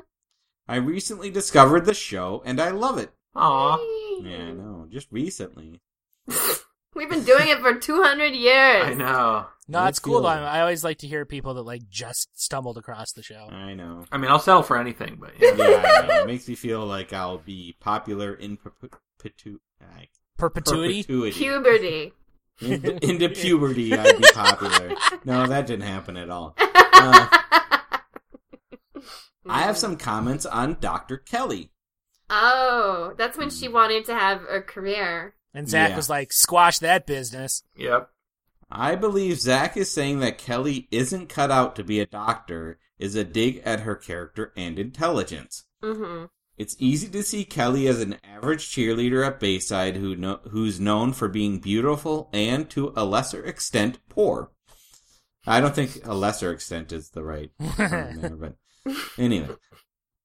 I recently discovered the show and I love it.
Aw.
Yeah, I know. Just recently.
We've been doing it for 200 years.
I know.
No,
Good
it's cool. Though.
feeling.
I always like to hear people that like just stumbled across the show.
I know.
I mean, I'll sell for anything, but
Yeah,
yeah.
I know. It makes me feel like I'll be popular in perpetu- I-
Perpetuity.
perpetuity.
Puberty.
In- into puberty, I'd be popular. No, that didn't happen at all. Uh, I have some comments on Dr. Kelly.
Oh, that's when she wanted to have a career.
And Zach
Yeah.
was like, "Squash that business."
Yep.
I believe Zach is saying that Kelly isn't cut out to be a doctor is a dig at her character and intelligence.
Mm-hmm.
It's easy to see Kelly as an average cheerleader at Bayside who kno- who's known for being beautiful and to a lesser extent poor. I don't think a lesser extent is the right term there, but anyway.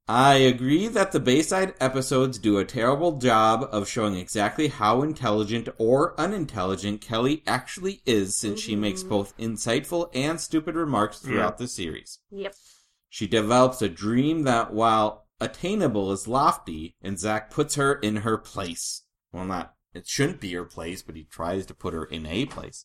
I agree that the Bayside episodes do a terrible job of showing exactly how intelligent or unintelligent Kelly actually is since she makes both insightful and stupid remarks throughout the series.
Yep.
She develops a dream that, while attainable, is lofty, and Zack puts her in her place. Well, not, it shouldn't be her place, but he tries to put her in a place.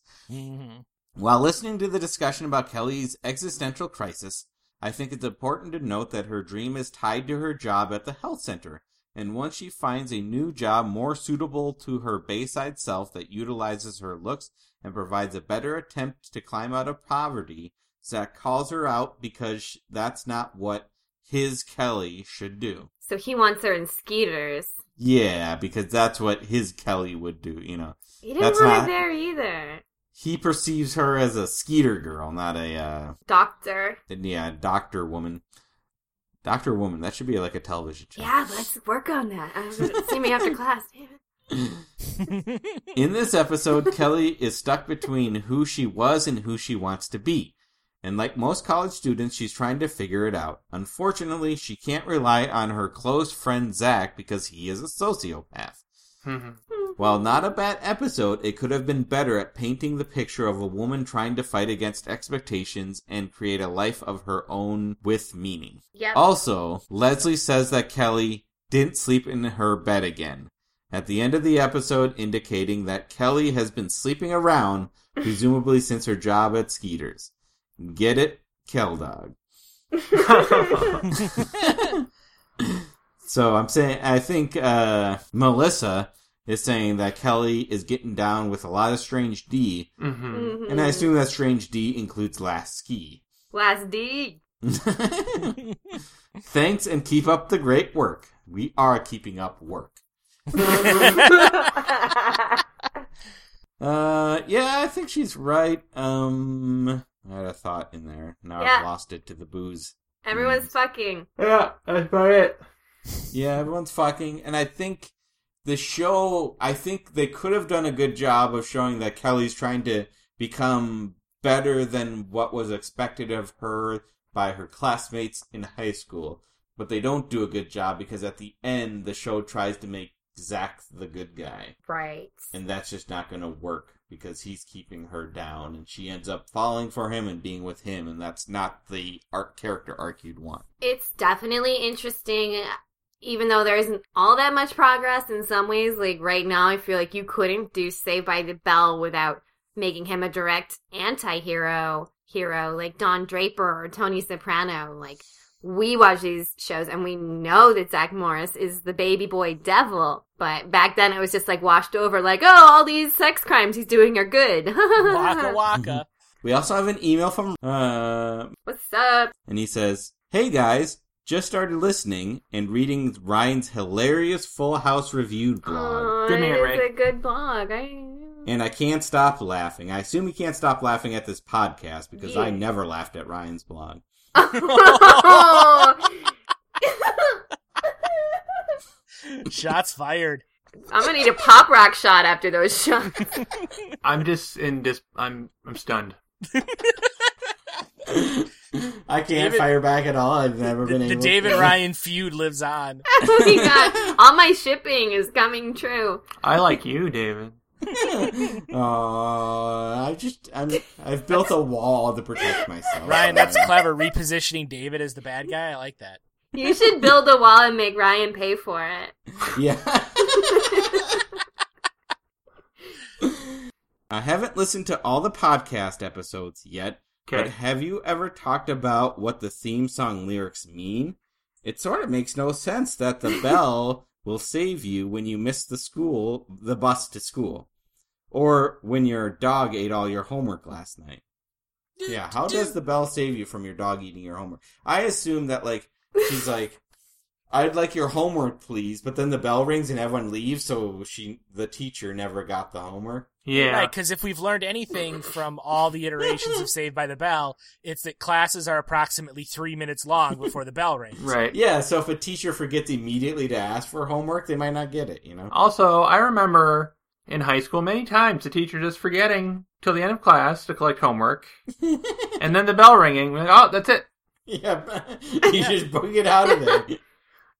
While listening to the discussion about Kelly's existential crisis, I think it's important to note that her dream is tied to her job at the health center, and once she finds a new job more suitable to her Bayside self that utilizes her looks and provides a better attempt to climb out of poverty, Zach calls her out because sh- that's not what his Kelly should do.
So he wants her in Skeeters.
Yeah, because that's what his Kelly would do, you know.
He didn't
That's
want
not-
her there either.
He perceives her as a Skeeter girl, not a uh,
Doctor.
yeah, doctor woman. Doctor Woman. That should be like a television show.
Yeah, let's work on that. Um, see me after class.
In this episode, Kelly is stuck between who she was and who she wants to be. And like most college students, she's trying to figure it out. Unfortunately, she can't rely on her close friend Zach because he is a sociopath. While not a bad episode, it could have been better at painting the picture of a woman trying to fight against expectations and create a life of her own with meaning.
Yep.
Also, Leslie says that Kelly didn't sleep in her bed again. At the end of the episode, indicating that Kelly has been sleeping around, presumably since her job at Skeeter's. Get it? Kel Dog. So I'm saying, I think uh, Melissa is saying that Kelly is getting down with a lot of Strange D,
Mhm.
and I assume that Strange D includes Last Ski.
Last D.
Thanks and keep up the great work. We are keeping up work. Uh, yeah, I think she's right. Um, I had a thought in there. Now
Yeah.
I've lost it to the booze. Mm.
Everyone's fucking.
Yeah, that's about it.
Yeah, everyone's fucking, and I think the show. I think they could have done a good job of showing that Kelly's trying to become better than what was expected of her by her classmates in high school. But they don't do a good job because at the end, the show tries to make Zach the good guy,
Right.
and that's just not going to work because he's keeping her down, and she ends up falling for him and being with him, and that's not the arc character arc you'd want.
It's definitely interesting, even though there isn't all that much progress in some ways. Like right now, I feel like you couldn't do Saved by the Bell without making him a direct anti hero, hero like Don Draper or Tony Soprano. Like, we watch these shows and we know that Zach Morris is the baby boy devil. But back then, it was just like washed over, like, oh, all these sex crimes he's doing are good.
Waka waka.
We also have an email from uh,
What's up?
and he says, "Hey guys, just started listening and reading Ryan's hilarious Full House reviewed blog,
Oh,
Good man,
it is
Ray.
a good blog. I
and I can't stop laughing. I assume he can't stop laughing at this podcast because I
Yeah.
never laughed at Ryan's blog.
Shots fired.
I'm gonna need a pop rock shot after those shots.
I'm just in dis. I'm I'm stunned.
I can't
David-
fire back at all. I've never been
The
able.
David
to.
Ryan feud lives on.
oh my god, all my shipping is coming true.
I like you, David.
Aw, I just I'm, I've built a wall to protect myself.
Ryan, that's clever. Repositioning David as the bad guy. I like that.
You should build a wall and make Ryan pay for it.
Yeah. I haven't listened to all the podcast episodes yet, but
Okay.
have you ever talked about what the theme song lyrics mean? It sort of makes no sense that the bell will save you when you miss the school, the bus to school, or when your dog ate all your homework last night. Yeah, how does the bell save you from your dog eating your homework? I assume that like she's like I'd like your homework, please. But then the bell rings and everyone leaves, so she, the teacher, never got the homework.
Right, because if we've learned anything from all the iterations of Saved by the Bell, it's that classes are approximately three minutes long before the bell rings.
Yeah. So if a teacher forgets immediately to ask for homework, they might not get it. You know.
Also, I remember in high school many times the teacher just forgetting till the end of class to collect homework, and then the bell ringing. we're like, oh, that's it.
Yeah, you just book it out of there.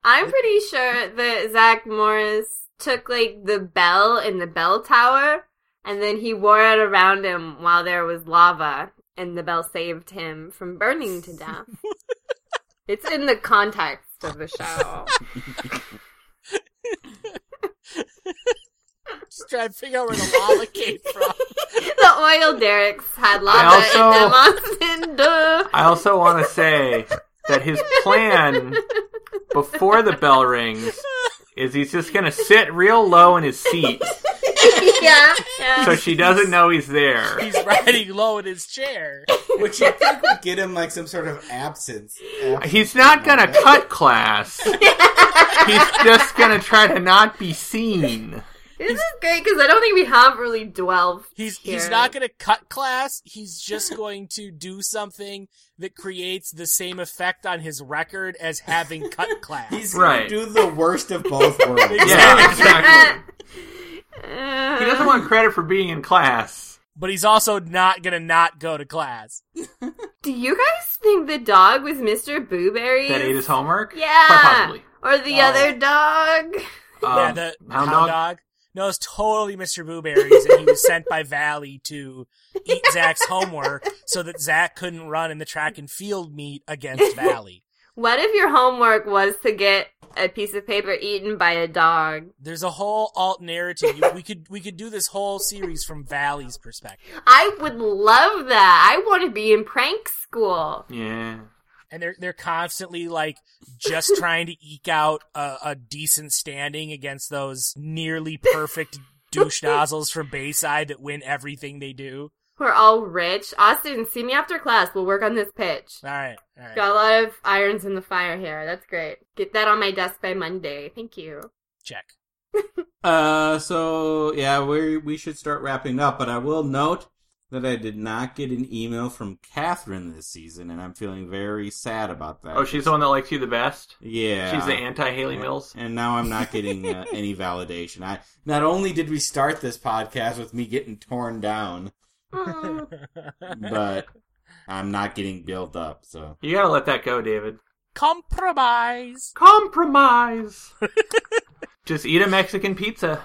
I'm pretty sure that Zach Morris took like the bell in the bell tower and then he wore it around him while there was lava and the bell saved him from burning to death. it's in the context of the show.
Just trying to figure out where the lava came from.
the oil derricks had lava
I also-
in them, Austin. Duh.
I also want to say that his plan before the bell rings is he's just gonna sit real low in his seat
yeah, yeah.
so she doesn't know he's there.
He's riding low in his chair.
Which you think would get him like some sort of absence.
He's not gonna cut class. He's just gonna try to not be seen.
This is great because I don't think we have really delved.
He's
here.
he's not going to cut class. He's just going to do something that creates the same effect on his record as having cut class.
He's
Right.
gonna do the worst of both worlds.
Yeah, exactly. He
Uh,
doesn't want credit for being in class.
but he's also not going to not go to class.
Do you guys think the dog was Mr. Booberry?
That ate his homework?
Yeah.
Quite possibly.
Or the other dog?
yeah,
Um,
the hound,
hound
dog?
dog?
No, it's totally Mr. Booberries, and he was sent by Valley to eat Zach's homework so that Zach couldn't run in the track and field meet against Valley.
What if your homework was to get a piece of paper eaten by a dog?
There's a whole alt narrative. You- We could we could do this whole series from Valley's perspective,
I would love that. I want to be in prank school.
Yeah.
and they're they're constantly like just trying to eke out a, a decent standing against those nearly perfect douche nozzles from Bayside that win everything they do.
We're all rich. Austin, see me after class. We'll work on this pitch.
All right, all right.
Got a lot of irons in the fire here. That's great. Get that on my desk by Monday. Thank you.
Check.
Uh, so yeah, we we should start wrapping up. But I will note that I did not get an email from Catherine this season, and I'm feeling very sad about that.
Oh, she's the one that likes you the best?
yeah,
She's the anti Haley
And-
Mills?
and now I'm not getting uh, any validation. I not only did we start this podcast with me getting torn down,
Mm,
but I'm not getting built up. So
You gotta let that go, David.
Compromise.
Compromise. Just eat a Mexican pizza.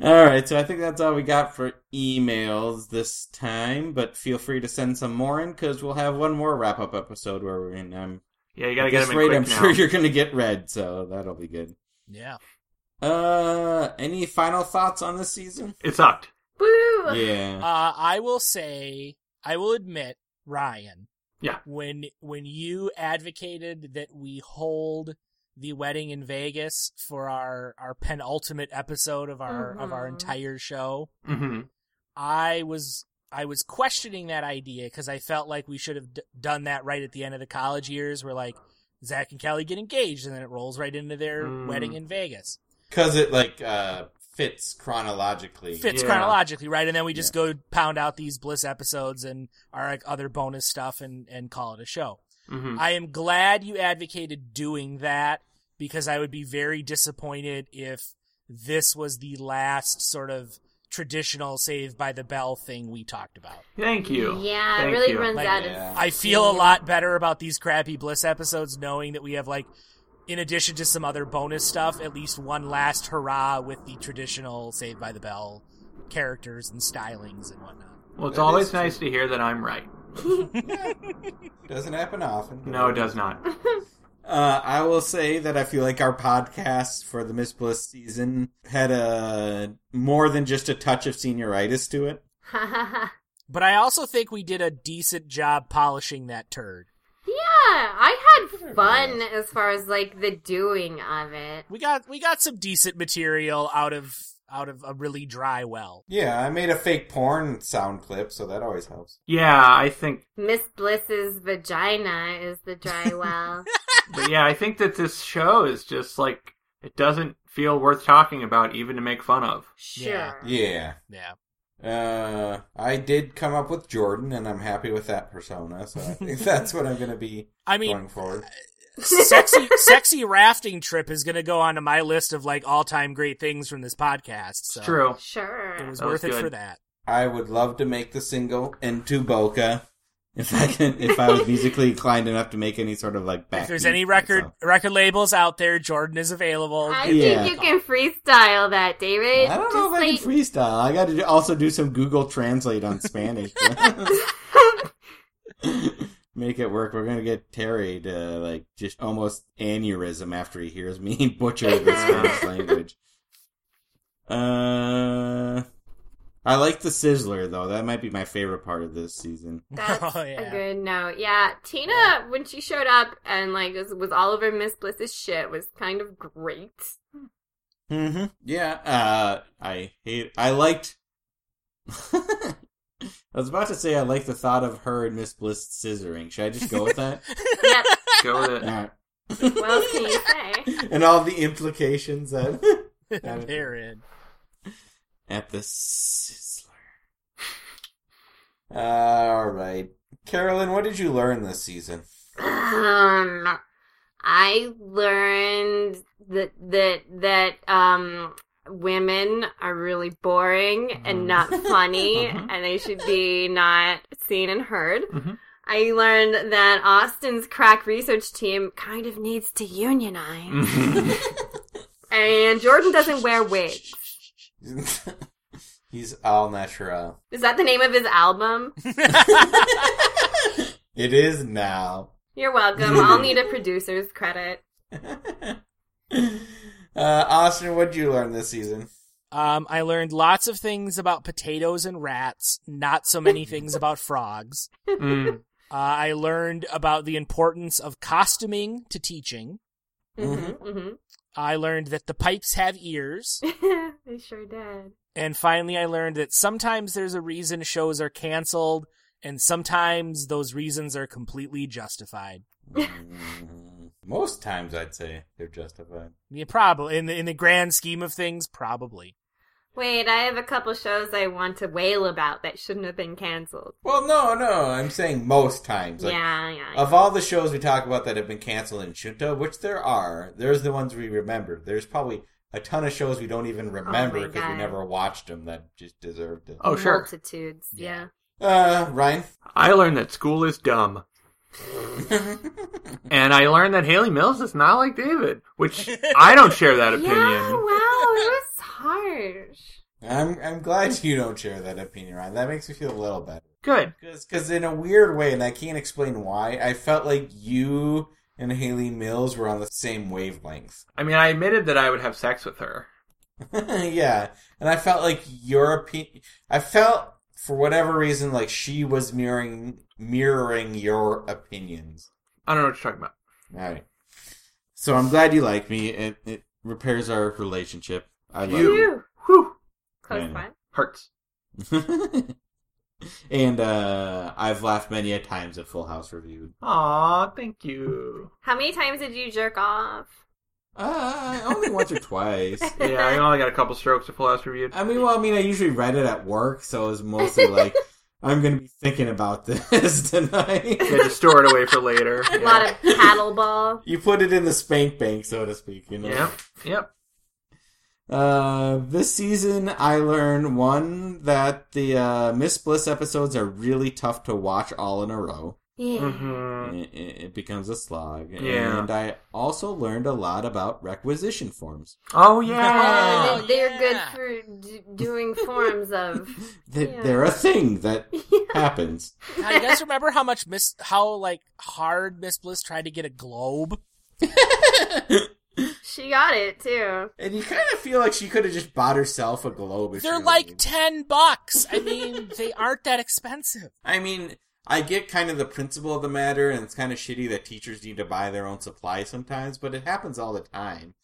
All right, so I think that's all we got for emails this time, but feel free to send some more in because we'll have one more wrap up episode where we're in. Um,
Yeah, you gotta
at
get
this
them in
rate,
quick
I'm
now.
sure you're going to get read, so that'll be good.
Yeah.
Uh, any final thoughts on this season?
It sucked.
Woo!
Yeah.
Uh, I will say, I will admit, Ryan.
Yeah.
When when you advocated that we hold the wedding in Vegas for our our penultimate episode of our of our entire show,
Mhm.
I was I was questioning that idea because I felt like we should have d- done that right at the end of the college years, where like Zach and Kelly get engaged and then it rolls right into their
Mm.
wedding in Vegas.
Because it, like, uh, fits chronologically.
fits chronologically, right? And then we just go pound out these Bliss episodes and our like, other bonus stuff and, and call it a show.
Mm.
Mhm.
I am glad you advocated doing that because I would be very disappointed if this was the last sort of traditional Save by the Bell thing we talked about.
Thank you.
Yeah, it
Thank
really
you.
runs
Like,
out of.
I feel a lot better about these crappy Bliss episodes knowing that we have like in addition to some other bonus stuff, at least one last hurrah with the traditional Saved by the Bell characters and stylings and whatnot.
Well, it's
That
always
is
nice to hear that I'm right.
Doesn't happen often.
No, it does not.
Uh, I will say that I feel like our podcast for the Miss Bliss season had a more than just a touch of senioritis to it.
yeah,
But I also think we did a decent job polishing that turd.
I had fun as far as like the doing of it.
We got we got some decent material out of out of a really dry well.
Yeah, I made a fake porn sound clip, so that always helps.
Yeah, I think.
Miss Bliss's vagina is the dry well.
But yeah, I think that this show is just like it doesn't feel worth talking about, even to make fun of.
Sure.
Yeah.
Yeah.
Uh, I did come up with Jordan, and I'm happy with that persona. So I think that's what I'm going to be.
I mean,
going forward.
Sexy sexy rafting trip is going to go onto my list of like all time great things from this podcast. So.
True.
Sure.
It was worth it for that.
I would love to make the single into Boca. If I can, if I was musically inclined enough to make any sort of like back.
If there's any record record labels out there, Jordan is available.
I
Yeah.
think you can freestyle that, David.
I don't
Just
know if I
like
can freestyle. I got to also do some Google Translate on Spanish. Make it work. We're gonna get Terry to like just almost aneurysm after he hears me butcher the Spanish language. Uh, I like the sizzler though. That might be my favorite part of this season.
That's
oh,
a good note. Yeah, Tina, when she showed up and like just was all over Miss Bliss's shit, was kind of great.
Mm-hmm. Yeah. Uh, I hate. I liked. I was about to say I like the thought of her and Miss Bliss scissoring. Should I just go with that?
Yep.
Go with it.
All right.
What else can you say?
and all the implications that
Period.
at the sizzler. All right, Carolyn, what did you learn this season?
Um, I learned that that that um women are really boring and not funny, and they should be not seen and heard. I learned that Austin's crack research team kind of needs to unionize, and Jordan doesn't wear wigs.
He's all natural.
Is that the name of his album?
It is now.
You're welcome. I'll need a producer's credit.
Uh, Austin, what did you learn this season?
Um, I learned lots of things about potatoes and rats, not so many things about frogs.
Mm.
Uh, I learned about the importance of costuming to teaching. I learned that the pipes have ears.
Mm-hmm. they sure did.
And finally, I learned that sometimes there's a reason shows are canceled, and sometimes those reasons are completely justified.
Mm-hmm. Most times, I'd say they're justified.
Yeah, probably in the in the grand scheme of things, probably.
Wait, I have a couple shows I want to wail about that shouldn't have been canceled.
Well, no, no, I'm saying most times. Like, oh,
yeah, yeah.
Of all the shows we talk about that have been canceled in Shunta, which there are, there's the ones we remember. There's probably a ton of shows we don't even remember because we
God.
never watched them that just deserved it.
Oh. Multitudes, yeah.
Uh, Ryan?
I learned that school is dumb. and I learned that Haley Mills is not like David, which I don't share that opinion.
Yeah, wow, that was harsh.
I'm I'm glad you don't share that opinion, Ryan. That makes me feel a little better.
Good.
Because in a weird way, and I can't explain why, I felt like you and Haley Mills were on the same wavelength.
I mean, I admitted that I would have sex with her.
yeah, and I felt like your opinion. I felt for whatever reason like she was mirroring mirroring your opinions.
I don't know what you're talking about.
All right. So I'm glad you like me. It it repairs our relationship. I love
You.
you.
Phew. Whew. Close
Yeah.
one.
Hurts.
and uh, I've laughed many a times at Full House reviewed.
Aw, thank you.
How many times did you jerk off?
Uh, only once or twice.
Yeah, I only got a couple strokes to full house reviewed.
I mean, well, I mean, I usually read it at work, so it was mostly like, I'm going to be thinking about this tonight.
Yeah, just store it away for later.
A lot of paddle ball.
You put it in the spank bank, so to speak. You know.
Yep, yep.
Uh, this season, I learned one that the uh, Miss Bliss episodes are really tough to watch all in a row.
Yeah.
Uh-huh.
mm-hmm.
Mhm.
It, it it becomes a slog.
Yeah.
And I also learned a lot about requisition forms.
Oh,
Uh,
yeah.
they, they're good for d- doing forms of.
That
Yeah.
they're a thing that happens.
Now, you guys remember how much Miss how like hard Miss Bliss tried to get a globe?
She got it too.
And you kind of feel like she could have just bought herself a globe. If
They're
she
like ten bucks. I mean, they aren't that expensive.
I mean, I get kind of the principle of the matter, and it's kind of shitty that teachers need to buy their own supplies sometimes, but it happens all the time.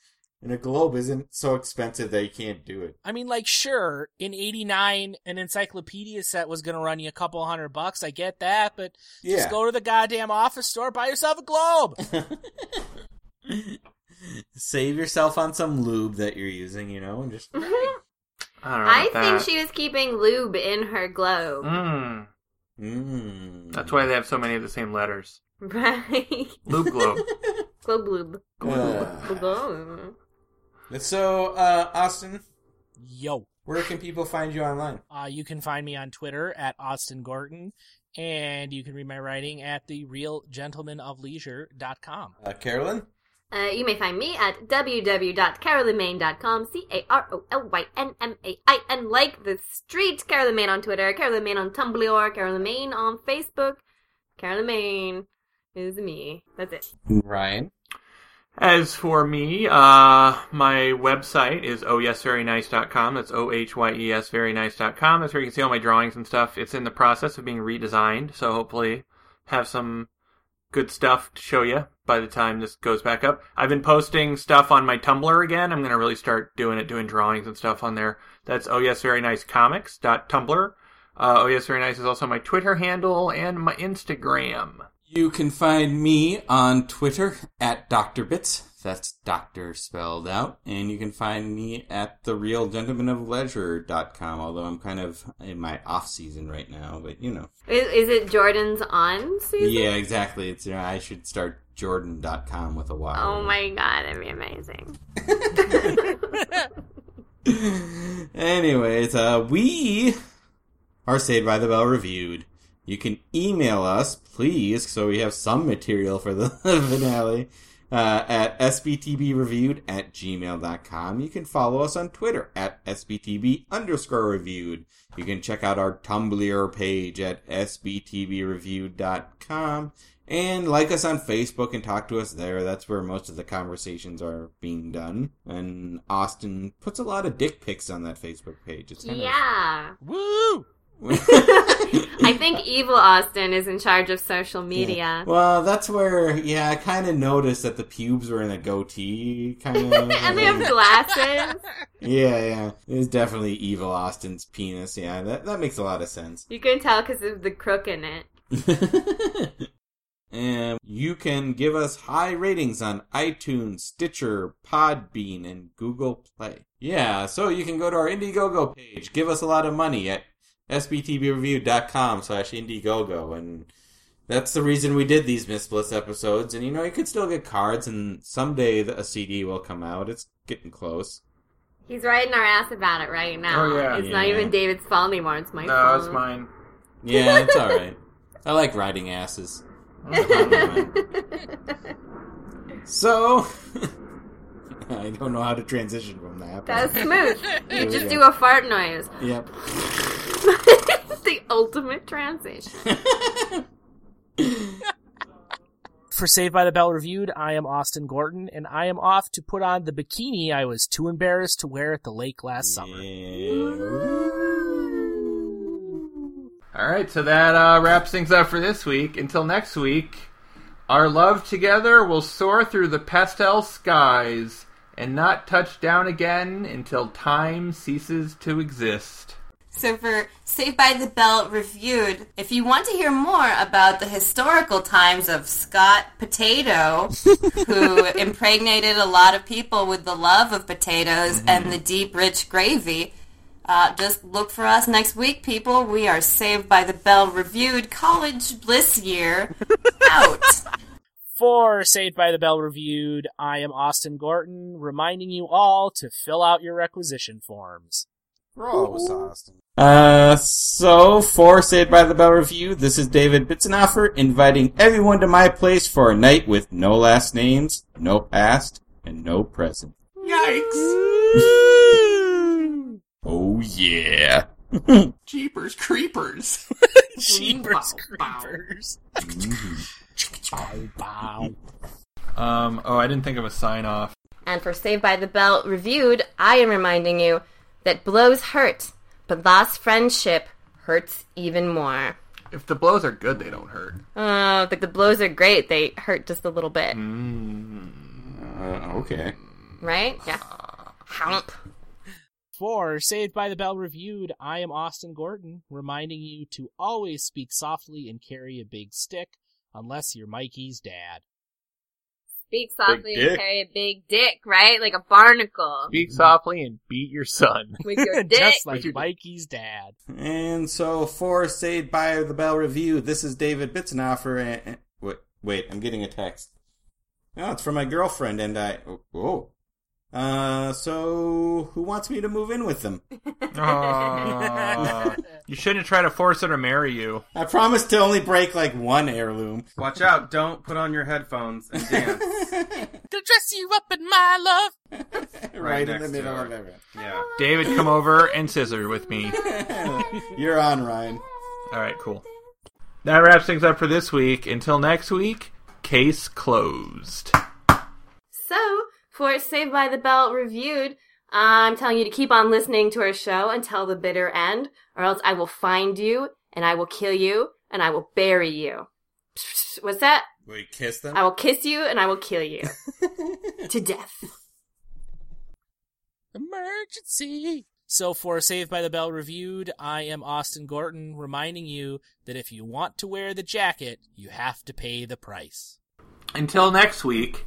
And a globe isn't so expensive that you can't do it.
I mean, like, sure, in '89, an encyclopedia set was going to run you a couple hundred bucks. I get that, but
Yeah.
just go to the goddamn office store, buy yourself a globe.
Save yourself on some lube that you're using, you know, and just.
I don't know.
I
about
think
that.
she was keeping lube in her globe.
Mm,
Mm.
that's why they have so many of the same letters.
Right?
Lube Globe.
globe lube.
Uh,
Globe.
so, uh, Austin,
Yo.
where can people find you online?
Uh, you can find me on Twitter at Austin Gorton, and you can read my writing at therealgentlemanofleisure.com.
Uh, Carolyn?
Uh, you may find me at www.carolynmain.com, C A R O L Y N M A I N, like the street. Carolyn Main on Twitter, Carolyn Main on Tumblr, Carolyn Main on Facebook. Carolyn Main is me. That's it.
Ryan?
As for me, uh, my website is oh ohyesverynice.com. That's O H Y E S verynice.com. That's where you can see all my drawings and stuff. It's in the process of being redesigned, so hopefully have some good stuff to show you by the time this goes back up. I've been posting stuff on my Tumblr again. I'm going to really start doing it, doing drawings and stuff on there. That's E ohyesverynicecomics.tumblr. Uh, oh yes, very nice is also my Twitter handle and my Instagram.
You can find me on Twitter at Dr. Bits. That's doctor spelled out. And you can find me at therealgentlemanofleisure.com, although I'm kind of in my off season right now, but you know.
Is, is it Jordan's on season?
Yeah, exactly. It's you know, I should start jordan.com with a Y.
Oh my god, that'd be amazing.
Anyways, uh, we are Saved by the Bell reviewed. You can email us, please, so we have some material for the finale uh, at sbtbreviewed at gmail.com. You can follow us on Twitter at sbtb underscore reviewed. You can check out our Tumblr page at sbtbreviewed.com and like us on Facebook and talk to us there. That's where most of the conversations are being done. And Austin puts a lot of dick pics on that Facebook page. It's kind
Yeah.
Woo!
I think evil Austin is in charge of social media.
of well, that's where yeah, I kind of noticed that the pubes were in a goatee kind of.
and they have glasses.
yeah, yeah, it's definitely evil Austin's penis. Yeah, that that makes a lot of sense.
You can tell because of the crook in it.
And you can give us high ratings on iTunes, Stitcher, Podbean, and Google Play. Yeah, so you can go to our Indiegogo page, give us a lot of money at sbtbreview.com slash Indiegogo, and that's the reason we did these Misplaced episodes. And you know, you could still get cards, and someday the- a CD will come out. It's getting close.
He's riding our ass about it right now.
Oh, yeah.
It's not
Yeah.
even David's fault anymore. It's my
No,
fault.
it's mine.
Yeah, it's alright. I like riding asses. So, I don't know how to transition from that.
That's
but-
smooth.
There
You
we
just
go.
do a fart noise.
Yep.
it's the ultimate transition.
For Saved by the Bell Reviewed, I am Austin Gorton, and I am off to put on the bikini I was too embarrassed to wear at the lake last summer.
All right, so that uh, wraps things up for this week. Until next week, our love together will soar through the pastel skies and not touch down again until time ceases to exist.
So for Saved by the Bell reviewed, if you want to hear more about the historical times of Scott Potato, who impregnated a lot of people with the love of potatoes and the deep, rich gravy, uh, just look for us next week, people. We are Saved by the Bell reviewed college bliss year.
For Saved by the Bell Reviewed, I am Austin Gorton, reminding you all to fill out your requisition forms.
Gross, Austin. Uh, so for Saved by the Bell review, this is David Bitsenoffer inviting everyone to my place for a night with no last names, no past, and no present.
Yikes!
Oh yeah.
Jeepers creepers.
Jeepers creepers.
Mm-hmm.
Wow.
Um, oh, I didn't think of a sign off.
And for Saved by the Bell reviewed, I am reminding you that blows hurt, but lost friendship hurts even more.
If the blows are good, they don't hurt.
Uh, but the blows are great. They hurt just a little bit,
Mm, uh,
okay.
right? Yeah. Hump.
For Saved by the Bell Reviewed, I am Austin Gordon, reminding you to always speak softly and carry a big stick, unless you're Mikey's dad.
Speak softly and
dick.
carry a big dick, right? Like a barnacle.
Speak softly and beat your son.
With your dick.
Just like Mikey's dad.
And so for Saved by the Bell review, this is David Bitsenoffer. And, and- wait, wait, I'm getting a text. Oh, it's from my girlfriend, and I. Oh, whoa. Uh, so who wants me to move in with them?
Aw. you shouldn't try to force her to marry you.
I promised to only break like one heirloom.
Watch out! Don't put on your headphones and dance
To dress you up in my love.
right,
Right in
next
the middle
to
of
it.
everything.
Yeah.
David, come over and scissor with me.
You're on, Ryan.
All right, cool. That wraps things up for this week. Until next week, case closed.
So, for Saved by the Bell reviewed, I'm telling you to keep on listening to our show until the bitter end, or else I will find you and I will kill you and I will bury you. What's that?
Will you kiss them?
I will kiss you and I will kill you to death.
Emergency. So for Saved by the Bell Reviewed, I am Austin Gorton reminding you that if you want to wear the jacket, you have to pay the price.
Until next week,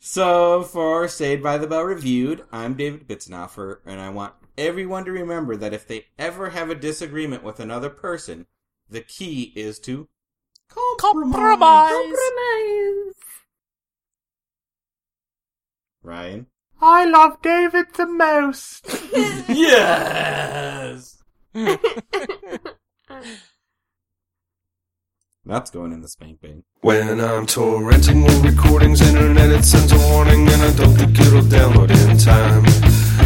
So, for Saved by the Bell Reviewed, I'm David Bitzenoffer, and I want everyone to remember that if they ever have a disagreement with another person, the key is to
Compromise.
Compromise.
Ryan.
I love David the most.
Yes! That's going in the spank bank.
When I'm torrenting old recordings, internet it sends a warning, and I don't think it'll download in time.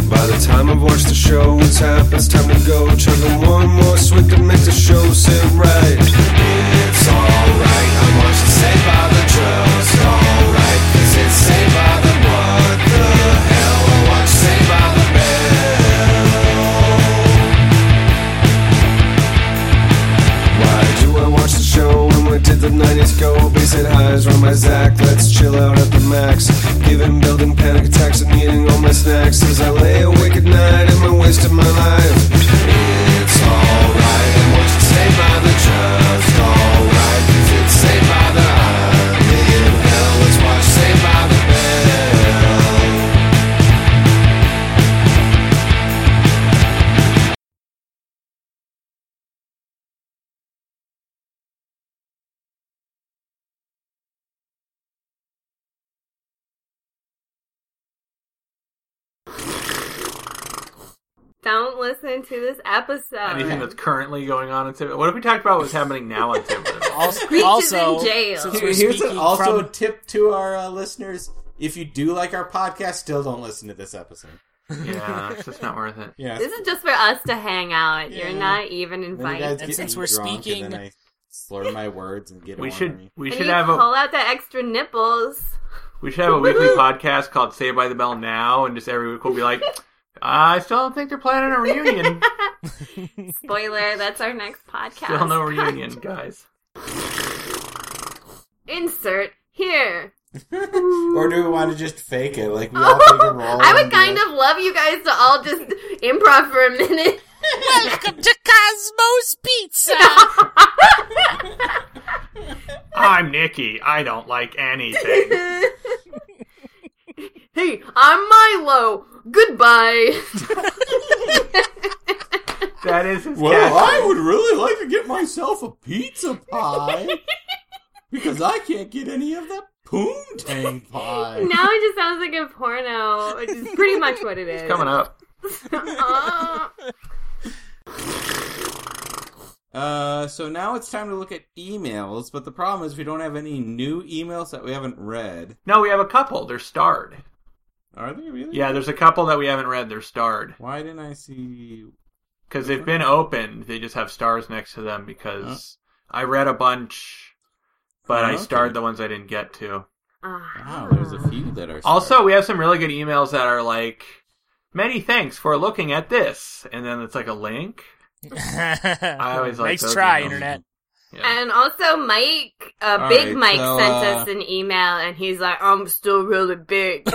By the time I've watched the show, it's half, it's time to go. Chugging one more swig to make the show sit right. It's alright, I'm watching Saved by the Trust, alright, cause it's Saved by the What the Hell, I watch Saved by the Bell. Why do I watch the show and where did the 90s go? Bass at highs, run my Zach, let's chill out at the max. Giving, building panic attacks and eating all my snacks as I lay awake at night. Am I wasting my life? It's alright, and what you say by the trust, alright, cause it's saved by the army in hell. Let's watch Saved by the Bell.
Don't listen to this episode.
Anything that's currently going on in Tivoli. What if we talked about what's happening now in Tivoli?
Also,
Screech is
also
in jail.
since
Here-
we're
Here's
speaking
an also
from-
tip to our uh, listeners: if you do like our podcast, still don't listen to this episode.
yeah, it's just not worth it.
Yeah,
This is just for us to hang out. You're
Yeah.
not even
Then you guys
invited.
get
since
me
we're
drunk, and
speaking-
then I slur my words and get.
We
all
should
angry.
we
and
should
you
have a
pull out the extra nipples.
we should have a weekly podcast called Saved by the Bell now, and just every week we'll be like, I still don't think they're planning a reunion.
Spoiler, that's our next podcast.
Still no reunion, guys.
Insert here.
Or do we want to just fake it? Like we all take a
Oh,
roll.
I would
and be
kind
like,
of love you guys to all just improv for a minute.
Welcome to Cosmos Pizza.
I'm Nikki. I don't like anything.
hey, I'm Milo. Goodbye.
That is his
Well,
catchphrase.
I would really like to get myself a pizza pie because I can't get any of that poontang pie.
now it just sounds like a porno, which is pretty much what it is.
coming up.
Ah.
Uh, so now it's time to look at emails, but the problem is we don't have any new emails that we haven't read.
No, we have a couple. They're starred.
Are they really?
Yeah, there's a couple that we haven't read. They're starred
Why didn't I see?
because they've been opened. They just have stars next to them because I read a bunch, but
Oh,
I
okay.
starred the ones I didn't get to.
Wow, there's
Ah.
a few that are.
Also, we have some really good emails that are like, "Many thanks for looking at this," and then it's like a link. I always like
nice
those
try,
emails.
internet.
And also, Mike, uh,
All
Big
right,
Mike,
so,
sent
uh,
us an email, and he's like, "I'm still really big."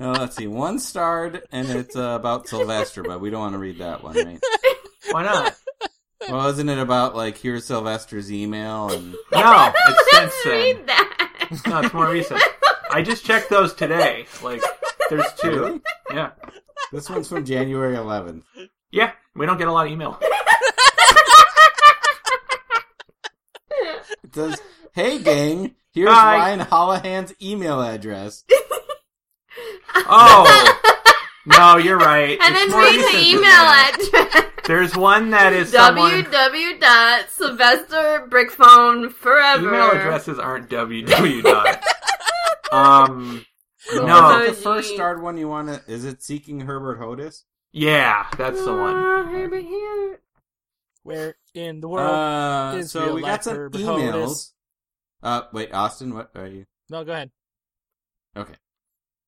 No, let's see. One starred, and it's uh, about Sylvester, but we don't want to read that one, right?
Why not?
Well, isn't it about like here's Sylvester's email and Oh,
No, it's since then.
Read that.
No, it's more recent. I just checked those today. Like, there's two. Yeah,
this one's from January 11th.
yeah. We don't get a lot of email.
It says, "Hey gang, here's
Hi.
Ryan Hollahan's email address."
Oh. No, you're right.
and
It's
then
more
read
recent
the
than
email
that.
address.
There's one that is someone.
www.sylvesterbrickphoneforever.
Email addresses aren't
E
www. dot. um,
Is
no,
it the first starred one you want to is it seeking Herbert Hodis?
yeah, that's the one.
Ah, Herbie Oh, here.
where in the world
Uh,
is
so
real
we
life
got some
for Bacodas?
emails. Uh, wait, Austin, what are you?
No, go ahead.
Okay.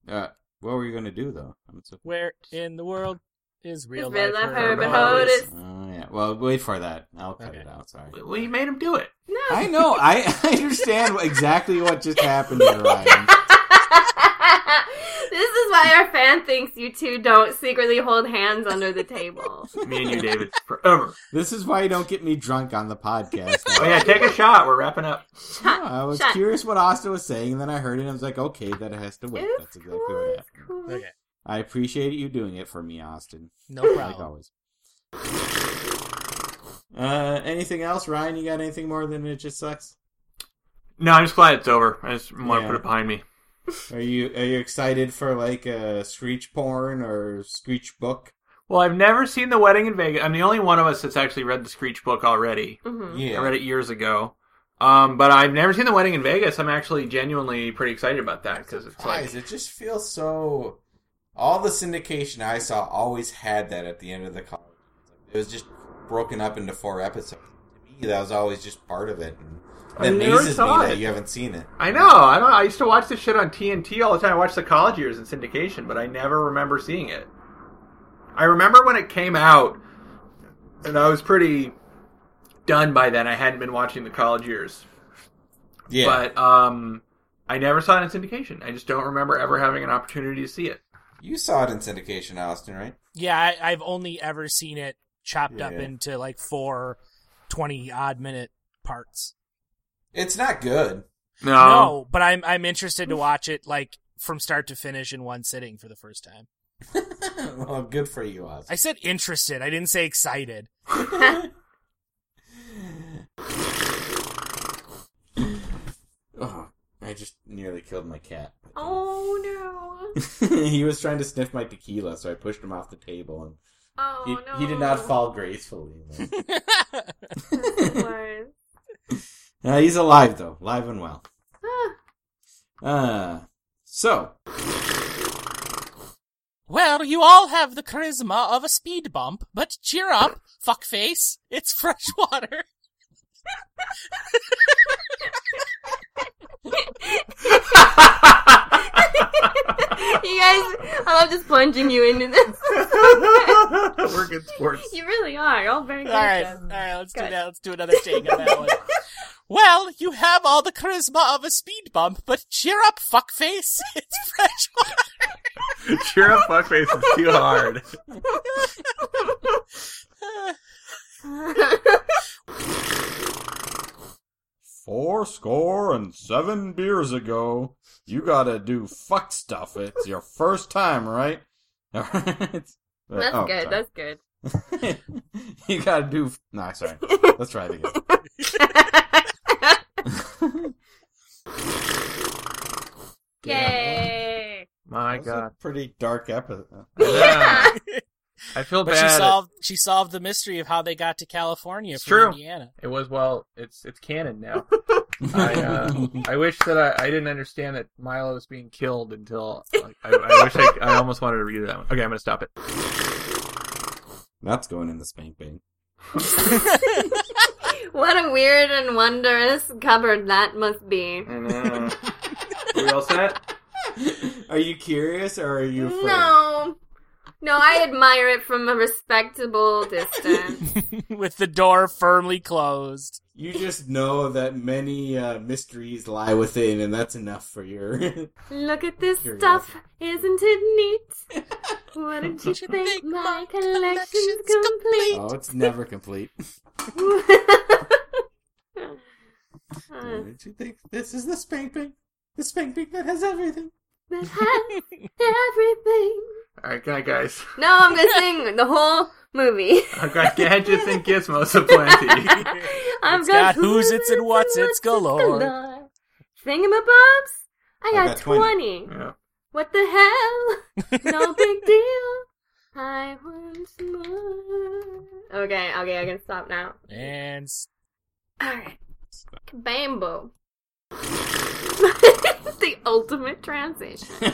Uh, what were you gonna do though? I'm so.
Where in the world is real
real
life
life for
for Bacodas?
Oh yeah. Well, wait for that. I'll cut it out. Sorry.
Well, you made him do it.
I know. I, I understand exactly what just happened here, Ryan.
This is why our fan thinks you two don't secretly hold hands under the table.
Me and you, David, forever.
This is why you don't get me drunk on the podcast.
Oh yeah, take a shot. We're wrapping up.
No, I was
Shot.
curious what Austin was saying, and then I heard it, and I was like, okay, that has to wait.
It's
That's exactly what happened.
Okay.
I appreciate you doing it for me, Austin.
No
Like
problem.
always. Uh, anything else, Ryan? You got anything more than it just sucks?
No, I'm just glad it's over. I just want
Yeah.
to put it behind me.
Are you are you excited for like a screech porn or screech book?
Well, I've never seen The Wedding in Vegas. I'm the only one of us that's actually read the Screech book already.
Mhm.
Yeah.
I read it years ago. Um, but I've never seen The Wedding in Vegas. I'm actually genuinely pretty excited about that because it's like
Guys, it just feels so. All the syndication I saw always had that at the end of the call. It was just broken up into four episodes. To me, that was always just part of it. And
I
it
never
amazes me
saw
that
it.
you haven't seen it.
I know. I don't. I used to watch this shit on TNT all the time. I watched the college years in syndication, but I never remember seeing it. I remember when it came out, and I was pretty done by then. I hadn't been watching the college years,
Yeah.
But um, I never saw it in syndication. I just don't remember ever having an opportunity to see it.
You saw it in syndication, Austin, right?
Yeah, I, I've only ever seen it chopped up
Yeah.
into like four 20 odd minute parts.
It's not good.
No.
No, but I'm I'm interested to watch it like from start to finish in one sitting for the first time.
well, good for you, Austin.
I said interested. I didn't say excited.
Oh, I just nearly killed my cat.
Oh no.
he was trying to sniff my tequila, so I pushed him off the table, and
Oh
he,
no.
he did not fall gracefully.
Worse.
Uh, he's alive though, live and well.
Ah.
Uh, so
Well, you all have the charisma of a speed bump, but cheer up, fuckface. It's fresh water.
you guys, I love just plunging you into this.
We're good sports.
You really are. You're all very good.
All right,
at
all
this.
right. Let's do
Good.
that. Let's do another take on that one. Well, you have all the charisma of a speed bump, but cheer up, fuckface. It's fresh water.
Cheer up, fuckface! It's too hard.
Four score and seven beers ago, you gotta do fuck stuff. It's your first time, right?
That's
That's
Oh,
good. That's good.
Uh, oh, you gotta do. Nah, sorry. Let's try it again.
Yay.
My
That was a
God.
pretty dark uh, episode.
I feel
But
bad.
she solved she solved the mystery of how they got to California
It's
from
true.
Indiana.
It was well. It's it's canon now. I uh, I wish that I, I didn't understand that Milo was being killed until like, I, I wish I, I almost wanted to read that one. Okay, I'm gonna stop it.
That's going in the spank bank.
What a weird and wondrous cupboard that must be.
And, uh, we all set?
Are you curious or are you afraid?
No. No, I admire it from a respectable distance.
with the door firmly closed.
You just know that many uh, mysteries lie within, and that's enough for your.
Look at this
Curious.
stuff. Isn't it neat? Wouldn't you think my collection's complete?
oh, it's never complete.
Uh,
Don't you think this is the spank bank? The spank bank that has everything.
Uh, that has everything.
All right, good night, guys.
No, I'm gonna sing the whole movie.
I've got gadgets and gizmos aplenty.
I've
It's got who's it's and what's it's galore.
galore. Thingamabobs? I got,
I got
20.
20.
yeah.
What the hell? No big deal. I want more. Okay, okay, I can stop now.
And s-
Alright. Bambo. the ultimate transition.